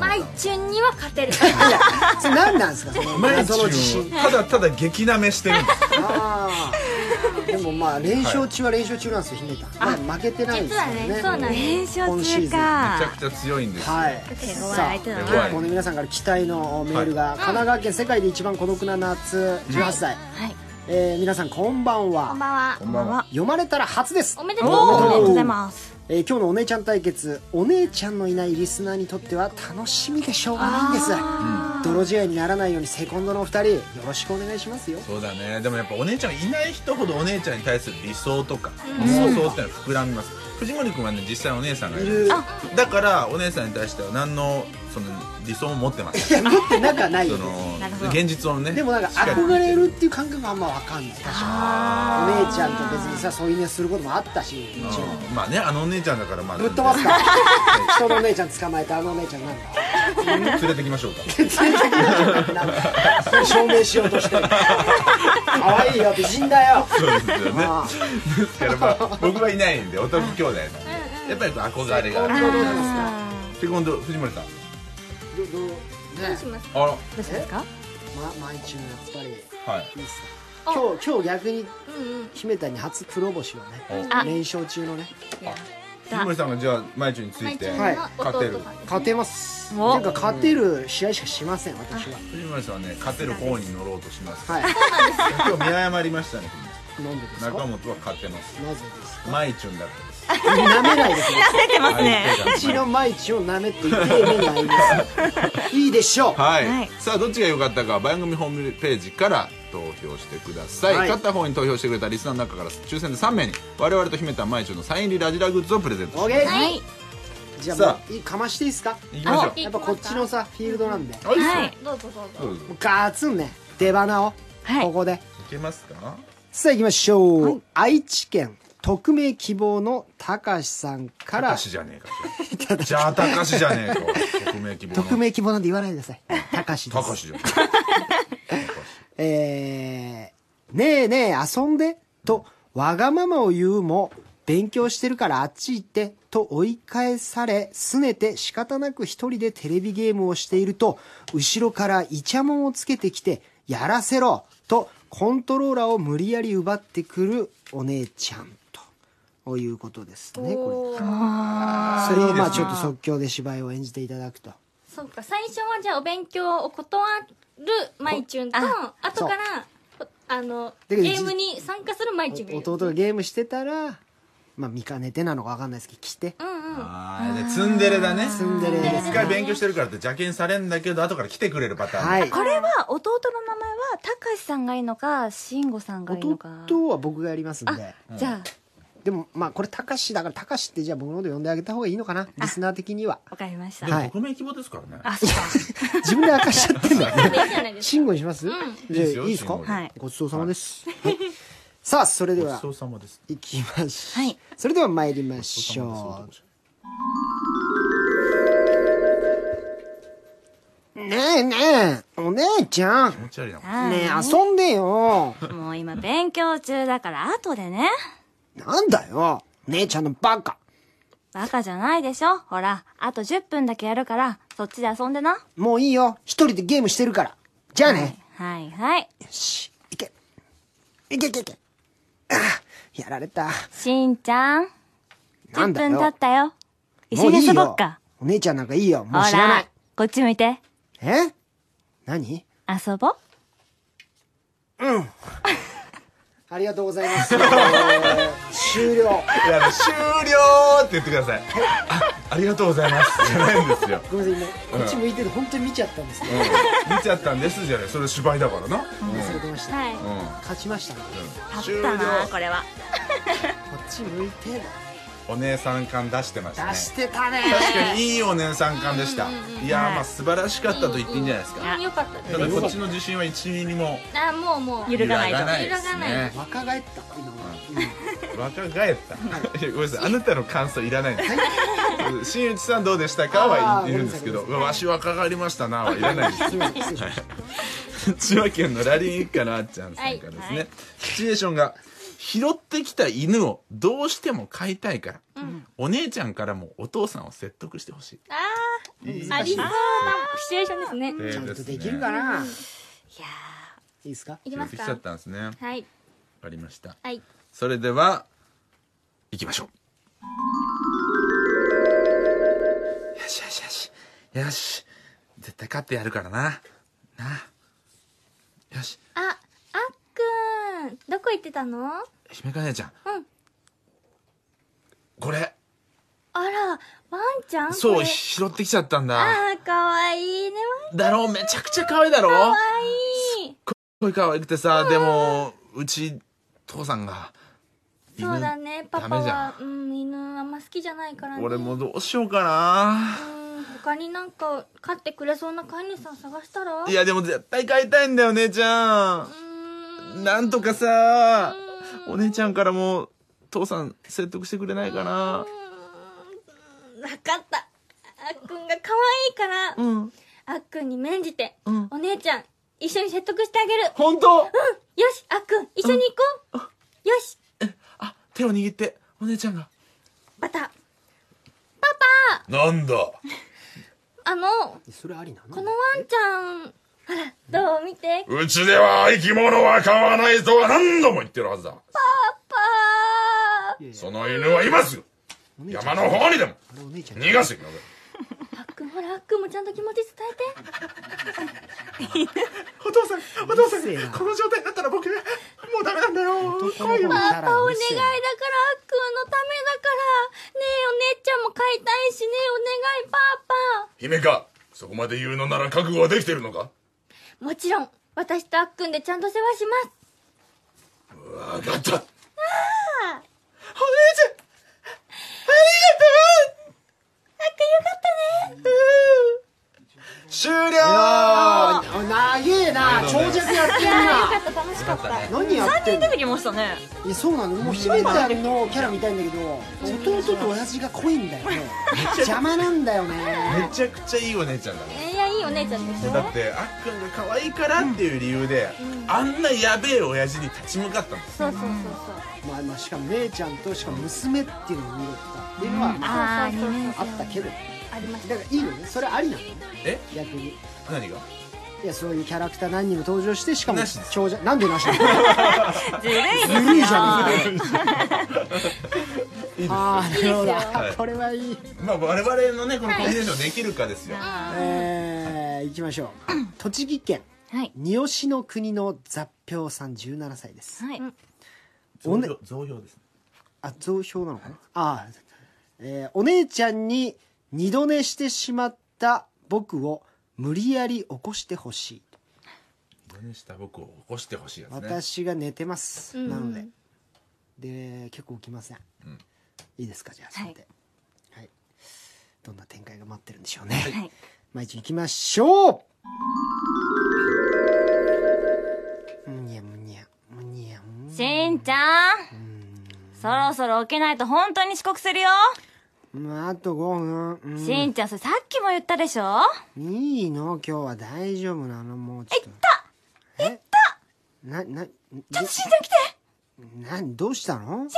Speaker 3: マイチュンには勝てる
Speaker 2: いや <laughs> それ何なんですかその
Speaker 1: 毎日
Speaker 2: 謎の自信
Speaker 1: ただただ激なめしてるん
Speaker 8: <laughs>
Speaker 1: です
Speaker 2: あ
Speaker 3: <laughs>
Speaker 2: ーでもまあ連勝中は連勝中なんですよ姫たん、まあ、負けてないです
Speaker 3: 実
Speaker 2: よ
Speaker 3: はね
Speaker 2: ね
Speaker 3: そうなんです
Speaker 8: 編集
Speaker 2: 今シーズ
Speaker 8: 中
Speaker 2: ン
Speaker 1: めちゃ
Speaker 8: か
Speaker 1: くちゃ強いんですよ
Speaker 2: はい
Speaker 8: 手強い
Speaker 2: さあ
Speaker 8: 相手だな
Speaker 1: 手強い
Speaker 2: 結構ね皆さんから期待のメールが、神奈川県世界で一番孤独な夏18歳、
Speaker 8: はい
Speaker 2: えー皆さんこんばんは
Speaker 3: こんばんは
Speaker 1: こんばんは
Speaker 2: 読まれたら初です
Speaker 3: おめでと
Speaker 8: お
Speaker 3: う
Speaker 8: ーおめでとうござ
Speaker 3: す
Speaker 8: います
Speaker 2: えー今日のお姉ちゃん対決お姉ちゃんのいないリスナーにとっては楽しみでしょうがないんです泥仕合にならないようにセコンドのお二人よろしくお願いしますよ
Speaker 1: そうだねでもやっぱお姉ちゃんいない人ほどお姉ちゃんに対する理想とか妄想ってのは膨らみます藤森君はね実際お姉さんがい
Speaker 2: い
Speaker 1: る
Speaker 2: る
Speaker 1: だからお姉さんに対しては何のその理想も持ってません
Speaker 2: いや持って仲ないよ
Speaker 1: そ
Speaker 2: ね
Speaker 1: の
Speaker 8: なるほど
Speaker 1: 現実をね
Speaker 2: でもなんか
Speaker 1: しっかり
Speaker 2: 憧れるっていう感覚があんま分かんない確かにお姉ちゃんと別にさ添い寝することもあったしもちろん
Speaker 1: うんまあねあのお姉ちゃんだからまあ
Speaker 2: ぶっ飛ばすか人のお姉ちゃん捕まえてあのお姉ちゃんなんだ
Speaker 1: 連れてきましょうか
Speaker 2: なんかそれ証明しようとして可愛いよって死んだよ
Speaker 1: そうですよね
Speaker 2: <laughs> まあ
Speaker 1: ですからまあ僕はいないんで男兄弟なんでやっぱりこう憧れがある
Speaker 8: あ
Speaker 1: セコンド藤森さん
Speaker 2: どどね
Speaker 1: あ
Speaker 8: ーどうしたんですか
Speaker 2: ま毎中やっぱりいい
Speaker 1: らはい
Speaker 2: っすね今日今日逆に姫谷に初黒星をね
Speaker 8: あ
Speaker 2: 連勝中のね
Speaker 1: 藤森さんがじゃあまいちゅんについて
Speaker 2: はい
Speaker 1: 勝てる
Speaker 2: 勝てますて
Speaker 8: お
Speaker 2: いうか勝てる試合しかしません私は
Speaker 1: 藤森さんはね勝てる方に乗ろうとします
Speaker 2: はい
Speaker 1: 今日見誤りましたね藤森さん
Speaker 2: なんでですか
Speaker 1: 中本は買ってます
Speaker 2: なぜです
Speaker 1: マイチュンだからです
Speaker 2: 舐めないですね
Speaker 8: 舐めてますね
Speaker 2: うちのマイチを舐めていて目ないですいいでしょう
Speaker 1: はい、
Speaker 8: はい
Speaker 1: さあどっちが良かったか番組ホームページから投票してください、
Speaker 2: はい
Speaker 1: 勝った方に投票してくれたリスナーの中から抽選で3名に我々と秘めた毎週のサイン入りラジラグッズをプレゼント
Speaker 2: オーケー
Speaker 8: はい
Speaker 2: じゃあ
Speaker 1: さ
Speaker 2: もういいかましていいですか
Speaker 1: いきましょ
Speaker 2: やっぱこっちのさフィールドなんでも
Speaker 8: はい
Speaker 3: どうぞどうぞ
Speaker 1: うどうぞ
Speaker 2: うガツンね出花を
Speaker 8: はい
Speaker 2: ここで
Speaker 1: いけますか
Speaker 2: さあ行きましょう、愛知県匿名希望のたかしさんか
Speaker 1: た
Speaker 2: ら
Speaker 1: かしじゃねえかじゃあたかしじゃ
Speaker 2: <laughs>
Speaker 1: ねえか匿名希望の
Speaker 2: 匿名希望なんで言わないでくださいたかしで
Speaker 1: た
Speaker 2: す
Speaker 1: かしじゃね
Speaker 2: えー、ねえねえ遊んでとわがままを言うも勉強してるからあっち行ってと追い返され拗ねて仕方なく一人でテレビゲームをしていると後ろからイチャモンをつけてきてやらせろとコントローラーを無理やり奪ってくるお姉ちゃんということですねこれそれをまあちょっと即興で芝居を演じていただくと
Speaker 3: そうか最初はじゃあお勉強を断るマイチュンと
Speaker 8: あ
Speaker 3: 後からこあの
Speaker 2: だけ
Speaker 3: ゲ
Speaker 2: ど
Speaker 3: ームに参加するマイチュンがいる
Speaker 2: 弟がゲームしてたらまあ見かねてなのかわかんないですけど来て
Speaker 3: うんうん
Speaker 1: あーでツンデレだね
Speaker 2: ツンデレです
Speaker 1: 一回勉強してるからって邪険されんだけど後から来てくれるパターン
Speaker 2: はい
Speaker 8: これは弟の名前はたかしさんがいいのか慎吾さんがいいのか
Speaker 2: 弟は僕がやりますんで
Speaker 8: じゃあ
Speaker 2: でもまあこれたかしだからたかしってじゃあ僕のこと呼んであげた方がいいのかなリスナー的には
Speaker 8: わかりました
Speaker 1: で
Speaker 2: は
Speaker 1: も
Speaker 2: い
Speaker 1: 匿名希望ですからね
Speaker 8: あそうか
Speaker 2: 自分で明かしちゃってんだよね
Speaker 3: いいじゃないです
Speaker 2: 慎吾にします、じゃあい
Speaker 1: いいですよ
Speaker 2: いですか
Speaker 1: 慎吾
Speaker 8: ではい
Speaker 2: ごちそうさまです、はいさあそれで
Speaker 1: ご
Speaker 2: は
Speaker 1: ちそうさまです
Speaker 2: いきましょう、
Speaker 8: はい
Speaker 2: それでは参りましょうねえねえお姉ちゃん
Speaker 1: 気持ち悪いな
Speaker 8: あー
Speaker 2: ねえ遊んでよ
Speaker 8: もう今勉強中だから後でね
Speaker 2: なんだよ姉ちゃんのバカ
Speaker 8: バカじゃないでしょほらあと10分だけやるからそっちで遊んでな
Speaker 2: もういいよ一人でゲームしてるからじゃあね、
Speaker 8: はいはい
Speaker 2: よし、いけ。いけいけいけ。ああ、やられた。
Speaker 8: しんちゃん
Speaker 2: な
Speaker 8: 10
Speaker 2: んだよ。
Speaker 8: 分経ったよ一
Speaker 2: も
Speaker 8: 緒
Speaker 2: うい
Speaker 8: に
Speaker 2: い
Speaker 8: 遊ぼ
Speaker 2: よ
Speaker 8: っか。
Speaker 2: お姉ちゃんなんかいいよ。もう
Speaker 8: ほ
Speaker 2: 知らな
Speaker 8: ら
Speaker 2: い。
Speaker 8: こっち向いて
Speaker 2: え何
Speaker 8: 遊ぼ
Speaker 2: ありがとうございます。えー終了。
Speaker 1: いやあの終了って言ってくださいあありがとうございますじゃないんですよ
Speaker 2: ごめんなさい、今、こっち向いてて本当に見ちゃったんですね。
Speaker 1: 見ちゃったんですじゃないそれ芝居だからな
Speaker 2: 忘れてました。
Speaker 3: はい
Speaker 2: 勝ちましたね。
Speaker 8: 立ったなこれは
Speaker 2: こっち向いて
Speaker 1: お姉さん感出してました
Speaker 2: だ。
Speaker 1: ね
Speaker 2: 出してたね。
Speaker 1: 確かにいいお姉さん感でしたいやーまあ素晴らしかったと言っていいんじゃないですか
Speaker 3: うんよかったで
Speaker 1: ただこっちの自信は1ミリも
Speaker 3: すあもうもう
Speaker 8: 揺るがないと
Speaker 1: 揺らがないです
Speaker 3: 揺らがな
Speaker 1: ね
Speaker 2: 若返った、今は。
Speaker 1: 若返ったいやごめんなさいあなたの感想いらないんです新内さんどうでしたか
Speaker 2: あ
Speaker 1: は
Speaker 2: ー
Speaker 1: いいるんですけどう
Speaker 2: ご
Speaker 1: わわし若返りましたなはいらないです
Speaker 2: すいません、失礼しました。
Speaker 1: 千葉県のラリン一家のあっちゃんさんからですね、シチュエーションが拾ってきた犬をどうしても飼いたいから、お姉ちゃんからもお父さんを説得してほしい、
Speaker 3: いありそうなシチュエーションですね
Speaker 1: えー
Speaker 2: ちゃんと
Speaker 1: す
Speaker 2: で
Speaker 1: ね
Speaker 2: きるかない
Speaker 8: や
Speaker 2: いいですか
Speaker 3: いき
Speaker 1: 拾
Speaker 3: ま
Speaker 1: っ
Speaker 3: す
Speaker 1: てきちゃ
Speaker 3: か
Speaker 1: ったんですねわ
Speaker 3: はい
Speaker 1: かりました
Speaker 3: はい
Speaker 1: それでは行きましょうよしよしよしよし絶対勝ってやるからななあよし
Speaker 3: ああっくんどこ行ってたの
Speaker 1: 姫香姉ちゃん、
Speaker 3: うん
Speaker 1: これ
Speaker 3: あらワンちゃんこ
Speaker 1: そう
Speaker 3: れ
Speaker 1: 拾ってきちゃったんだ
Speaker 3: あーかわいいね
Speaker 1: だろめちゃくちゃ可愛いだろ
Speaker 3: わんかわいい
Speaker 1: すっごい可愛くてさ、でも、うち、父さんが、犬
Speaker 3: そうだねパパ
Speaker 1: ダメじゃ
Speaker 3: はうん犬あんま好きじゃないからね
Speaker 1: 俺
Speaker 3: う
Speaker 1: もどうしようかな。
Speaker 3: ん他になんか飼ってくれそうな飼い主さん探したら
Speaker 1: いや、でも絶対飼いたいんだよ、姉ち
Speaker 3: う
Speaker 1: ゃ
Speaker 3: ーん
Speaker 1: ん。なんとかさ、お姉ちゃんからも、父さん説得してくれないかな。
Speaker 3: 分かったあっくんが可愛いから、あっくんに免じて、お姉ちゃん一緒に説得してあげる
Speaker 1: 本当
Speaker 3: うんよしあっくん一緒に行こう、よし
Speaker 1: あ、手を握って、お姉ちゃんが。
Speaker 3: バタ
Speaker 1: なんだ
Speaker 3: あの
Speaker 2: それありな
Speaker 3: こ
Speaker 2: の
Speaker 3: のワンちゃんあらどう見て
Speaker 1: うちでは生き物は飼わないとは何度も言ってるはずだ。
Speaker 3: パ
Speaker 1: その犬はいますよ山の方にでも
Speaker 2: あれお姉ちゃん。
Speaker 1: 逃がせ
Speaker 3: ーあっくんほらあっくんもちゃんと気持ち伝えて
Speaker 1: お父さん、お父さん、
Speaker 2: うるせえな
Speaker 1: この状態になったら僕、もうダメなんだよ。
Speaker 2: よ
Speaker 3: パパお願いだからあっくんのためだからねえお姉ちゃんも買いたいしねお願いパパ
Speaker 12: 姫かそこまで言うのなら覚悟はできてるのか
Speaker 3: もちろん私とあっくんでちゃんと世話します
Speaker 12: わかった
Speaker 3: あ
Speaker 13: お
Speaker 3: あ
Speaker 13: 姉ちゃんありがとうあよかったね
Speaker 1: 終了
Speaker 2: あ長えな長尺やってる
Speaker 8: いやよ
Speaker 2: な
Speaker 8: かった楽しかった
Speaker 2: 何やってん
Speaker 8: 3人出てきましたね
Speaker 2: いやそうなのもう姫ちゃんのキャラ見たいんだけど弟と親父が濃いんだよね邪魔なんだよね
Speaker 1: めちゃくちゃいいお姉ちゃんだね
Speaker 3: いやいいお姉ちゃんでしょ
Speaker 1: だってあっくんが可愛いからっていう理由で、あんなやべえ親父に立ち向かったんです
Speaker 3: そうそうそう
Speaker 2: まあまあしかも姉ちゃんとしかも娘っていうのを見れてたっていうのは
Speaker 3: うん
Speaker 2: まあ
Speaker 3: あーそうそうそう
Speaker 2: あったけど
Speaker 3: ありました
Speaker 2: だからいいよねそれありなのね
Speaker 1: え
Speaker 2: 逆に
Speaker 1: 何が
Speaker 2: いやそういうキャラクター何人も登場してしかも長者なんでなしなの
Speaker 8: <laughs> ずるいです
Speaker 2: ずるいじゃん
Speaker 8: よ
Speaker 2: ああなるほど
Speaker 1: はい
Speaker 2: これはいい
Speaker 1: <laughs> まあ我々のねこの
Speaker 2: は
Speaker 1: コ
Speaker 2: い
Speaker 1: ンビネーションできるかですよ、
Speaker 2: えー、いきましょう栃木県三好の国の雑票さん17歳です
Speaker 8: はい
Speaker 2: おね
Speaker 1: 増票ですね
Speaker 2: あ増票なのかなああ、えーお姉ちゃんに二度寝してしまった僕を無理やり起こしてほしい、
Speaker 1: どうにした僕を起こしてほしいやつね
Speaker 2: 私が寝てます、
Speaker 1: うん
Speaker 2: なのでで結構起きません、いいですかじゃあそれで、はいどんな展開が待ってるんでしょうね、
Speaker 8: はい
Speaker 2: 毎日行きましょうむにゃむにゃ
Speaker 8: しんちゃんそろそろ起きないと本当に遅刻するよ
Speaker 2: まあ、あと5分、うん
Speaker 8: しんちゃんそれさっきも言ったでしょ
Speaker 2: いいの今日は大丈夫なのもうちょっといったいったな、な、ちょっとしんちゃん来てな、どうしたのしんちゃん来て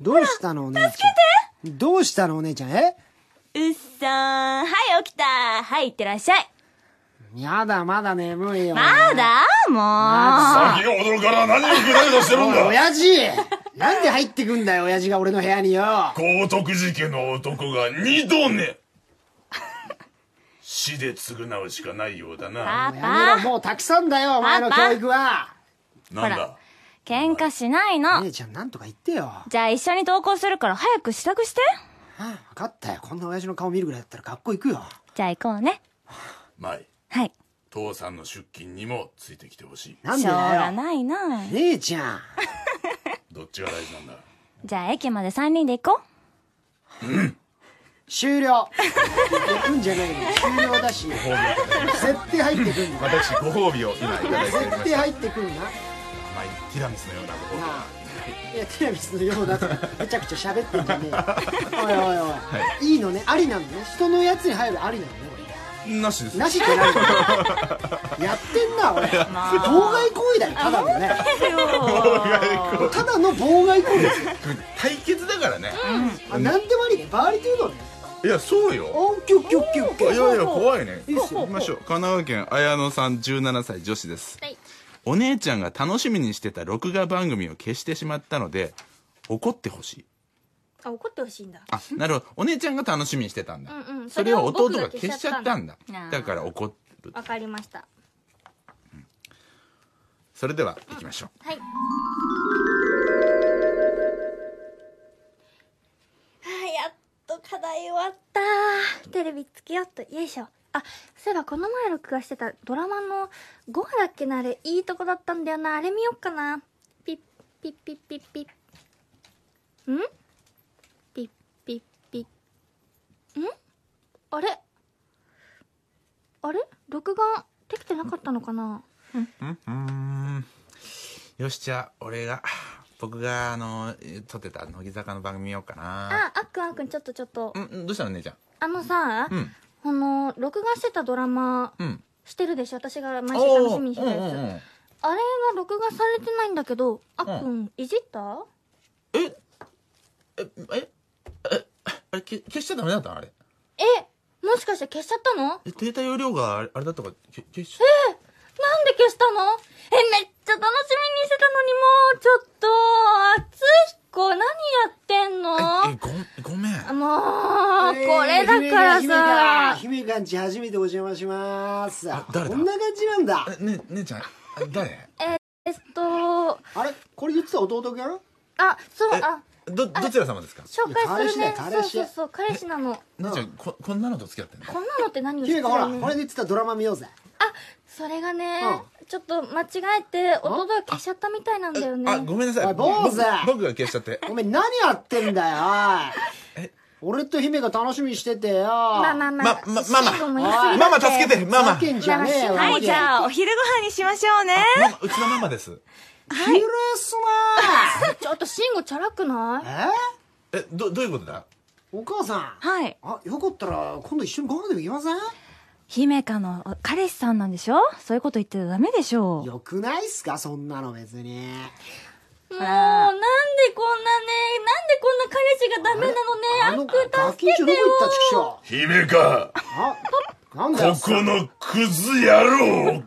Speaker 2: どうしたのお姉ちゃん助けてどうしたのお姉ちゃんえ
Speaker 8: うっそーんはい起きたはい行ってらっしゃい
Speaker 2: やだ、まだ眠いよ。
Speaker 8: まだも
Speaker 2: まだ
Speaker 8: う
Speaker 12: 先が驚くから何をぐだぐだしてるんだ
Speaker 2: おい親父なんで入ってくんだよ、親父が俺の部屋によ。
Speaker 12: 豪徳寺家の男が二度寝死で償うしかないようだな
Speaker 8: パ
Speaker 2: やめろ、もうたくさんだよ、お前の教育は。
Speaker 12: なん
Speaker 8: ほ
Speaker 12: だ
Speaker 8: 喧嘩しないの
Speaker 2: 姉ちゃんなんとか言ってよ。
Speaker 8: じゃあ一緒に投稿するから早く支度して
Speaker 2: 分かったよ、こんな親父の顔見るぐらいだったら学校行くよ。
Speaker 8: じゃあ行こうね
Speaker 12: 舞
Speaker 8: はい
Speaker 12: 父さんの出勤にもついてきてほしい
Speaker 8: しょうがないな
Speaker 2: 姉ちゃん
Speaker 12: どっちが大事なんだ
Speaker 8: じゃあ駅まで3人で行こ
Speaker 2: 終了行くんじゃないの終了だし
Speaker 1: ご褒美をいただきます
Speaker 2: 設定入ってくんの
Speaker 1: 私ご褒美を今いただいておりま
Speaker 2: 設
Speaker 1: し
Speaker 2: 定
Speaker 1: た
Speaker 2: 入ってくんなな
Speaker 1: 甘いティラミスのようなご褒
Speaker 2: あいやティラミスのようだとめちゃくちゃ喋ってんじゃねえよおいおいおい、い、いのねありなのね人のやつに入るありなのね
Speaker 1: 美なしです
Speaker 2: なしってなるよやってんな俺
Speaker 1: まあ
Speaker 2: 妨害行為だよただのね
Speaker 12: <laughs>
Speaker 2: ただの妨害行為ですよ
Speaker 1: 対決だからね、
Speaker 2: あ何でもありねバーリトゥードね
Speaker 1: いやそうよ
Speaker 2: おキュッキュッキュッキュッ
Speaker 1: いやいや怖いね
Speaker 2: いいっすよ
Speaker 1: 行きましょう神奈川県綾野さん17歳女子です、お姉ちゃんが楽しみにしてた録画番組を消してしまったので怒ってほしい
Speaker 3: あ怒ってほしいんだ
Speaker 1: あなるほどお姉ちゃんが楽しみにしてたんだ、
Speaker 3: うんうん
Speaker 1: それを弟
Speaker 3: 僕
Speaker 1: が消しちゃったんだだから怒っ
Speaker 3: わかりました
Speaker 1: それでは行きましょう
Speaker 3: はい。あやっと課題終わった。テレビつけよっと。よいしょ。あ、そういえばこの前録画してたドラマの5話だっけなあれ、いいとこだったんだよな。あれ見よっかな。ピッ、ピッピッピッピッ。んピッピッピッ。んあれあれ録画できてなかったのかな
Speaker 1: うんうーんよしじゃあ俺が僕があのえー撮ってた乃木坂の番組見ようかな
Speaker 3: あ、あっくんあっくん、ちょっとちょっと。
Speaker 1: うんどうしたの姉ちゃん
Speaker 3: あのさ、
Speaker 1: うん
Speaker 3: この録画してたドラマ
Speaker 1: うん
Speaker 3: してるでしょ私が毎週
Speaker 1: お
Speaker 3: 楽しみにしてたやつ、
Speaker 1: ーうんうんうん
Speaker 3: あれが録画されてないんだけどあっくん、いじった
Speaker 1: あれ消消しちゃダメだったのあれ
Speaker 3: えもしかして消しちゃったの
Speaker 1: えデータ容量があれあれだったから消消し
Speaker 3: えなんで消したのえめっちゃ楽しみにしてたのにもうちょっと厚彦何やってんの
Speaker 1: えごごめん
Speaker 3: もう、これだからさ
Speaker 2: 姫かんち初めてお邪魔します
Speaker 1: 誰だ
Speaker 2: こんな感じなんだ
Speaker 1: ね姉ちゃんあ誰
Speaker 3: ええっと
Speaker 2: あれこれ言ってた弟君
Speaker 3: あそうあ
Speaker 1: どどちら様ですか
Speaker 3: 紹介するね
Speaker 2: いや彼氏
Speaker 3: そ
Speaker 2: だよ彼氏
Speaker 3: うそうそう彼氏なの
Speaker 1: なちゃんここんなのと付き合ってんの
Speaker 3: こんなのって何を
Speaker 2: ヒデがほら
Speaker 3: 知ってる
Speaker 2: これで言ってたドラマ見ようぜ
Speaker 3: それがね、ちょっと間違えて弟が消しちゃったみたいなんだよね
Speaker 1: あごめんなさ
Speaker 2: お
Speaker 1: い
Speaker 2: い坊主
Speaker 1: 僕僕が消しちゃって
Speaker 2: おめえ何やってんだよおい俺と姫が楽しみにしててよ
Speaker 3: まあまあまあまママ慎吾も言い <laughs> 過ぎだってママ助けて
Speaker 1: ママ
Speaker 2: ふざけんじゃねえよ
Speaker 8: は
Speaker 2: マ
Speaker 8: い
Speaker 2: ジ
Speaker 8: じゃあお昼ご飯にしましょうね
Speaker 1: うちのママです
Speaker 2: 昼っすな
Speaker 3: ちょっと慎吾チャラくない
Speaker 2: え
Speaker 1: えどどういうことだ
Speaker 2: お母さん
Speaker 8: はい
Speaker 2: あよかったら今度一緒にご飯でも行きません
Speaker 8: 姫香のお彼氏さんなんでしょそういうこと言ってたらダメでしょ
Speaker 2: よくないっすかそんなの別に
Speaker 3: もうなんでこんなねなんでこんな彼氏がダメな
Speaker 2: あ
Speaker 3: の
Speaker 2: の
Speaker 3: ねあっ
Speaker 2: ガ
Speaker 3: くん
Speaker 2: キン
Speaker 3: 助け
Speaker 2: チョど
Speaker 3: て
Speaker 2: こ
Speaker 3: よ
Speaker 2: 行ったちくしょ
Speaker 14: 姫か
Speaker 2: うなん
Speaker 14: こ
Speaker 2: だよ
Speaker 14: このクズ野郎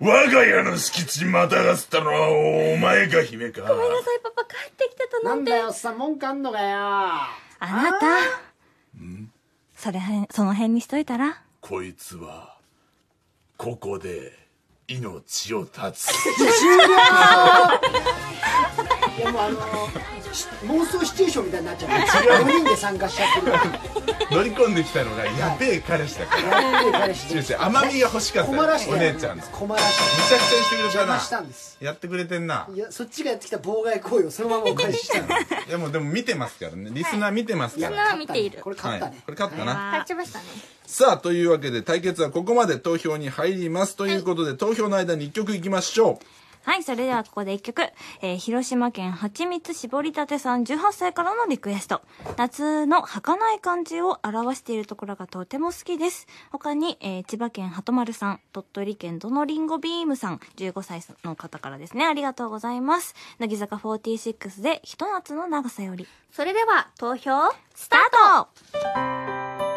Speaker 14: 我が家の敷地またがせたのはお前か姫か
Speaker 3: ごめんなさいパパ帰ってきてた
Speaker 2: な
Speaker 3: なん
Speaker 2: ん
Speaker 3: て
Speaker 2: だよさ文句あんのかよ
Speaker 8: あなたそれへんその辺にしといたら
Speaker 14: こいつはここで命を絶つ
Speaker 2: いやもうあのし妄想シチュエーションみたいになっちゃう4人で参加しちゃってるから
Speaker 1: <laughs> 乗り込んできたのがやべえ彼氏だから
Speaker 2: やべえ彼氏で
Speaker 1: 違う違う甘みが欲しかった
Speaker 2: 困らして
Speaker 1: お姉ちゃんのめち
Speaker 2: 困らして
Speaker 1: ゃくちゃしてくれた
Speaker 2: 邪魔
Speaker 1: な
Speaker 2: したんです
Speaker 1: やってくれてん
Speaker 2: <laughs>
Speaker 1: ない
Speaker 2: やそっちがやってきた妨害行為をそのままお返ししたの
Speaker 1: いやもうでも見てますからねリスナー見てますから、
Speaker 3: なあ見ている
Speaker 2: これ勝ったね、
Speaker 1: これ勝ったな、
Speaker 3: 買っちゃいましたね
Speaker 1: さあというわけで対決はここまで投票に入りますということで、投票の間に1曲いきましょ
Speaker 8: はいそれではここで一曲、えー広島県はちみつ絞りたてさん18歳からのリクエスト夏の儚い感じを表しているところがとても好きです他に、えー千葉県鳩丸さん鳥取県どのりんごビームさん15歳の方からですねありがとうございます乃木坂46でひと夏の長さより
Speaker 3: それでは投票
Speaker 8: スタート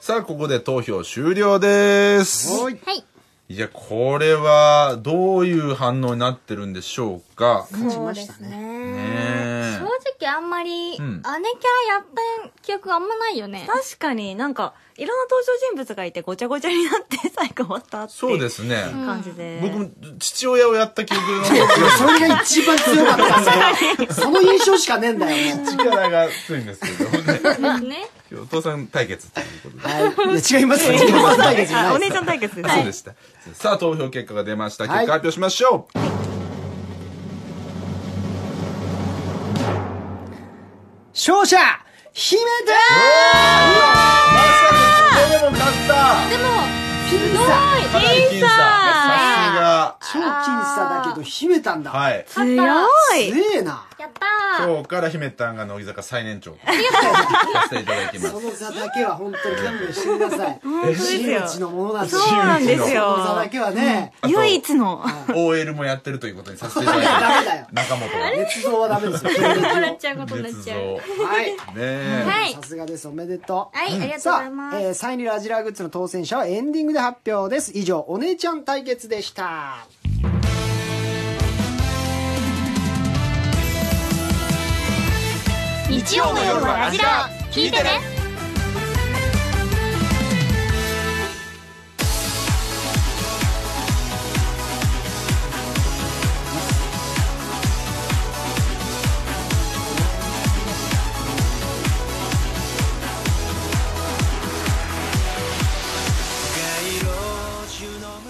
Speaker 1: うさあここで投票終了です
Speaker 2: おい
Speaker 3: はい
Speaker 1: いやこれはどういう反応になってるんでしょうか
Speaker 2: 勝ち
Speaker 3: そう
Speaker 2: ま
Speaker 3: で
Speaker 2: した
Speaker 3: す
Speaker 2: ね
Speaker 1: ね
Speaker 3: ね
Speaker 1: え
Speaker 3: 正直あんまり姉キャ
Speaker 1: ん
Speaker 3: ラやった記憶があんまないよね
Speaker 8: 確かになんかいろんな登場人物がいてごちゃごちゃになって <laughs> 最後終わったって
Speaker 1: そう
Speaker 8: い
Speaker 1: で
Speaker 8: う
Speaker 1: すね、
Speaker 8: 感じで、
Speaker 1: 僕も父親をやった記憶の
Speaker 2: それが一番強かったんだよその印象しかねえんだよもう
Speaker 1: 力が強いんですけど <laughs> ね
Speaker 3: ね
Speaker 1: 今日お父さん対決ということで、
Speaker 2: はいいや違いますよ違います対決じゃ
Speaker 8: あ
Speaker 2: な
Speaker 8: <laughs> お
Speaker 2: いです
Speaker 8: 姉ちゃん対決です、
Speaker 1: そうでしたさあ投票結果が出ました結
Speaker 2: はい
Speaker 1: 果発表しましょう、
Speaker 2: 勝者姫だ
Speaker 1: まさにここでも勝った
Speaker 3: でも
Speaker 2: ピンさ
Speaker 1: かなり僅差さすが
Speaker 2: 超僅差だけど秘めたんだ
Speaker 1: はい
Speaker 8: 強い
Speaker 2: 強えな
Speaker 3: やったー
Speaker 1: 今日から姫たんが乃木坂最年長とさせていただきま
Speaker 2: そ
Speaker 1: す
Speaker 2: の座だけは本当に勘弁してください
Speaker 8: 本当ですよ
Speaker 2: 命のものなんです
Speaker 8: そうなんですよ
Speaker 2: その座だけはね
Speaker 1: あと
Speaker 8: 唯一の
Speaker 1: OL もやってるということにさせていただ
Speaker 2: い
Speaker 1: き
Speaker 2: や
Speaker 1: ま
Speaker 2: ダメだよ
Speaker 1: す中本がね
Speaker 2: 捏造はダメですよ
Speaker 3: <laughs> 笑っちゃうことになっ
Speaker 1: 仏
Speaker 3: ち
Speaker 1: 像
Speaker 3: ゃう
Speaker 2: はい
Speaker 1: ねえ
Speaker 3: はい
Speaker 2: さすがですおめでとう
Speaker 3: はいありがとうご
Speaker 2: さ
Speaker 3: ざいま
Speaker 2: あ、
Speaker 3: す
Speaker 2: えー、サイン入りラジラーグッズの当選者はエンディングで発表です以上お姉ちゃん対決でした
Speaker 3: 日曜の夜はラジラ聞いてね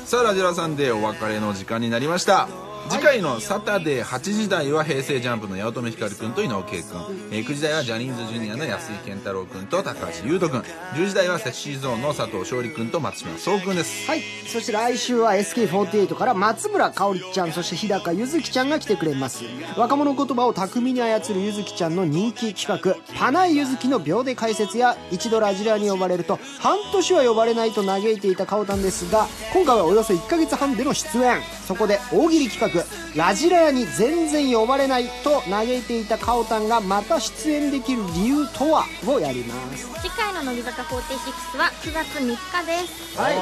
Speaker 1: さあラジラさんでお別れの時間になりました次回のサタデー8時台は平成ジャンプの八乙女光くんと井上圭くん、えー9時台はジャニーズジュニアの安井健太郎くんと高橋優斗くん10時台はセクシーゾーンの佐藤勝利くんと松島聡くんです
Speaker 2: はいそして来週は SK48 から松村香織ちゃんそして日高ゆずきちゃんが来てくれます若者言葉を巧みに操るゆずきちゃんの人気企画「パナイゆずきの秒で解説」や一度ラジラーに呼ばれると半年は呼ばれないと嘆いていたかおたんですが今回はおよそ1ヶ月半での出演そこで大喜利企画ム「ラジラヤに全然呼ばれない」と嘆いていたカオタンがまた出演できる理由とはをやります
Speaker 3: 次回の乃木坂46は9月3日です
Speaker 2: はい、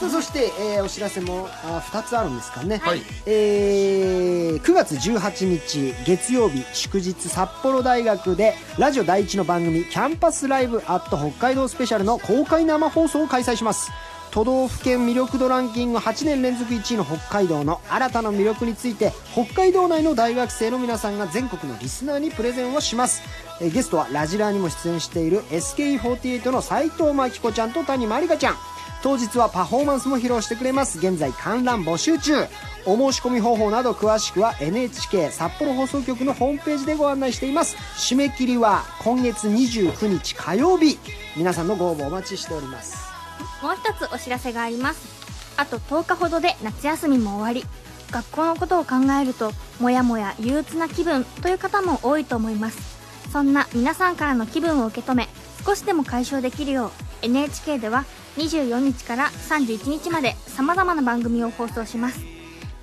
Speaker 2: さあそして、えーお知らせもあ2つあるんですかね、
Speaker 3: はい
Speaker 2: えー9月18日月曜日祝日札幌大学でラジオ第一の番組「キャンパスライブ at 北海道スペシャル」の公開生放送を開催します都道府県魅力度ランキング8年連続1位の北海道の新たな魅力について北海道内の大学生の皆さんが全国のリスナーにプレゼンをします、えーゲストはラジラーにも出演している SKE48 の斉藤真希子ちゃんと谷まりかちゃん当日はパフォーマンスも披露してくれます現在観覧募集中お申し込み方法など詳しくは NHK 札幌放送局のホームページでご案内しています締め切りは今月29日火曜日皆さんのご応募お待ちしております
Speaker 3: もう一つお知らせがありますあと10日ほどで夏休みも終わり学校のことを考えるともやもや憂鬱な気分という方も多いと思いますそんな皆さんからの気分を受け止め少しでも解消できるよう NHK では24日から31日までさまざまな番組を放送します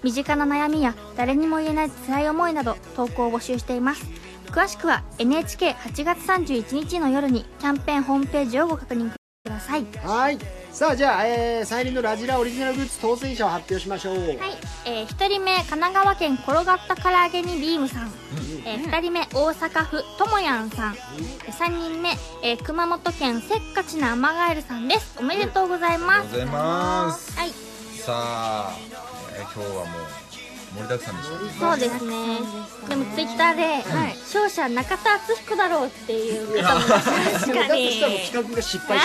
Speaker 3: 身近な悩みや誰にも言えない辛い思いなど投稿を募集しています詳しくは NHK8 月31日の夜にキャンペーンホームページをご確認ください
Speaker 2: はいさあじゃあ、えー、サイリンのラジラオリジナルグッズ当選者を発表しましょうはい
Speaker 3: はい、えー、1人目神奈川県転がった唐揚げにビームさん、えー、2人目大阪府ともやんさん、えー、3人目、えー、熊本県せっかちなアマガエルさんですおめでとうござい
Speaker 1: ありが
Speaker 3: ま
Speaker 1: とう
Speaker 3: す
Speaker 1: ございます
Speaker 3: はい
Speaker 1: さあ、えー今日はもう盛りだくさんでしたね
Speaker 3: そうですねでもツイッターで、勝者中田敦彦だろうっていう
Speaker 1: <laughs>
Speaker 3: 方もいらっしゃる
Speaker 2: だとしたらもう企画が失敗し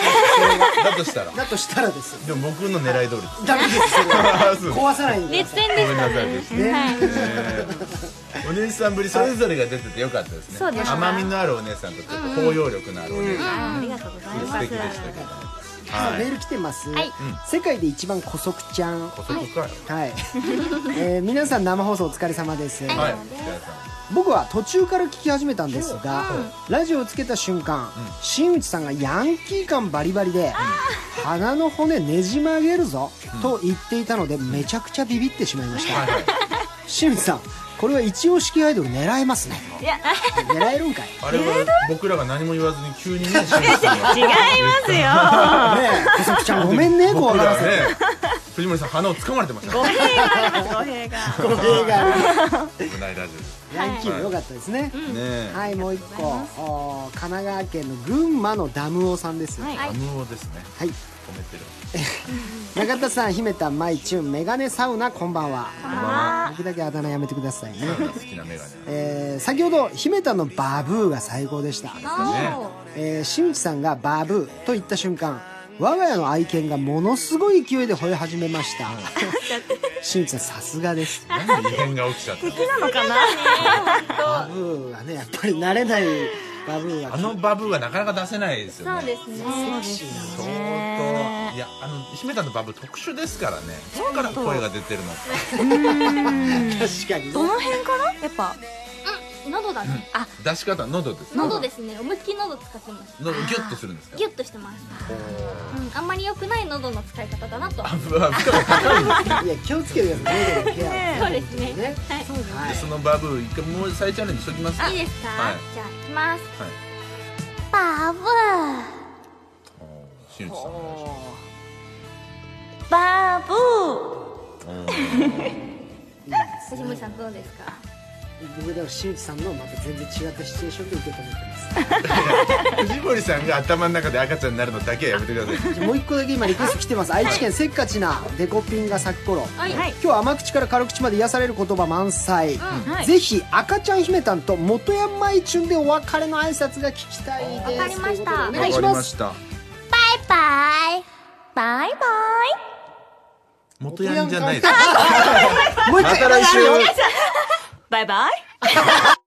Speaker 1: だとしたら
Speaker 2: ただとしたらです
Speaker 1: でも僕の狙い通りです
Speaker 2: ダメですそれは
Speaker 1: そう
Speaker 2: 壊さないんで
Speaker 3: 熱戦
Speaker 1: ご
Speaker 3: で
Speaker 1: めん
Speaker 3: し
Speaker 1: な
Speaker 3: た
Speaker 1: さいで
Speaker 3: ね
Speaker 1: すね、えーお姉さんぶりそれぞれが出ててよかったですね
Speaker 3: そうですね
Speaker 1: 甘みのあるお姉さんとちょっと包容力のあるお姉さん、
Speaker 8: ありがとうござい
Speaker 1: 素
Speaker 8: ます
Speaker 1: 敵でしたけど、
Speaker 2: さあ
Speaker 1: は
Speaker 2: メー
Speaker 1: い
Speaker 2: ル来てます、
Speaker 3: はい
Speaker 2: 世界で一番古速ちゃん
Speaker 1: 補足かよ
Speaker 2: はい、えー皆さん生放送お疲れ様です、
Speaker 1: はい、お疲れ様
Speaker 2: 僕は途中から聞き始めたんですが、ラジオをつけた瞬間、新内さんがヤンキー感バリバリで、鼻の骨ねじ曲げるぞ、と言っていたのでめちゃくちゃビビってしまいました、
Speaker 1: はいはい
Speaker 2: 新内さんこれは一応式アイドル狙えますね
Speaker 8: いや
Speaker 2: 狙えるんかい
Speaker 1: あれは僕らが何も言わずに急にね、シンゴさんが
Speaker 8: 違います <laughs> よ
Speaker 2: ねえ小作ちゃんごめんね怖
Speaker 1: 僕
Speaker 2: が
Speaker 1: ら
Speaker 2: ら
Speaker 1: は
Speaker 2: せて
Speaker 1: ね、藤森さん鼻を掴まれてました
Speaker 8: 語
Speaker 1: ね。
Speaker 8: 弊があります語弊が
Speaker 2: これが
Speaker 1: 危ないラジオです
Speaker 2: ヤンキーも良かったですね、
Speaker 1: ねえ。
Speaker 2: はいもう一個お神奈川県の群馬のダムオさんですよ
Speaker 8: はい
Speaker 1: アムオですね。
Speaker 2: はい
Speaker 1: 褒めてる。
Speaker 2: 中田さん姫田舞チュンメガネサウナこんばんは
Speaker 1: まあ
Speaker 2: 僕だけあだ名やめてくださいね、
Speaker 1: 好きなメガネ。
Speaker 2: えー先ほど姫田のバブーが最高でした、えー、新内さんがバブーと言った瞬間我が家の愛犬がものすごい勢いで吠え始めま <laughs> した新内さんさすがです
Speaker 1: なんで異変が起きちゃった
Speaker 8: なのかな
Speaker 2: バブーはねやっぱり慣れないバブーは
Speaker 1: の。あのバブーはなかなか出せないですよ
Speaker 3: そうで
Speaker 1: ね。
Speaker 3: すね
Speaker 1: 相当いやあの姫田のバブー特殊ですからね。そこから声が出てるの。
Speaker 2: 確かに
Speaker 8: ど
Speaker 2: <laughs>
Speaker 8: の辺からやっぱ
Speaker 3: うん喉だねあ
Speaker 1: 出し方喉です。
Speaker 3: 喉ですね思いっきり喉使ってます
Speaker 1: 喉ギュッとするんですか。
Speaker 3: ギュッとしてます、うん、あんまり良くない喉の使い方だなと
Speaker 1: あぶあ負荷が高いんですね。
Speaker 2: いや気をつけてください喉のケア
Speaker 3: そうですね
Speaker 2: ね
Speaker 3: はい
Speaker 2: は
Speaker 1: でそ
Speaker 2: い
Speaker 1: のバブー一回もう再チャレンジしときます。
Speaker 3: いいですか、
Speaker 1: はい
Speaker 3: じゃあ行きます
Speaker 1: はい。
Speaker 3: バブー
Speaker 1: おー新内さんお願いします。
Speaker 8: バブー
Speaker 3: 藤森さんどうですか
Speaker 2: 僕だから新内さんのまた全然違ったシチュエーションで受け止めてます
Speaker 1: 藤森さんが頭の中で赤ちゃんになるのだけはやめてください。
Speaker 2: もう一個だけ今リクエスト来てます愛知県せっかちなデコピンが咲く頃
Speaker 3: はい、
Speaker 2: 今日は甘口から軽口まで癒される言葉満載、
Speaker 8: はい
Speaker 2: ぜひ赤ちゃん姫たんと元山いちゅんでお別れの挨拶が聞きたいです
Speaker 3: わかりました
Speaker 2: ということでお
Speaker 1: わ
Speaker 2: 願い
Speaker 1: か
Speaker 2: し
Speaker 1: り
Speaker 2: ま
Speaker 1: ますした。
Speaker 3: バイ
Speaker 8: バイバイ
Speaker 1: 元ヤンじゃないです。
Speaker 2: <laughs> もう一
Speaker 1: ま
Speaker 2: 回
Speaker 1: た来週。
Speaker 8: バイバイ